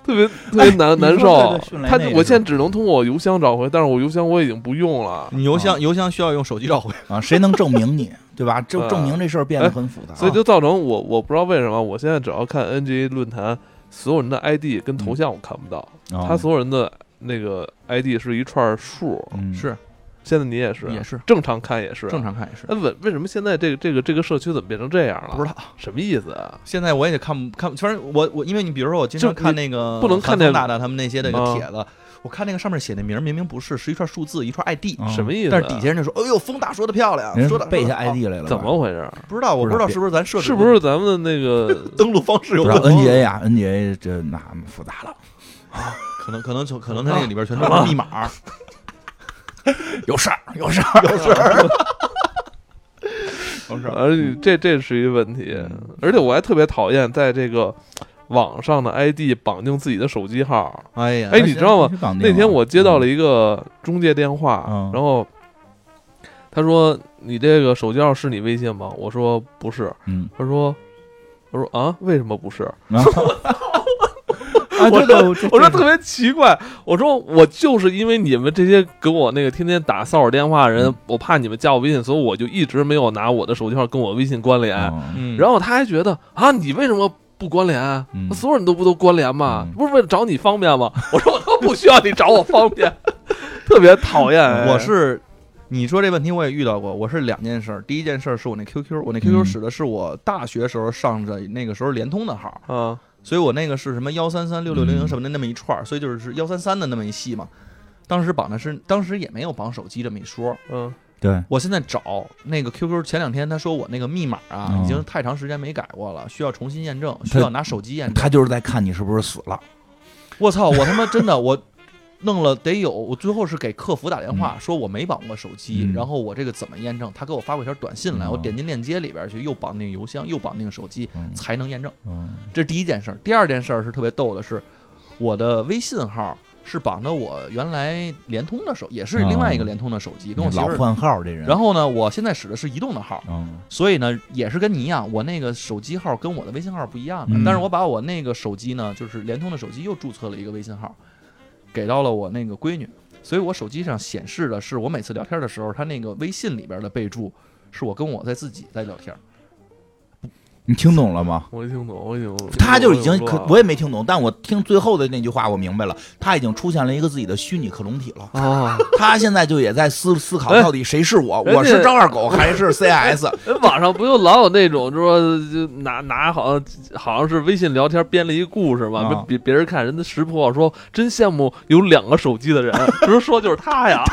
Speaker 1: 特别特别难
Speaker 3: 哎你说
Speaker 1: 难受
Speaker 3: 这个迅。雷
Speaker 1: 他
Speaker 3: 那个
Speaker 1: 我
Speaker 3: 是嗯
Speaker 1: 现在只能通过我邮箱找回，但是我邮箱我已经不用了，
Speaker 3: 你邮箱邮箱需要用手机召回，
Speaker 2: 啊，谁能证明你，对吧？就证明这事儿变得很复杂。啊
Speaker 1: 呃所
Speaker 3: 啊
Speaker 1: 以就造成我我不知道为什么，我现在只要看 NGA 论坛，所有人的 ID 跟
Speaker 3: 嗯
Speaker 1: 头像我看不到，
Speaker 6: 哦
Speaker 1: 他所有人的那个 ID 是一串数。
Speaker 6: 嗯
Speaker 3: 是
Speaker 1: 现在你也是，
Speaker 3: 也是啊
Speaker 1: 正常看也是
Speaker 3: 正。常看也是。
Speaker 1: 那为为什么现在这个这个这个社区怎么变成这样了？
Speaker 3: 不知道，
Speaker 1: 什么意思啊？
Speaker 3: 现在我也看不看，反正我我因为你比如说我经
Speaker 1: 就
Speaker 3: 常看那个
Speaker 1: 不能看那
Speaker 3: 那
Speaker 1: 个
Speaker 3: 大大他们那些那
Speaker 1: 嗯
Speaker 3: 个帖子，我看那个上面写那名儿明明不是，是一串数字一串 ID，
Speaker 6: 哦
Speaker 1: 什么意思啊？
Speaker 3: 但是底下人就说：“哎呦，风大说的漂
Speaker 1: 啊
Speaker 3: 亮，
Speaker 2: 人
Speaker 3: 说
Speaker 2: 家
Speaker 3: 的
Speaker 2: 背下
Speaker 3: 说得好
Speaker 2: ID 来了吧，
Speaker 1: 怎么回事？
Speaker 3: 不知道，我不知道是不是咱设置
Speaker 1: 是不是咱们的那个
Speaker 3: 登录方式有
Speaker 2: 不知
Speaker 3: 问
Speaker 2: 道
Speaker 3: 题？
Speaker 2: NGA 啊，NGA 这那复杂了，
Speaker 3: 可能可能就可能它那个里边全都
Speaker 2: 啊
Speaker 3: 是密码儿，
Speaker 2: 有事儿，有事儿，有事儿，有事儿。
Speaker 1: 而且这这是一个问题，而且我还特别讨厌在这个网上的 ID 绑定自己的手机号。
Speaker 3: 哎呀，
Speaker 1: 哎，你知道吗？
Speaker 6: 吗
Speaker 1: 那天我接到了一个中介电话，
Speaker 6: 嗯
Speaker 1: 然后他说：“你这个手机号是你微信吗？”我说：“不是。”
Speaker 6: 嗯
Speaker 1: 他说：“我说啊，为什么不是？”
Speaker 6: 啊，
Speaker 2: 啊，对对，我
Speaker 1: 我说特别奇怪，我说我就是因为你们这些给我那个天天打骚扰电话的人，我怕你们加我微信，所以我就一直没有拿我的手机号跟我微信关联。
Speaker 6: 哦
Speaker 3: 嗯，
Speaker 1: 然后他还觉得啊，你为什么不关联啊？
Speaker 6: 嗯
Speaker 1: 所有人都不都关联吗？
Speaker 6: 嗯
Speaker 1: 不是为了找你方便吗？ 我说我都不需要你找我方便， 特别讨厌。哎
Speaker 3: 嗯我是你说这问题我也遇到过，我是两件事儿。第一件事儿是我那 QQ，我那
Speaker 6: 嗯
Speaker 3: QQ 使的是我大学时候上着那个时候联通的号，
Speaker 1: 啊，
Speaker 3: 所以我那个是什么幺三三六六零
Speaker 6: 嗯
Speaker 3: 零什么的那么一串儿，所以就是是幺三三的那么一系嘛。当时绑的是，当时也没有绑手机这么一说。
Speaker 1: 嗯
Speaker 6: 对，
Speaker 3: 我现在找那个 QQ，前两天他说我那个密码啊，
Speaker 6: 嗯
Speaker 3: 已经太长时间没改过了，需要重新验证，需要拿手机验证
Speaker 2: 他。就是在看你是不是死了，
Speaker 3: 我操！我他妈真的我弄了得有，我最后是给客服打电话、说我没绑过手机，
Speaker 6: 嗯
Speaker 3: 然后我这个怎么验证？他给我发过一条短信来，
Speaker 6: 嗯
Speaker 3: 我点进链接里边去，又绑定邮箱，又绑定手机，
Speaker 6: 嗯
Speaker 3: 才能验证。
Speaker 6: 嗯
Speaker 3: 这是第一件事儿。第二件事儿是特别逗的是，我的微信号是绑的我原来联通的手，也是另外一个联通的手机，跟我媳
Speaker 2: 啊老
Speaker 3: 妇儿。
Speaker 2: 换号这人。
Speaker 3: 然后呢，我现在使的是移动的号，
Speaker 6: 嗯
Speaker 3: 所以呢，也是跟你一样，我那个手机号跟我的微信号不一样的，
Speaker 6: 嗯
Speaker 3: 但是我把我那个手机呢，就是联通的手机又注册了一个微信号，给到了我那个闺女，所以我手机上显示的是我每次聊天的时候，她那个微信里边的备注是我跟我在自己在聊天，
Speaker 6: 你听懂了吗？
Speaker 1: 我听懂，我听懂。
Speaker 2: 他就已经
Speaker 1: 我
Speaker 2: 可我也没听懂，但我听最后的那句话我明白了，他已经出现了一个自己的虚拟克隆体 了。
Speaker 1: 啊，
Speaker 2: 他现在就也在思思考
Speaker 1: 哎
Speaker 2: 到底谁是我，
Speaker 1: 人家
Speaker 2: 我是张二狗还是 CS？
Speaker 1: 哎 网上不就老有那种就说就拿拿好像好像是微信聊天编了一个故事嘛，
Speaker 6: 啊
Speaker 1: 别别别人看人家识破说真羡慕有两个手机的人， 不是说就是他 呀，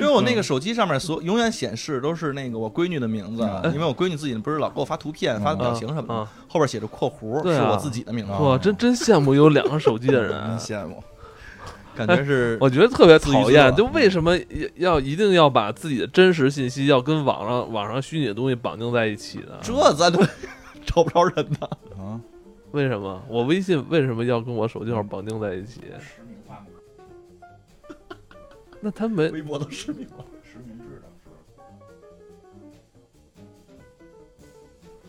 Speaker 3: 因为我
Speaker 1: 嗯
Speaker 3: 那个手机上面所永远显示都是那个我闺女的名字，
Speaker 6: 嗯
Speaker 3: 因为我闺女自己不是老给我发图片、发表情什么的，
Speaker 1: 嗯嗯
Speaker 3: 后边写着括弧、
Speaker 1: 对啊
Speaker 3: 是我自己的名字，
Speaker 1: 哇，真真羡慕有两个手机的人
Speaker 2: 真。羡慕，
Speaker 3: 感觉是
Speaker 1: 我觉得特别讨厌，
Speaker 3: 自
Speaker 1: 就
Speaker 3: 娱自乐
Speaker 1: 为什么要要一定要把自己的真实信息要跟网上网上虚拟的东西绑定在一起呢？
Speaker 3: 这咱都 找不着人呢。
Speaker 1: 为什么我微信为什么要跟我手机号绑定在一起？
Speaker 3: 嗯
Speaker 7: 实名化吗？
Speaker 1: 那他没
Speaker 3: 微博都实名了，
Speaker 7: 实名制的，是吧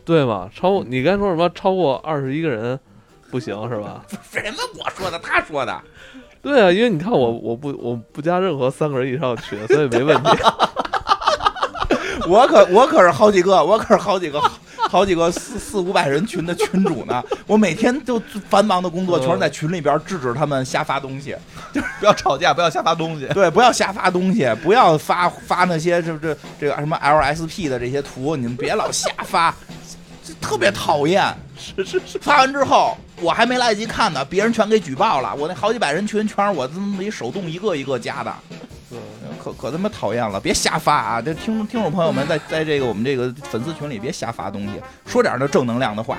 Speaker 1: 对吗？超过你刚才说什么？超过二十一个人不行是吧？
Speaker 2: 什么我啊说的，他说的，
Speaker 1: 对啊，因为你看我我不我不加任何三个人以上的 群，所以没问题。
Speaker 2: 啊我可我可是好几个，我可是好几个。好几个四四五百人群的群主呢，我每天就繁忙的工作全是在群里边制止他们瞎发东西。
Speaker 3: 不要吵架，不要瞎发东西。
Speaker 2: 对，不要瞎发东西，不要发发那些这这这个什么 LSP 的这些图，你们别老瞎发，这特别讨厌。是是是。发完之后，我还没来得及看呢，别人全给举报了。我那好几百人群全是我自己手动一个一个加的，
Speaker 1: 嗯
Speaker 2: 呃可可他妈讨厌了！别瞎发啊！这听听众朋友们在在这个我们这个粉丝群里别瞎发东西，说点儿那正能量的话。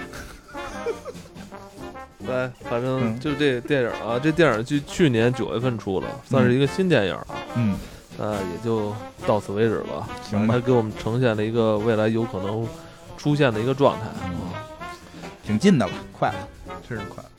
Speaker 1: 对，反正
Speaker 2: 嗯
Speaker 1: 就这电影啊，这电影剧去年九月份出了，算是一个新电影啊。
Speaker 2: 嗯，
Speaker 1: 那也就到此为止吧。
Speaker 2: 行吧
Speaker 1: 它给我们呈现了一个未来有可能出现的一个状态。
Speaker 2: 嗯挺近的了，快了，
Speaker 3: 真是快了。